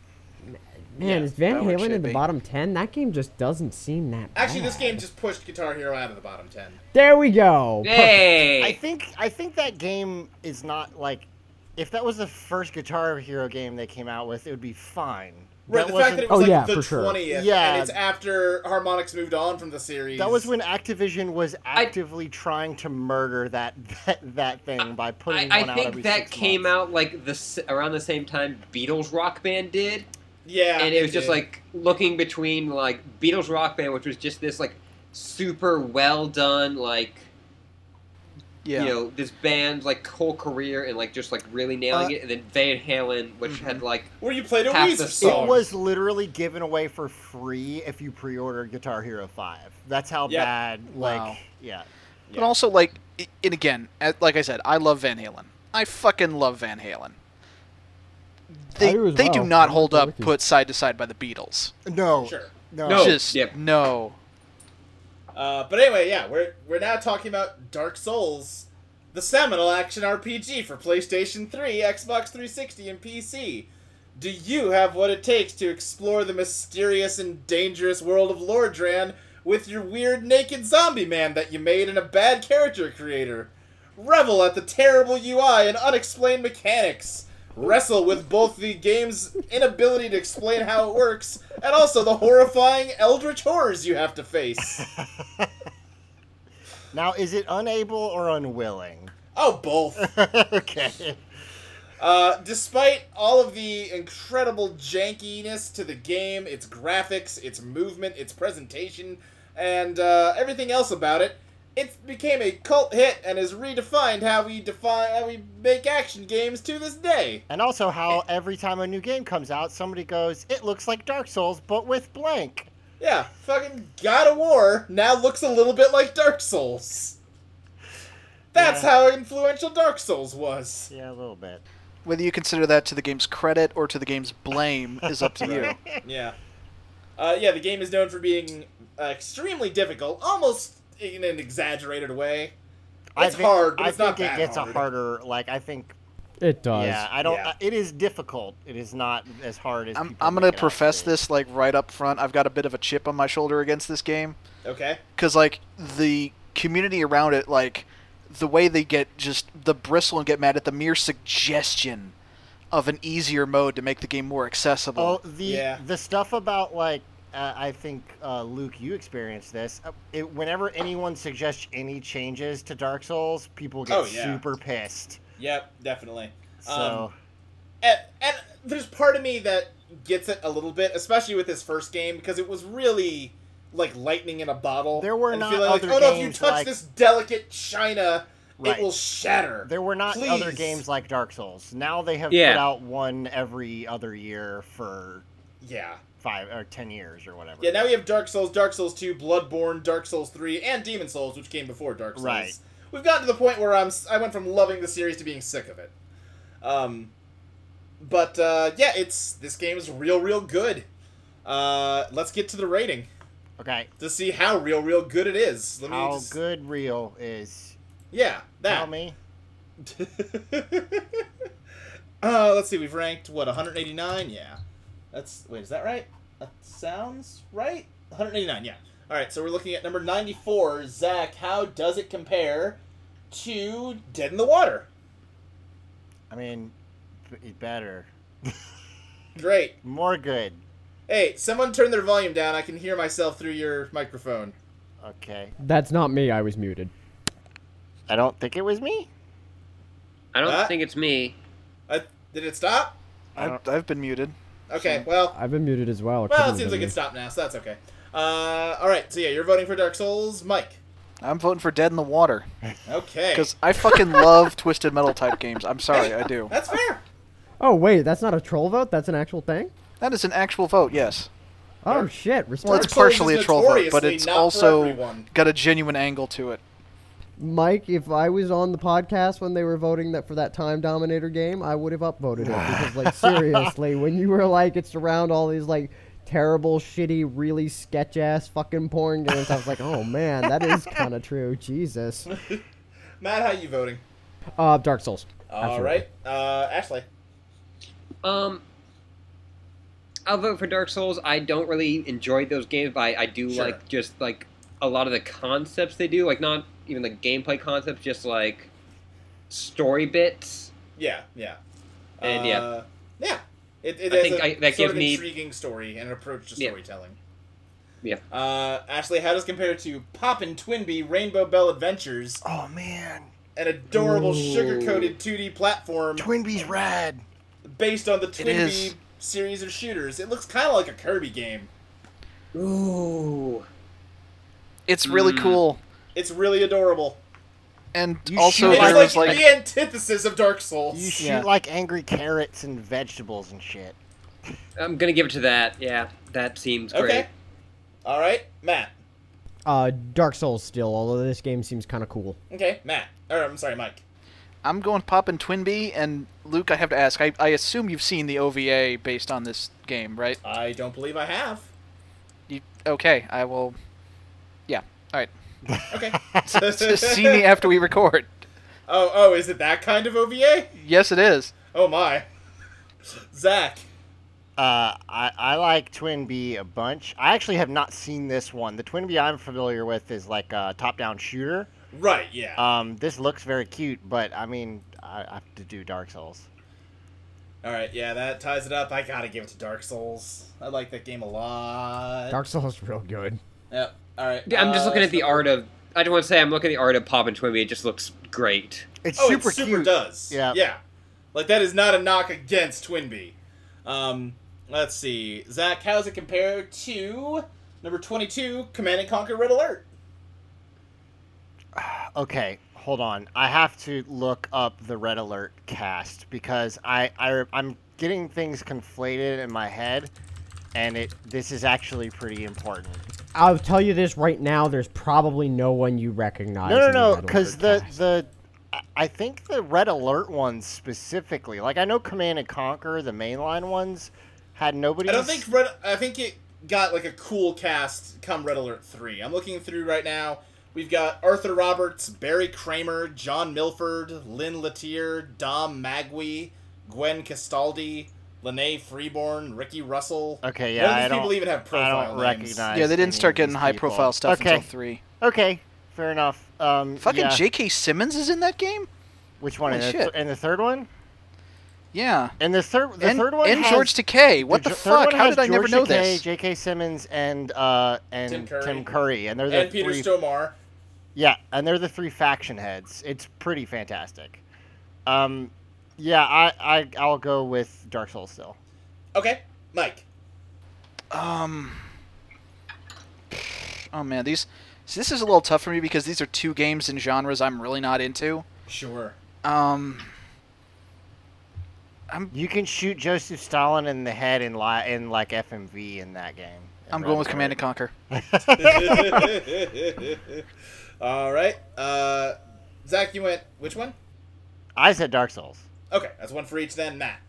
Speaker 6: Man,
Speaker 2: Yeah,
Speaker 6: is Van
Speaker 5: that one
Speaker 6: Halen in
Speaker 5: should
Speaker 6: the
Speaker 5: be.
Speaker 6: bottom 10? That game just doesn't seem that bad.
Speaker 2: Actually,
Speaker 3: Oh.
Speaker 2: this game just pushed Guitar Hero out of the bottom 10.
Speaker 6: There we go.
Speaker 4: Hey,
Speaker 3: I think I think that game is not like if that was the first Guitar Hero game they came out with, it would be fine.
Speaker 2: Right,
Speaker 3: that
Speaker 2: the fact that it
Speaker 3: wasn't-
Speaker 2: was
Speaker 6: Oh,
Speaker 2: like the
Speaker 6: yeah, for sure.
Speaker 2: 20th,
Speaker 3: Yeah.
Speaker 2: and it's after Harmonix moved on from the series.
Speaker 3: that was when Activision was actively trying to murder that that, that thing by
Speaker 4: I,
Speaker 3: putting
Speaker 4: I
Speaker 3: one out
Speaker 4: think
Speaker 3: every
Speaker 4: that
Speaker 3: six
Speaker 4: came
Speaker 3: months.
Speaker 4: out like the s- around the same time Beatles Rock Band did,
Speaker 2: Yeah.
Speaker 4: and it was just
Speaker 2: did.
Speaker 4: like looking between like Beatles Rock Band, which was just this like super well done like
Speaker 5: Yeah.
Speaker 4: you know this band's like whole career and like just like really nailing
Speaker 3: Uh,
Speaker 4: it, and then Van Halen, which
Speaker 5: Mhm.
Speaker 4: had like
Speaker 2: Where you played a
Speaker 4: half
Speaker 2: Weezer
Speaker 4: the-
Speaker 2: song.
Speaker 3: It was literally given away for free if you pre-ordered Guitar Hero Five. That's how
Speaker 2: Yeah.
Speaker 3: bad. Like,
Speaker 5: Wow.
Speaker 3: yeah,
Speaker 2: Yeah.
Speaker 5: But also, like, i- and again, a- like I said, I love Van Halen. I fucking love Van Halen. They,
Speaker 6: do as
Speaker 5: they do
Speaker 6: well.
Speaker 5: not
Speaker 6: I'm
Speaker 5: hold
Speaker 6: okay
Speaker 5: up
Speaker 6: with you.
Speaker 5: put side to side by the Beatles.
Speaker 3: no,
Speaker 2: Sure.
Speaker 3: no,
Speaker 4: No.
Speaker 5: Just
Speaker 4: yep.
Speaker 5: no.
Speaker 2: Uh, but anyway, yeah, we're we're now talking about Dark Souls, the seminal action RPG for PlayStation 3, Xbox 360, and PC. Do you have what it takes to explore the mysterious and dangerous world of Lordran with your weird naked zombie man that you made in a bad character creator? Revel at the terrible UI and unexplained mechanics. Wrestle with both the game's inability to explain how it works and also the horrifying eldritch horrors you have to face.
Speaker 3: Now, is it unable or unwilling?
Speaker 2: Oh, both.
Speaker 3: okay.
Speaker 2: Uh, despite all of the incredible jankiness to the game, its graphics, its movement, its presentation, and uh, everything else about it, it became a cult hit and has redefined how we define how we make action games to this day.
Speaker 3: And also, how every time a new game comes out, somebody goes, "It looks like Dark Souls, but with blank."
Speaker 2: Yeah, fucking God of War now looks a little bit like Dark Souls. That's
Speaker 3: Yeah.
Speaker 2: how influential Dark Souls was.
Speaker 3: Yeah, a little bit.
Speaker 5: Whether you consider that to the game's credit or to the game's blame is up to you.
Speaker 2: Yeah. Uh, yeah, the game is known for being uh, extremely difficult, almost in an exaggerated way.
Speaker 3: I
Speaker 2: It's
Speaker 3: think,
Speaker 2: hard, but
Speaker 3: I
Speaker 2: it's
Speaker 3: think
Speaker 2: not
Speaker 3: it
Speaker 2: that
Speaker 3: gets
Speaker 2: hard.
Speaker 3: a harder. Like, I think.
Speaker 6: It does.
Speaker 3: Yeah, I don't.
Speaker 2: Yeah.
Speaker 3: uh, it is difficult. It is not as hard as.
Speaker 5: I'm,
Speaker 3: people
Speaker 5: I'm gonna
Speaker 3: make it out
Speaker 5: profess
Speaker 3: be.
Speaker 5: this like right up front. I've got a bit of a chip on my shoulder against this game
Speaker 2: Okay.
Speaker 5: because like the community around it, like the way they get just the bristle and get mad at the mere suggestion of an easier mode to make the game more accessible.
Speaker 3: Oh, the
Speaker 2: Yeah.
Speaker 3: the stuff about like uh, I think uh, Luke, you experienced this. Uh, it, whenever anyone suggests any changes to Dark Souls, people get
Speaker 2: Oh, yeah. Um,
Speaker 3: super pissed.
Speaker 2: Yep, definitely.
Speaker 3: So
Speaker 2: and, and there's part of me that gets it a little bit, especially with this first game, because it was really like lightning in a bottle.
Speaker 3: There were
Speaker 2: and
Speaker 3: not
Speaker 2: feeling like,
Speaker 3: other
Speaker 2: oh no, if you
Speaker 3: games
Speaker 2: touch
Speaker 3: like-
Speaker 2: this delicate china,
Speaker 3: Right.
Speaker 2: it will shatter.
Speaker 3: There were not
Speaker 2: Please.
Speaker 3: other games like Dark Souls. Now they have
Speaker 4: Yeah.
Speaker 3: put out one every other year for
Speaker 2: yeah,
Speaker 3: five or ten years or whatever.
Speaker 2: yeah. Now we have Dark Souls, Dark Souls Two, Bloodborne, Dark Souls Three, and Demon Souls, which came before Dark Souls.
Speaker 3: Right.
Speaker 2: We've gotten to the point where I'm s- I went from loving the series to being sick of it. Um, but uh, yeah, it's this game is real, real good. Uh, let's get to the rating
Speaker 3: okay.
Speaker 2: to see how real, real good it is. Let me
Speaker 3: How
Speaker 2: just-
Speaker 3: good real is?
Speaker 2: Yeah, that.
Speaker 3: Tell me.
Speaker 2: uh, let's see, we've ranked what 189. Yeah, that's wait, is that right? That sounds right. 189. Yeah. All right, so we're looking at number 94. Zach, how does it compare to Dead in the Water?
Speaker 3: I mean, b- better,
Speaker 2: Great.
Speaker 3: more good.
Speaker 2: Hey, someone turn their volume down. I can hear myself through your microphone.
Speaker 3: Okay.
Speaker 6: That's not me. I was muted.
Speaker 3: I don't think it was me.
Speaker 4: I don't
Speaker 2: Huh?
Speaker 4: think it's me.
Speaker 2: Uh, did it stop?
Speaker 5: I've, I've been muted.
Speaker 2: Okay. Well,
Speaker 6: I've been muted as well.
Speaker 2: well, it seems like it stopped now, so that's okay. Uh, all right. So yeah, you're voting for Dark Souls, Mike.
Speaker 5: I'm voting for Dead in the Water
Speaker 2: Okay.
Speaker 5: because I fucking love twisted metal type games. I'm sorry, I do.
Speaker 2: That's fair.
Speaker 6: Oh wait, that's not a troll vote. That's an actual thing.
Speaker 5: That is an actual vote, yes.
Speaker 6: Oh shit!
Speaker 5: Well,
Speaker 6: Respect,
Speaker 5: it's
Speaker 2: Dark Souls
Speaker 5: partially
Speaker 2: is
Speaker 5: a troll vote, but
Speaker 2: notoriously
Speaker 5: it's
Speaker 2: not for
Speaker 5: also
Speaker 2: everyone.
Speaker 5: got a genuine angle to it.
Speaker 6: Mike. If I was on the podcast when they were voting that for that time dominator game, I would have upvoted it because, like, seriously, when you were like, it's around all these like terrible, shitty, really sketch ass fucking porn games, I was like, oh man, that is kind of true. Jesus.
Speaker 2: Matt, how you voting?
Speaker 6: Uh, Dark Souls.
Speaker 2: All right, uh, Ashley.
Speaker 4: Um, I'll vote for Dark Souls. I don't really enjoy those games, but I, I do
Speaker 2: Sure.
Speaker 4: like just like a lot of the concepts they do. Like not even the gameplay concepts, just like story bits.
Speaker 2: Yeah, yeah,
Speaker 4: And,
Speaker 2: Uh,
Speaker 4: yeah.
Speaker 2: yeah. It, it
Speaker 4: I
Speaker 2: has
Speaker 4: think
Speaker 2: a
Speaker 4: I- that
Speaker 2: sort
Speaker 4: gives
Speaker 2: of
Speaker 4: me-
Speaker 2: intriguing story and approach to
Speaker 4: Yeah.
Speaker 2: storytelling.
Speaker 4: Yeah.
Speaker 2: Uh, Ashley, how does it compare to Poppin' Twinbee Rainbow Bell Adventures,
Speaker 3: Oh man,
Speaker 2: an adorable
Speaker 4: Ooh.
Speaker 2: sugar-coated 2D platform
Speaker 3: Twinbee's rad.
Speaker 2: based on the Twinbee
Speaker 5: is.
Speaker 2: series of shooters? It looks kind of like a Kirby game.
Speaker 4: Ooh.
Speaker 5: It's really
Speaker 4: Mm.
Speaker 5: cool.
Speaker 2: It's really adorable.
Speaker 5: And
Speaker 3: You shoot
Speaker 5: also,
Speaker 2: it's
Speaker 5: there
Speaker 2: like,
Speaker 5: was like.
Speaker 2: the antithesis of Dark Souls.
Speaker 3: You shoot
Speaker 5: Yeah.
Speaker 3: like angry carrots and vegetables and shit.
Speaker 4: I'm gonna give it to that. Yeah, that seems great.
Speaker 2: okay. All right, Matt.
Speaker 6: Uh, Dark Souls still, although this game seems kind of cool.
Speaker 2: Okay, Matt. Or I'm sorry, Mike.
Speaker 5: I'm going Poppin' Twinbee, and Luke, I have to ask. I, I assume you've seen the OVA based on this game, right?
Speaker 2: I don't believe I have.
Speaker 5: You, okay, I will. Yeah, alright.
Speaker 2: Okay.
Speaker 5: See me after we record.
Speaker 2: Oh, oh, is it that kind of OVA?
Speaker 5: Yes, it is.
Speaker 2: Oh my. Zach.
Speaker 3: Uh, I, I like Twin B a bunch. I actually have not seen this one. The Twin B I'm familiar with is like a top-down shooter.
Speaker 2: Right. Yeah.
Speaker 3: Um, this looks very cute, but I mean, I, I have to do Dark Souls.
Speaker 2: All right. Yeah, that ties it up. I gotta give it to Dark Souls. I like that game a lot.
Speaker 6: Dark Souls real good.
Speaker 2: Yep. All right.
Speaker 4: Yeah, I'm just
Speaker 2: uh,
Speaker 4: looking at the
Speaker 2: so-
Speaker 4: art of. I just want to say I'm looking at the art of Pop and Twimby. It just looks great.
Speaker 3: It's
Speaker 2: Oh,
Speaker 3: super
Speaker 2: it super
Speaker 3: cute.
Speaker 2: does.
Speaker 3: Yeah.
Speaker 2: Yeah. Like that is not a knock against Twinbee. Um, let's see. Zach, how does it compare to number twenty-two, Command and Conquer Red Alert?
Speaker 3: Okay, hold on. I have to look up the Red Alert cast because I, I I'm getting things conflated in my head, and it this is actually pretty important.
Speaker 6: I'll tell you this right now. There's probably no one you recognize.
Speaker 3: No,
Speaker 6: in
Speaker 3: no, no,
Speaker 6: Red
Speaker 3: because
Speaker 6: Alert
Speaker 3: the
Speaker 6: cast.
Speaker 3: the I- I think the Red Alert ones specifically. Like I know Command and Conquer, the mainline ones, had nobody.
Speaker 2: I don't think Red. I think it got like a cool cast come Red Alert three. I'm looking through right now. We've got Arthur Roberts, Barry Kramer, John Milford, Lynn Latier, Dom Magwee, Gwen Castaldi, Lene Freeborn, Ricky Russell.
Speaker 3: Okay, yeah,
Speaker 2: None of
Speaker 3: I
Speaker 2: these people
Speaker 3: don't-
Speaker 2: even have
Speaker 3: I
Speaker 2: profile
Speaker 3: don't
Speaker 2: names.
Speaker 3: recognize.
Speaker 5: yeah, they
Speaker 3: any
Speaker 5: didn't start
Speaker 3: of these
Speaker 5: getting high
Speaker 3: people.
Speaker 5: profile stuff
Speaker 3: Okay,
Speaker 5: until 3.
Speaker 3: okay, fair enough. Um,
Speaker 5: Fucking
Speaker 3: yeah.
Speaker 5: J.K. Simmons is in that game?
Speaker 3: Which one?
Speaker 5: Holy
Speaker 3: and, the
Speaker 5: shit.
Speaker 3: th- and the third one?
Speaker 5: Yeah.
Speaker 3: And the third, the
Speaker 5: and
Speaker 3: third one.
Speaker 5: and
Speaker 3: has-
Speaker 5: George Takei. What the,
Speaker 3: jo- third
Speaker 5: fuck?
Speaker 3: one
Speaker 5: How
Speaker 3: has
Speaker 5: did I never
Speaker 3: George
Speaker 5: know
Speaker 3: Takei,
Speaker 5: this?
Speaker 3: J.K. Simmons and uh and
Speaker 2: Tim Curry.
Speaker 3: Tim Curry, and they're the
Speaker 2: And Peter
Speaker 3: three.
Speaker 2: Stomar.
Speaker 3: Yeah, and they're the three faction heads. It's pretty fantastic. Um, yeah, I, I I'll go with Dark Souls still.
Speaker 2: Okay, Mike.
Speaker 5: Um, Oh man, these. See, this is a little tough for me because these are two games in genres I'm really not into.
Speaker 2: Sure.
Speaker 5: Um,
Speaker 3: You can shoot Joseph Stalin in the head in li- in like FMV in that game.
Speaker 5: I'm going with Command and Conquer.
Speaker 2: All right. Uh, Zach, you went which one?
Speaker 3: I said Dark Souls.
Speaker 2: Okay, that's one for each. Then Matt.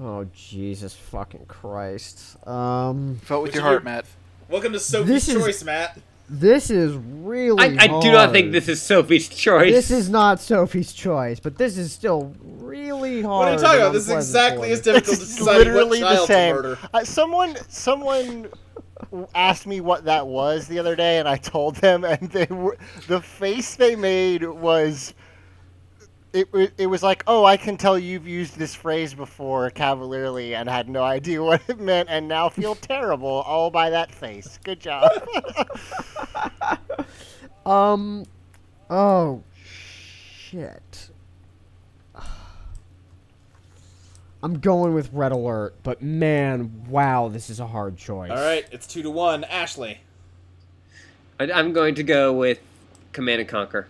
Speaker 6: Oh Jesus fucking Christ. Um,
Speaker 5: Vote with
Speaker 2: Which is your-
Speaker 5: your heart, Matt.
Speaker 2: Welcome to Sophie's
Speaker 6: This is-
Speaker 2: Choice, Matt.
Speaker 6: this is really.
Speaker 4: I, I do not think
Speaker 6: hard.
Speaker 4: this is Sophie's choice.
Speaker 6: This is not Sophie's choice, but this is still really hard.
Speaker 2: What are you talking
Speaker 6: and
Speaker 2: about? This is
Speaker 6: unpleasant
Speaker 2: exactly
Speaker 6: for
Speaker 2: as
Speaker 6: me.
Speaker 2: difficult to
Speaker 3: It's
Speaker 2: decide what
Speaker 3: literally the
Speaker 2: child to
Speaker 3: same.
Speaker 2: murder.
Speaker 3: Uh, someone someone asked me what that was the other day, and I told them, and they were the face they made was. It, wa- it was like, oh, I can tell you've used this phrase before cavalierly and had no idea what it meant, and now feel terrible all by that face. Good job.
Speaker 6: Um. Oh shit. I'm going with red alert, but man, wow, this is a hard choice.
Speaker 2: All right, it's two to one. Ashley.
Speaker 4: I, I'm going to go with Command and Conquer.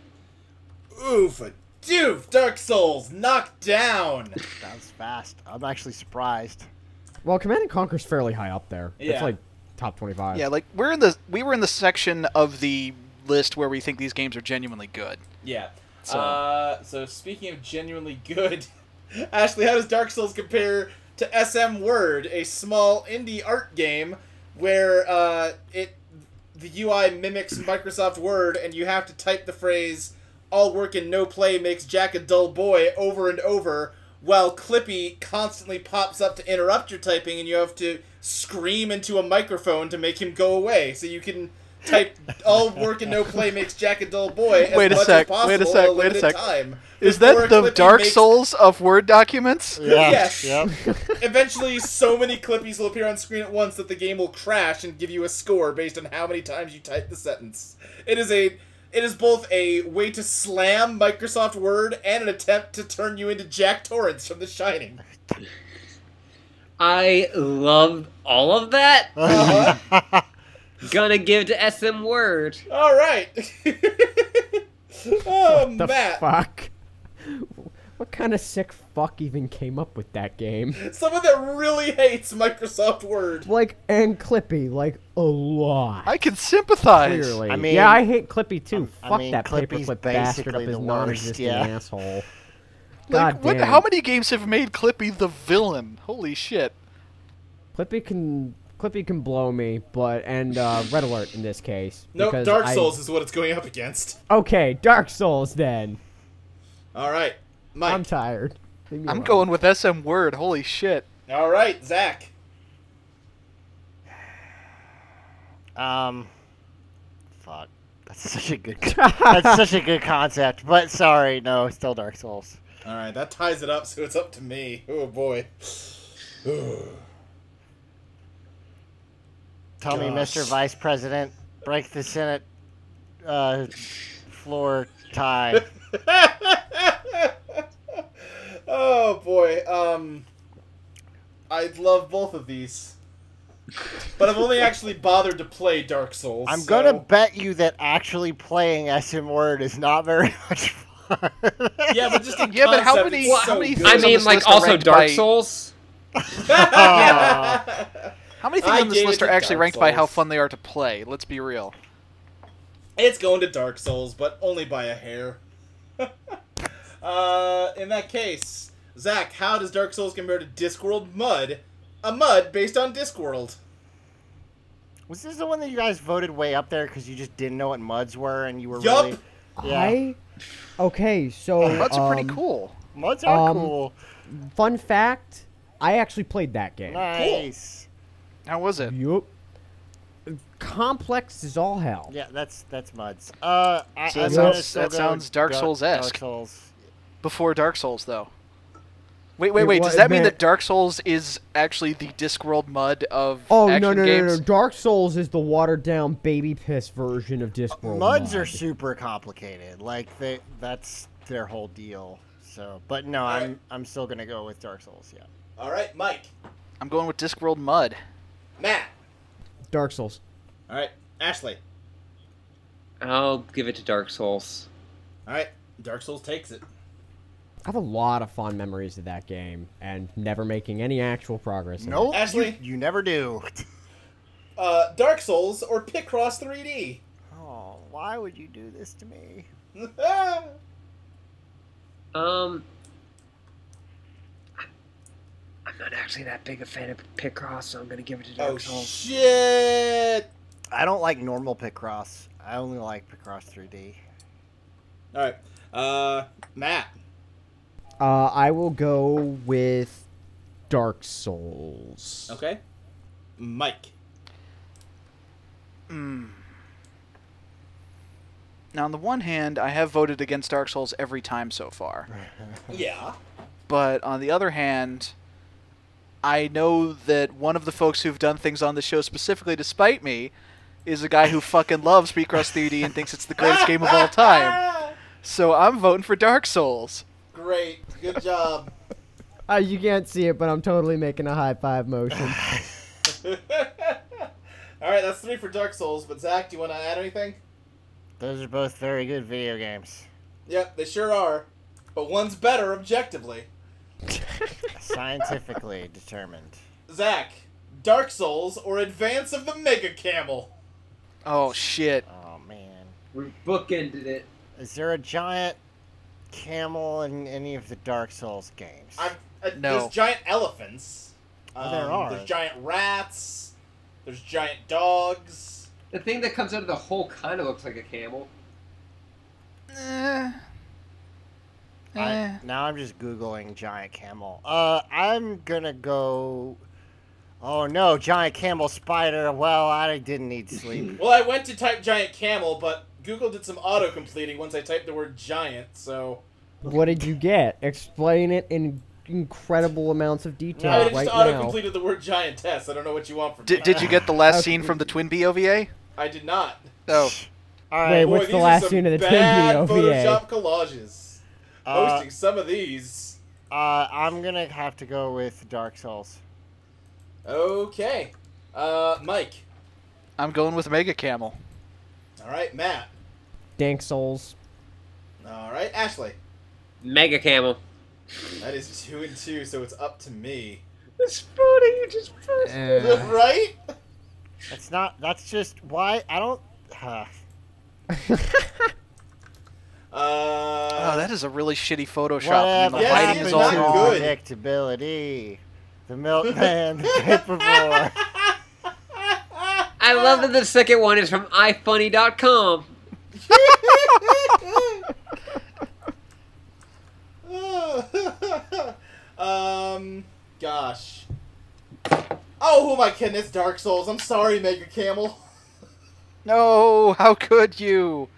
Speaker 2: Oof, a doof. Dark Souls knocked down.
Speaker 3: that was fast. I'm actually surprised.
Speaker 6: Well, Command and Conquer's fairly high up there. It's
Speaker 2: Yeah.
Speaker 6: like top 25.
Speaker 5: Yeah, like we're in the we were in the section of the list where we think these games are genuinely good.
Speaker 2: Yeah. So.
Speaker 5: So-
Speaker 2: Uh, so speaking of genuinely good, Ashley, how does Dark Souls compare to SM Word, a small indie art game where uh, it the UI mimics Microsoft Word, and you have to type the phrase "All work and no play makes Jack a dull boy" over and over, while Clippy constantly pops up to interrupt your typing, and you have to scream into a microphone to make him go away, so you can. Type all work and no play makes Jack a dull boy as
Speaker 5: Wait a
Speaker 2: much
Speaker 5: sec,
Speaker 2: as possible
Speaker 5: wait
Speaker 2: in
Speaker 5: a sec, wait a
Speaker 2: limited
Speaker 5: sec.
Speaker 2: time.
Speaker 5: Is
Speaker 2: Before
Speaker 5: that the
Speaker 2: Clippy
Speaker 5: Dark
Speaker 2: makes-
Speaker 5: Souls of Word documents?
Speaker 3: Yeah.
Speaker 2: Yes.
Speaker 3: Yep.
Speaker 2: Eventually, so many Clippies will appear on screen at once that the game will crash and give you a score based on how many times you type the sentence. It is a, it is both a way to slam Microsoft Word and an attempt to turn you into Jack Torrance from The Shining.
Speaker 4: I love all of that. Gonna give to SM Word.
Speaker 2: All right. oh,
Speaker 6: The
Speaker 2: Matt.
Speaker 6: fuck? What kind of sick fuck even came up with that game?
Speaker 2: Someone that really hates Microsoft Word.
Speaker 6: Like, and Clippy, like, a lot.
Speaker 5: I can sympathize.
Speaker 6: Clearly.
Speaker 3: I mean- um,
Speaker 6: yeah, I hate Clippy too.
Speaker 3: I
Speaker 6: Fuck
Speaker 3: mean,
Speaker 6: that
Speaker 3: Clippy's
Speaker 6: paperclip bastard up
Speaker 3: basically
Speaker 6: his
Speaker 3: the worst,
Speaker 6: non-existent
Speaker 3: yeah.
Speaker 6: asshole.
Speaker 5: Like,
Speaker 6: God
Speaker 5: what,
Speaker 6: damn.
Speaker 5: how many games have made Clippy the villain? Holy shit!
Speaker 6: Clippy can Clippy can blow me, but and uh, red alert in this case.
Speaker 2: Nope,
Speaker 6: because
Speaker 2: Dark
Speaker 6: I-
Speaker 2: Souls is what it's going up against.
Speaker 6: Okay, Dark Souls. Then
Speaker 2: All right,
Speaker 6: I'm
Speaker 2: Mike.
Speaker 6: tired. Leave me
Speaker 5: I'm
Speaker 6: alone.
Speaker 5: going with SM Word. Holy shit!
Speaker 2: All right, Zach.
Speaker 3: Um, fuck. That's such a good. that's such a good concept. But sorry, no, it's still Dark Souls.
Speaker 2: All right, that ties it up, so it's up to me. Oh boy.
Speaker 3: Tell me,
Speaker 2: Gosh.
Speaker 3: Mr. Vice President, break the Senate uh, floor tie.
Speaker 2: oh boy. Um, I love both of these, but I've only actually bothered to play Dark Souls.
Speaker 3: I'm
Speaker 2: so-
Speaker 3: gonna bet you that actually playing SM Word is not very much fun.
Speaker 2: Yeah, but just in
Speaker 5: Yeah, but how
Speaker 2: concept,
Speaker 5: many-
Speaker 2: it's
Speaker 5: how
Speaker 2: so
Speaker 5: many
Speaker 2: good.
Speaker 5: things
Speaker 4: I
Speaker 5: on
Speaker 4: mean,
Speaker 5: this
Speaker 4: like
Speaker 5: list are
Speaker 4: also
Speaker 5: ranked
Speaker 4: Dark
Speaker 5: by-
Speaker 4: Souls.
Speaker 5: How many things
Speaker 2: I
Speaker 5: on this
Speaker 2: gave
Speaker 5: list
Speaker 2: it
Speaker 5: are
Speaker 2: to
Speaker 5: actually
Speaker 2: Dark
Speaker 5: ranked by how
Speaker 2: Souls.
Speaker 5: fun they are to play? Let's be real.
Speaker 2: It's going to Dark Souls, but only by a hair. uh, in that case, Zach, how does Dark Souls compare to Discworld Mud? A mud based on Discworld.
Speaker 3: Was this the one that you guys voted way up there because you just didn't know what muds were and you were
Speaker 2: Yup.
Speaker 3: really? Yeah,
Speaker 6: I okay. So
Speaker 3: Oh,
Speaker 5: Muds are pretty
Speaker 6: um,
Speaker 5: cool.
Speaker 3: muds are
Speaker 6: um,
Speaker 3: cool.
Speaker 6: Fun fact: I actually played that game.
Speaker 3: Nice.
Speaker 5: How was it?
Speaker 6: Yup. Complex is all hell.
Speaker 3: Yeah, that's that's muds. Uh, I,
Speaker 5: So that
Speaker 3: I'm
Speaker 5: sounds-
Speaker 3: gonna
Speaker 5: that
Speaker 3: still go
Speaker 5: sounds
Speaker 3: with
Speaker 5: Dark
Speaker 3: Dar-
Speaker 5: Souls-esque.
Speaker 3: Dark Souls.
Speaker 5: Before Dark Souls, though. Wait, wait,
Speaker 6: It
Speaker 5: wait.
Speaker 6: wa-
Speaker 5: Does that mean
Speaker 6: man-
Speaker 5: that Dark Souls is actually the Discworld mud of
Speaker 6: Oh
Speaker 5: action
Speaker 6: no no no
Speaker 5: games?
Speaker 6: no! Dark Souls is the watered down baby piss version of Discworld.
Speaker 3: Muds
Speaker 6: Mud.
Speaker 3: are super complicated. Like they, that's their whole deal. So, but no, I'm
Speaker 2: Alright.
Speaker 3: I'm still gonna go with Dark Souls. Yeah.
Speaker 2: All right, Mike,
Speaker 5: I'm going with Discworld mud.
Speaker 2: Matt.
Speaker 6: Dark Souls.
Speaker 2: All right, Ashley.
Speaker 4: I'll give it to Dark Souls.
Speaker 2: All right, Dark Souls takes it.
Speaker 6: I have a lot of fond memories of that game and never making any actual progress. in it.
Speaker 3: Nope.
Speaker 2: Ashley?
Speaker 3: You, you never do.
Speaker 2: Uh, Dark Souls or Picross 3D.
Speaker 3: Oh, why would you do this to me?
Speaker 4: Um, I- I'm not actually that big a fan of Picross, so I'm gonna give it to Dark
Speaker 2: oh
Speaker 4: Souls.
Speaker 2: shit!
Speaker 3: I don't like normal Picross. I only like Picross 3D.
Speaker 2: All right, uh, Matt.
Speaker 6: Uh, I will go with Dark Souls.
Speaker 2: Okay. Mike.
Speaker 5: Mm. Now, on the one hand, I have voted against Dark Souls every time so far.
Speaker 2: Yeah.
Speaker 5: But on the other hand, I know that one of the folks who've done things on the show specifically to spite me is a guy who fucking loves Speedcross 3D and thinks it's the greatest game of all time. So I'm voting for Dark
Speaker 2: Ah,
Speaker 5: Souls.
Speaker 2: Great. Good job.
Speaker 6: Uh, you can't see it, but I'm totally making a high five motion.
Speaker 2: All right, that's three for Dark Souls. But Zach, do you want to add anything?
Speaker 3: Those are both very good video games.
Speaker 2: Yep, they sure are. But one's better objectively.
Speaker 3: Scientifically determined.
Speaker 2: Zach, Dark Souls or Advance of the Mega Camel?
Speaker 5: Oh, shit.
Speaker 3: Oh, man.
Speaker 4: We bookended it.
Speaker 3: Is there a giant camel in any of the Dark Souls games?
Speaker 2: I'm, uh,
Speaker 5: No.
Speaker 2: There's giant elephants. um,
Speaker 3: Oh, there are.
Speaker 2: There's giant rats. There's giant dogs.
Speaker 4: The thing that comes out of the hole kind of looks like a camel.
Speaker 5: Eh. Eh.
Speaker 3: I, now I'm just googling giant camel. Uh, I'm gonna go. Oh no, giant camel spider. Well, I didn't need sleep.
Speaker 2: Well, I went to type giant camel, but Google did some auto completing once I typed the word giant. So
Speaker 6: what did you get? Explain it in incredible amounts of detail
Speaker 2: I just
Speaker 6: right
Speaker 2: auto
Speaker 6: now.
Speaker 2: completed the word giant test. I don't know what you want from
Speaker 5: Did,
Speaker 2: me.
Speaker 5: did you get the last
Speaker 6: Okay.
Speaker 5: scene from the Twin B OVA?
Speaker 2: I did not.
Speaker 5: Oh.
Speaker 3: All
Speaker 6: Wait,
Speaker 3: right.
Speaker 6: what-
Speaker 2: Boy,
Speaker 6: What's the
Speaker 2: these are
Speaker 6: last
Speaker 2: some
Speaker 6: scene of the
Speaker 2: bad
Speaker 6: Twin VOVA?
Speaker 2: Photoshop collages.
Speaker 3: Uh,
Speaker 2: Posting some of these.
Speaker 3: uh, I'm gonna have to go with Dark Souls.
Speaker 2: Okay. Uh, Mike.
Speaker 5: I'm going with Mega Camel.
Speaker 2: All right, Matt.
Speaker 6: Dank Souls.
Speaker 2: All right, Ashley.
Speaker 4: Mega camel.
Speaker 2: That is two and two, so it's up to me.
Speaker 4: It's funny, you just
Speaker 2: right?
Speaker 3: That's not. That's just why I don't. Huh.
Speaker 2: Uh,
Speaker 5: Oh, that is a really shitty Photoshop.
Speaker 3: Whatever.
Speaker 5: The
Speaker 2: Yes,
Speaker 5: lighting
Speaker 2: it's
Speaker 5: is
Speaker 2: not
Speaker 5: all
Speaker 3: all
Speaker 5: wrong.
Speaker 2: good.
Speaker 3: Predictability. The milkman, the paperboy.
Speaker 4: I love that the second one is from ifunny.com.
Speaker 5: Oh,
Speaker 2: um, gosh. Oh, who am I kidding? It's Dark Souls. I'm sorry, Mega Camel.
Speaker 5: No, how could you?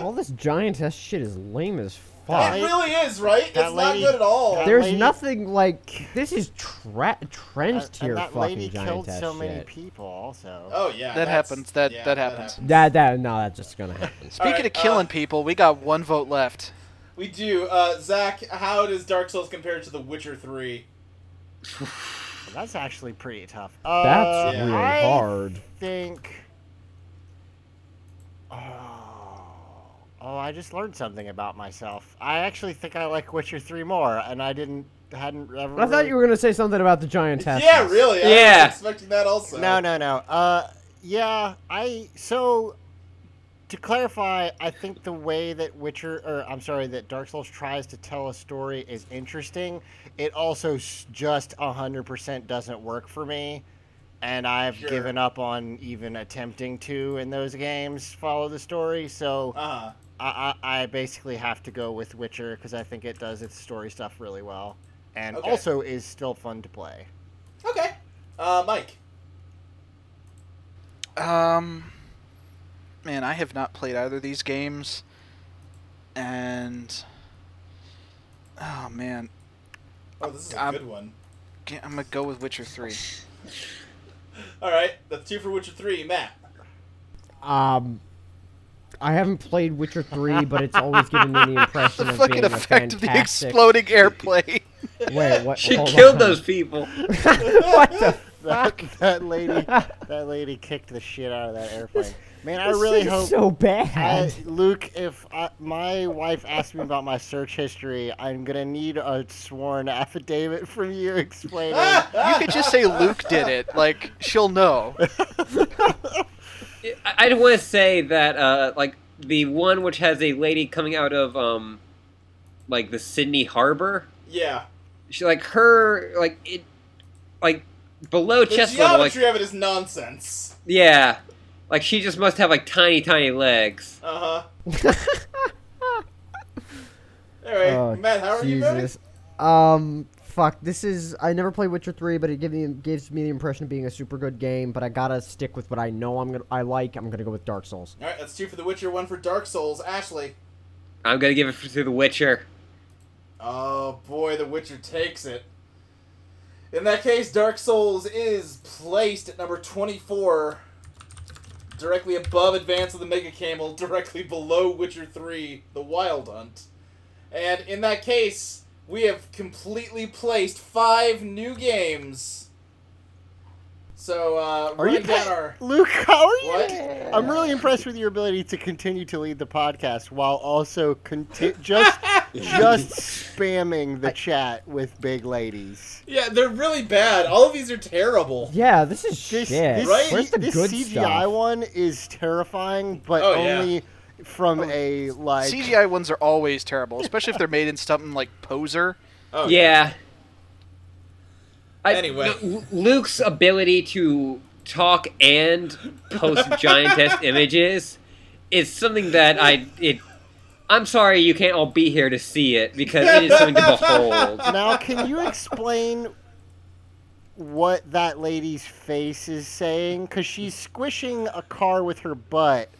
Speaker 6: All this giant ass shit is lame as
Speaker 3: That
Speaker 6: fuck.
Speaker 2: it
Speaker 3: lady-
Speaker 2: really is, right? It's
Speaker 3: that
Speaker 2: not
Speaker 3: lady-
Speaker 2: good at all.
Speaker 3: that
Speaker 6: There's
Speaker 3: lady-
Speaker 6: nothing like this is tra-
Speaker 3: And-
Speaker 6: trenched here
Speaker 3: and that
Speaker 6: fucking
Speaker 3: lady
Speaker 6: giant
Speaker 3: killed
Speaker 6: ass
Speaker 3: so many
Speaker 6: shit.
Speaker 3: people. Also.
Speaker 2: oh, yeah.
Speaker 5: That
Speaker 2: that's-
Speaker 5: happens. That
Speaker 2: yeah,
Speaker 5: that happens.
Speaker 6: That that no, that's just gonna happen.
Speaker 5: Speaking
Speaker 2: Alright,
Speaker 5: of killing
Speaker 2: uh,
Speaker 5: people, we got one vote left.
Speaker 2: We do. Uh, Zach, how does Dark Souls compare to The Witcher 3?
Speaker 3: That's actually pretty tough. Uh,
Speaker 6: That's
Speaker 2: Yeah.
Speaker 6: really
Speaker 3: I
Speaker 6: hard.
Speaker 3: think. Oh, oh, I just learned something about myself. I actually think I like Witcher Three more, and I didn't hadn't ever.
Speaker 6: I thought you were gonna say something about the giant test.
Speaker 2: Yeah, really. I
Speaker 4: Yeah.
Speaker 2: was expecting that also.
Speaker 3: No, no, no. Uh, yeah, I so. To clarify, I think the way that Witcher, or I'm sorry, that Dark Souls tries to tell a story is interesting. It also s- just 100% doesn't work for me. and I've
Speaker 2: Sure.
Speaker 3: given up on even attempting to in those games follow the story. So
Speaker 2: Uh-huh.
Speaker 3: I, I, I basically have to go with Witcher because I think it does its story stuff really well, and
Speaker 2: Okay.
Speaker 3: also is still fun to play.
Speaker 2: Okay. Uh, Mike.
Speaker 5: Um, man, I have not played either of these games, and oh man,
Speaker 2: Oh, this is a
Speaker 5: Um,
Speaker 2: good one.
Speaker 5: g- I'm gonna go with Witcher Three.
Speaker 2: All right, that's two for Witcher 3. Matt.
Speaker 6: Um, I haven't played Witcher three, but it's always given me the impression
Speaker 5: the
Speaker 6: of being
Speaker 5: fucking
Speaker 6: a
Speaker 5: effect of the
Speaker 6: fantastic-
Speaker 5: exploding airplane.
Speaker 6: Wait, what?
Speaker 4: She
Speaker 6: hold
Speaker 4: killed
Speaker 6: on.
Speaker 4: those people.
Speaker 6: what the
Speaker 3: that, that lady, that lady kicked the shit out of that airplane. Man, I
Speaker 6: This
Speaker 3: really
Speaker 6: shit is
Speaker 3: hope
Speaker 6: so
Speaker 3: I,
Speaker 6: bad.
Speaker 3: Luke, if I, my wife asks me about my search history, I'm gonna need a sworn affidavit from you explaining.
Speaker 5: You could just say Luke did it. Like she'll know.
Speaker 4: I, I want to say that uh, like the one which has a lady coming out of um, like the Sydney Harbor.
Speaker 2: Yeah.
Speaker 4: She like her like it like below
Speaker 2: The
Speaker 4: chest level. Like
Speaker 2: geometry of it is nonsense.
Speaker 4: yeah, like she just must have like tiny tiny legs.
Speaker 2: Uh huh. Anyway,
Speaker 6: Oh,
Speaker 2: Matt, how are you voting?
Speaker 6: Jesus. Um, fuck. This is. I never played Witcher three, but it gives me gives me the impression of being a super good game. But I gotta stick with what I know I'm gonna. I like. I'm gonna go with Dark Souls.
Speaker 2: All right, that's two for The Witcher, one for Dark Souls. Ashley.
Speaker 4: I'm gonna give it to The Witcher.
Speaker 2: Oh boy, The Witcher takes it. In that case, Dark Souls is placed at number 24, directly above Advance of the Mega Camel, directly below Witcher 3, The Wild Hunt. And in that case, we have completely placed five new games. So, uh,
Speaker 3: Are you
Speaker 2: running down
Speaker 3: pa-
Speaker 2: our.
Speaker 3: Luke? How are you?
Speaker 2: What?
Speaker 3: I'm really impressed with your ability to continue to lead the podcast while also conti- just just spamming the chat with big ladies.
Speaker 2: Yeah, they're really bad. All of these are terrible.
Speaker 6: Yeah, this is
Speaker 3: This,
Speaker 6: shit.
Speaker 3: this,
Speaker 2: Right?
Speaker 6: Where's the
Speaker 3: this
Speaker 6: good
Speaker 3: CGI
Speaker 6: stuff?
Speaker 3: one is terrifying, but
Speaker 2: Oh, yeah. Oh,
Speaker 3: only from a like
Speaker 5: CGI ones are always terrible, especially if they're made in something like Poser.
Speaker 2: Oh,
Speaker 4: Yeah. I-
Speaker 2: Anyway.
Speaker 4: Lu- Luke's ability to talk and post giant test images is something that I it. I'm sorry you can't all be here to see it because it is something to behold.
Speaker 3: Now, can you explain what that lady's face is saying? Because she's squishing a car with her butt.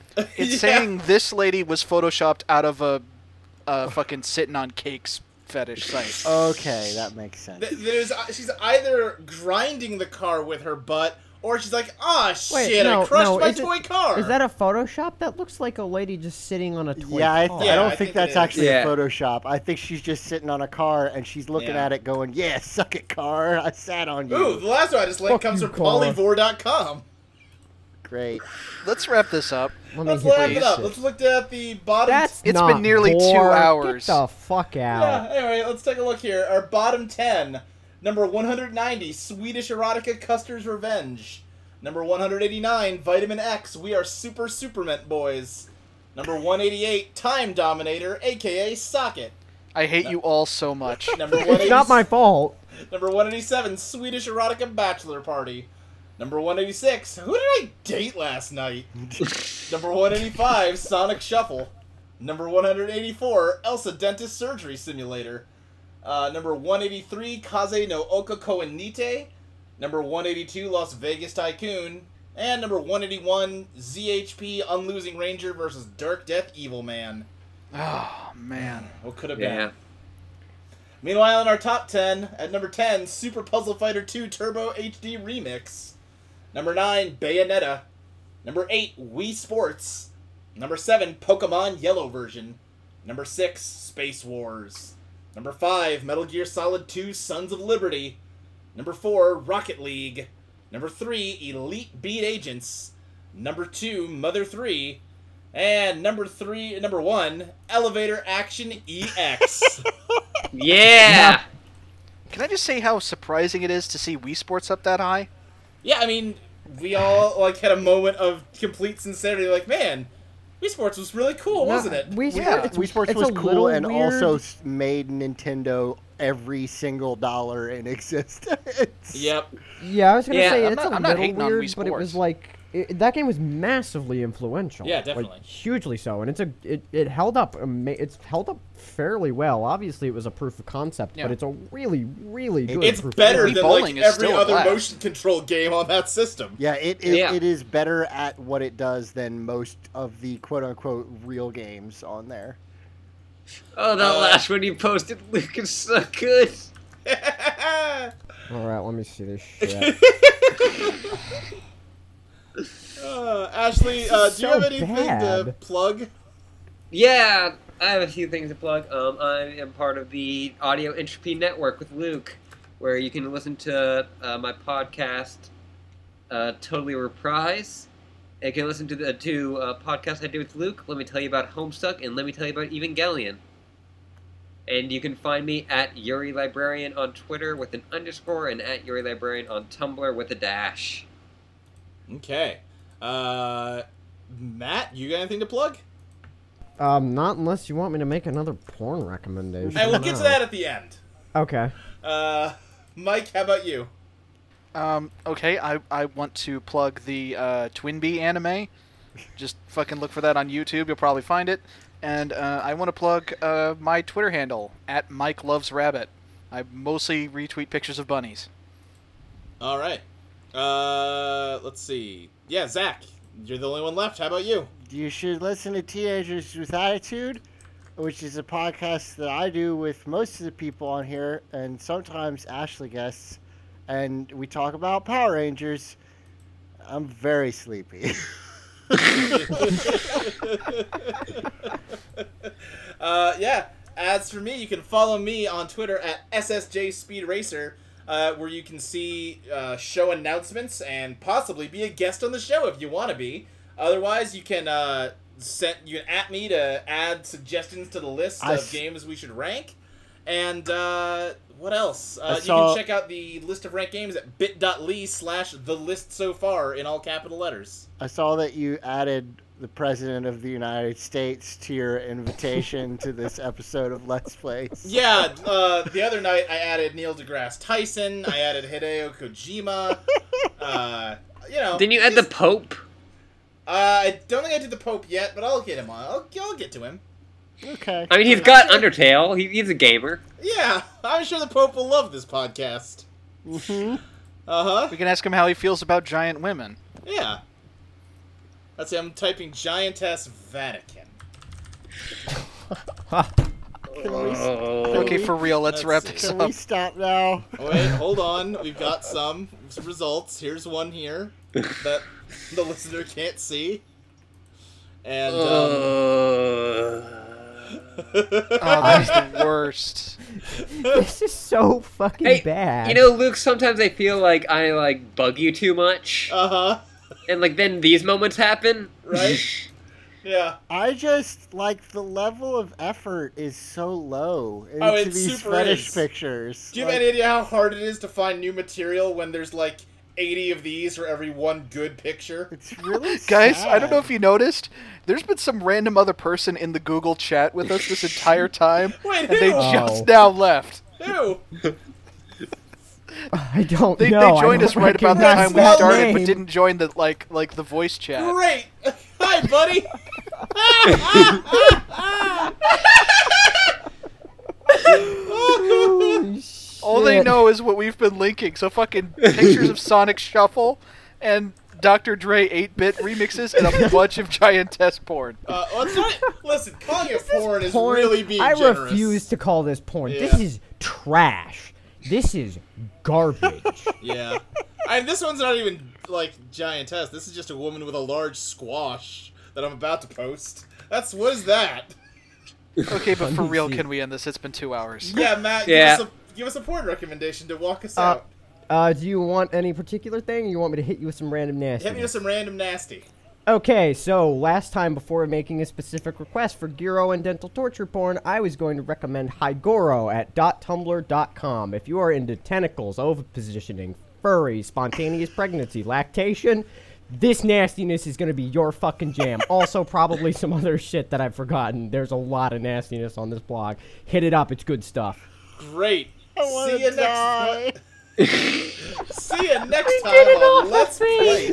Speaker 5: It's
Speaker 2: Yeah.
Speaker 5: saying this lady was photoshopped out of a, a fucking sitting on cakes fetish site. Uh,
Speaker 3: Okay, that makes sense.
Speaker 2: Th- There's, uh, she's either grinding the car with her butt, or she's like, "Ah,
Speaker 6: Wait,
Speaker 2: shit!
Speaker 6: no,
Speaker 2: I crushed
Speaker 6: no,
Speaker 2: my
Speaker 6: is it-
Speaker 2: toy car."
Speaker 6: Is that a Photoshop? That looks like a lady just sitting on a toy.
Speaker 3: Yeah, I,
Speaker 6: car.
Speaker 3: I don't
Speaker 2: I
Speaker 3: think,
Speaker 2: think it
Speaker 3: that's
Speaker 2: is.
Speaker 3: actually
Speaker 4: Yeah.
Speaker 3: a Photoshop. I think she's just sitting on a car and she's looking
Speaker 2: Yeah.
Speaker 3: at it, going, "Yeah, suck it, car. I sat on you."
Speaker 2: Ooh, the last one I just
Speaker 6: Fuck
Speaker 2: linked comes
Speaker 6: you,
Speaker 2: from
Speaker 6: car.
Speaker 2: polyvore.com.
Speaker 3: Great.
Speaker 5: Let's wrap this up.
Speaker 6: Let me
Speaker 2: Let's
Speaker 6: hear
Speaker 2: wrap
Speaker 6: this
Speaker 2: it up.
Speaker 6: shit.
Speaker 2: Let's look at the bottom.
Speaker 6: That's
Speaker 5: It's
Speaker 6: not
Speaker 5: been nearly two
Speaker 6: gore.
Speaker 5: hours.
Speaker 6: Get the fuck
Speaker 2: yeah.
Speaker 6: out.
Speaker 2: Anyway, let's take a look here. Our bottom ten. Number 190, Swedish erotica Custer's Revenge. Number 189, Vitamin X. We are super Superman boys. Number 188, Time Dominator, aka Socket.
Speaker 5: I hate you all so much.
Speaker 2: Number
Speaker 6: It's not my fault.
Speaker 2: Number 187, Swedish Erotica Bachelor Party. Number 186, Who did I date last night? Number 185, Sonic Shuffle. Number 184, Elsa Dentist Surgery Simulator. Uh, number 183, Kaze no Oka Koenite. Number 182, Las Vegas Tycoon. And number 181, ZHP Unlosing Ranger versus Dark Death Evil Man.
Speaker 5: Oh man.
Speaker 2: What could have been?
Speaker 4: Yeah.
Speaker 2: Meanwhile, in our top 10, at number 10, Super Puzzle Fighter 2 Turbo HD Remix. Number 9, Bayonetta. Number 8, Wii Sports. Number 7, Pokemon Yellow Version. Number 6, Space Wars. Number 5, Metal Gear Solid 2 Sons of Liberty. Number 4, Rocket League. Number 3, Elite Beat Agents. Number 2, Mother 3. And number 3, number 1, Elevator Action E EX.
Speaker 4: Yeah.
Speaker 5: Can I just say how surprising it is to see Wii Sports up that high?
Speaker 2: Yeah, I mean, we all like had a moment of complete sincerity. Like, man, Wii Sports was really cool, wasn't it?
Speaker 6: We,
Speaker 5: Yeah,
Speaker 6: it's,
Speaker 3: Wii Sports
Speaker 6: it's
Speaker 3: was
Speaker 6: a
Speaker 3: cool
Speaker 6: little
Speaker 3: and
Speaker 6: weird.
Speaker 3: also s- made Nintendo every single dollar in existence.
Speaker 2: Yep.
Speaker 6: Yeah, I was gonna
Speaker 4: Yeah,
Speaker 6: say
Speaker 5: I'm
Speaker 6: it's
Speaker 5: not-
Speaker 6: a
Speaker 5: I'm not
Speaker 6: little
Speaker 5: hating on
Speaker 6: weird,
Speaker 5: Wii
Speaker 6: but it was
Speaker 5: Sports.
Speaker 6: like it, that game was massively influential.
Speaker 2: Yeah,
Speaker 6: like,
Speaker 2: definitely.
Speaker 6: hugely so, and it's a it, it held up. ama- It's held up fairly well. Obviously, it was a proof of concept,
Speaker 5: Yeah.
Speaker 6: but it's a really, really good.
Speaker 2: It's
Speaker 6: proof of
Speaker 2: better
Speaker 5: Wii
Speaker 2: than like
Speaker 5: bowling is
Speaker 2: every
Speaker 5: still a
Speaker 2: other
Speaker 5: blast.
Speaker 2: motion control game on that system.
Speaker 3: Yeah, it is,
Speaker 4: Yeah.
Speaker 3: it is better at what it does than most of the quote unquote real games on there.
Speaker 4: Oh, that
Speaker 2: Uh,
Speaker 4: last one you posted, Luke, is so good.
Speaker 6: All right, let me see this shit.
Speaker 2: uh, Ashley, uh, do
Speaker 6: This is
Speaker 2: you have
Speaker 6: so
Speaker 2: anything to
Speaker 6: bad.
Speaker 2: plug?
Speaker 4: Yeah, I have a few things to plug. Um, I am part of the Audio Entropy Network with Luke, where you can listen to uh, my podcast uh, Totally Reprise. And you can listen to the to uh, podcast I did with Luke. Let me tell you about Homestuck, and let me tell you about Evangelion. And you can find me at Yuri Librarian on Twitter with an underscore, and at Yuri Librarian on Tumblr with a dash.
Speaker 2: Okay. Uh, Matt, you got anything to plug?
Speaker 6: Um, not unless you want me to make another porn recommendation.
Speaker 2: Hey, we'll get to
Speaker 6: No.
Speaker 2: that at the end.
Speaker 6: Okay.
Speaker 2: Uh, Mike, how about you?
Speaker 5: Um, okay, I, I want to plug the uh, Twin Bee anime. Just fucking look for that on YouTube. You'll probably find it. And uh, I want to plug uh, my Twitter handle at Mike Loves Rabbit. I mostly retweet pictures of bunnies.
Speaker 2: All right. Uh, let's see. Yeah, Zach, you're the only one left. How about you?
Speaker 3: You should listen to Teenagers with Attitude, which is a podcast that I do with most of the people on here, and sometimes Ashley guests, and we talk about Power Rangers. I'm very sleepy.
Speaker 2: uh, yeah. As for me, you can follow me on Twitter at SSJ Speed Racer, uh, where you can see uh, show announcements and possibly be a guest on the show if you want to be. Otherwise, you can uh, send you can at me to add suggestions to the list
Speaker 3: I
Speaker 2: of
Speaker 3: s-
Speaker 2: games we should rank. And uh, what else? Uh, you
Speaker 3: saw-
Speaker 2: can check out the list of ranked games at bit.ly slash the list so far in all capital letters.
Speaker 3: I saw that you added the President of the United States to your invitation to this episode of Let's Plays.
Speaker 2: Yeah, uh, the other night I added Neil deGrasse Tyson. I added Hideo Kojima. Uh, you know,
Speaker 4: Didn't you add the
Speaker 2: just-
Speaker 4: Pope?
Speaker 2: Uh, I don't think I did the Pope yet, but I'll get him on. I'll, I'll get to him.
Speaker 3: Okay.
Speaker 4: I mean, he's got Undertale. He, he's a gamer.
Speaker 2: Yeah, I'm sure the Pope will love this podcast.
Speaker 3: Mhm.
Speaker 2: Uh
Speaker 5: We
Speaker 2: huh.
Speaker 5: can ask him how he feels about giant women.
Speaker 2: Yeah. Let's see. I'm typing giantess Vatican.
Speaker 4: Oh.
Speaker 5: Okay, for real, let's,
Speaker 2: Let's
Speaker 5: wrap
Speaker 2: see.
Speaker 5: this
Speaker 3: Can
Speaker 5: up.
Speaker 3: we stop now?
Speaker 2: Wait, hold on. We've got some results. Here's one here that the listener can't see. And um,
Speaker 4: um,
Speaker 5: Oh, that's the worst.
Speaker 6: This is so fucking
Speaker 4: Hey,
Speaker 6: bad.
Speaker 4: You know, Luke, sometimes I feel like I like bug you too much.
Speaker 2: Uh huh.
Speaker 4: and like then these moments happen.
Speaker 2: Right? Yeah.
Speaker 3: I just like the level of effort is so low into
Speaker 2: Oh, it
Speaker 3: these
Speaker 2: super
Speaker 3: fetish
Speaker 2: is.
Speaker 3: pictures.
Speaker 2: Do you
Speaker 3: Like,
Speaker 2: have any idea how hard it is to find new material when there's like 80 of these for every one good picture?
Speaker 3: It's really
Speaker 5: Guys, I don't know
Speaker 3: sad.
Speaker 5: if you noticed, there's been some random other person in the Google chat with us this entire time,
Speaker 2: Wait,
Speaker 5: and they
Speaker 2: who?
Speaker 5: just now left.
Speaker 2: Who?
Speaker 6: I don't
Speaker 5: They,
Speaker 6: know.
Speaker 5: they
Speaker 6: I
Speaker 5: joined
Speaker 6: don't
Speaker 5: us right about the
Speaker 6: recognize
Speaker 5: time we
Speaker 6: that
Speaker 5: started,
Speaker 6: name.
Speaker 5: but didn't join the like like the voice chat.
Speaker 2: Great. Hi, buddy.
Speaker 6: Holy
Speaker 5: All they
Speaker 6: shit.
Speaker 5: know is what we've been linking. So fucking pictures of Sonic Shuffle and Dr. Dre 8-bit remixes and a bunch of giant test porn.
Speaker 2: Uh, well, it's not, listen, calling it porn is
Speaker 6: porn.
Speaker 2: really being
Speaker 6: I
Speaker 2: generous.
Speaker 6: refuse to call this porn. This
Speaker 2: Yeah.
Speaker 6: is trash. This is garbage.
Speaker 2: Yeah. I mean, this one's not even like giantess. This is just a woman with a large squash that I'm about to post. That's what is that?
Speaker 5: Okay, but for real, can we end this? It's been two hours.
Speaker 2: Yeah, Matt.
Speaker 4: Yeah.
Speaker 2: Give us a, give us a porn recommendation to walk us
Speaker 6: Uh,
Speaker 2: out.
Speaker 6: uh, do you want any particular thing? Or you want me to hit you with some random nasty?
Speaker 2: Hit me with some random nasty.
Speaker 6: Okay, so last time before making a specific request for Giro and dental torture porn, I was going to recommend Hygoro at .tumblr.com. If you are into tentacles, overpositioning, furry, spontaneous pregnancy, lactation, this nastiness is going to be your fucking jam. also, probably some other shit that I've forgotten. There's a lot of nastiness on this blog. Hit it up, it's good stuff.
Speaker 2: Great.
Speaker 3: wanna
Speaker 2: See you
Speaker 3: die.
Speaker 2: next. See you next time on Let's Play.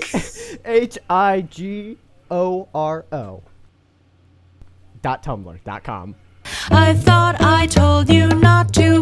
Speaker 6: H I G O R O. Dot tumblr.com.
Speaker 1: I thought I told you not to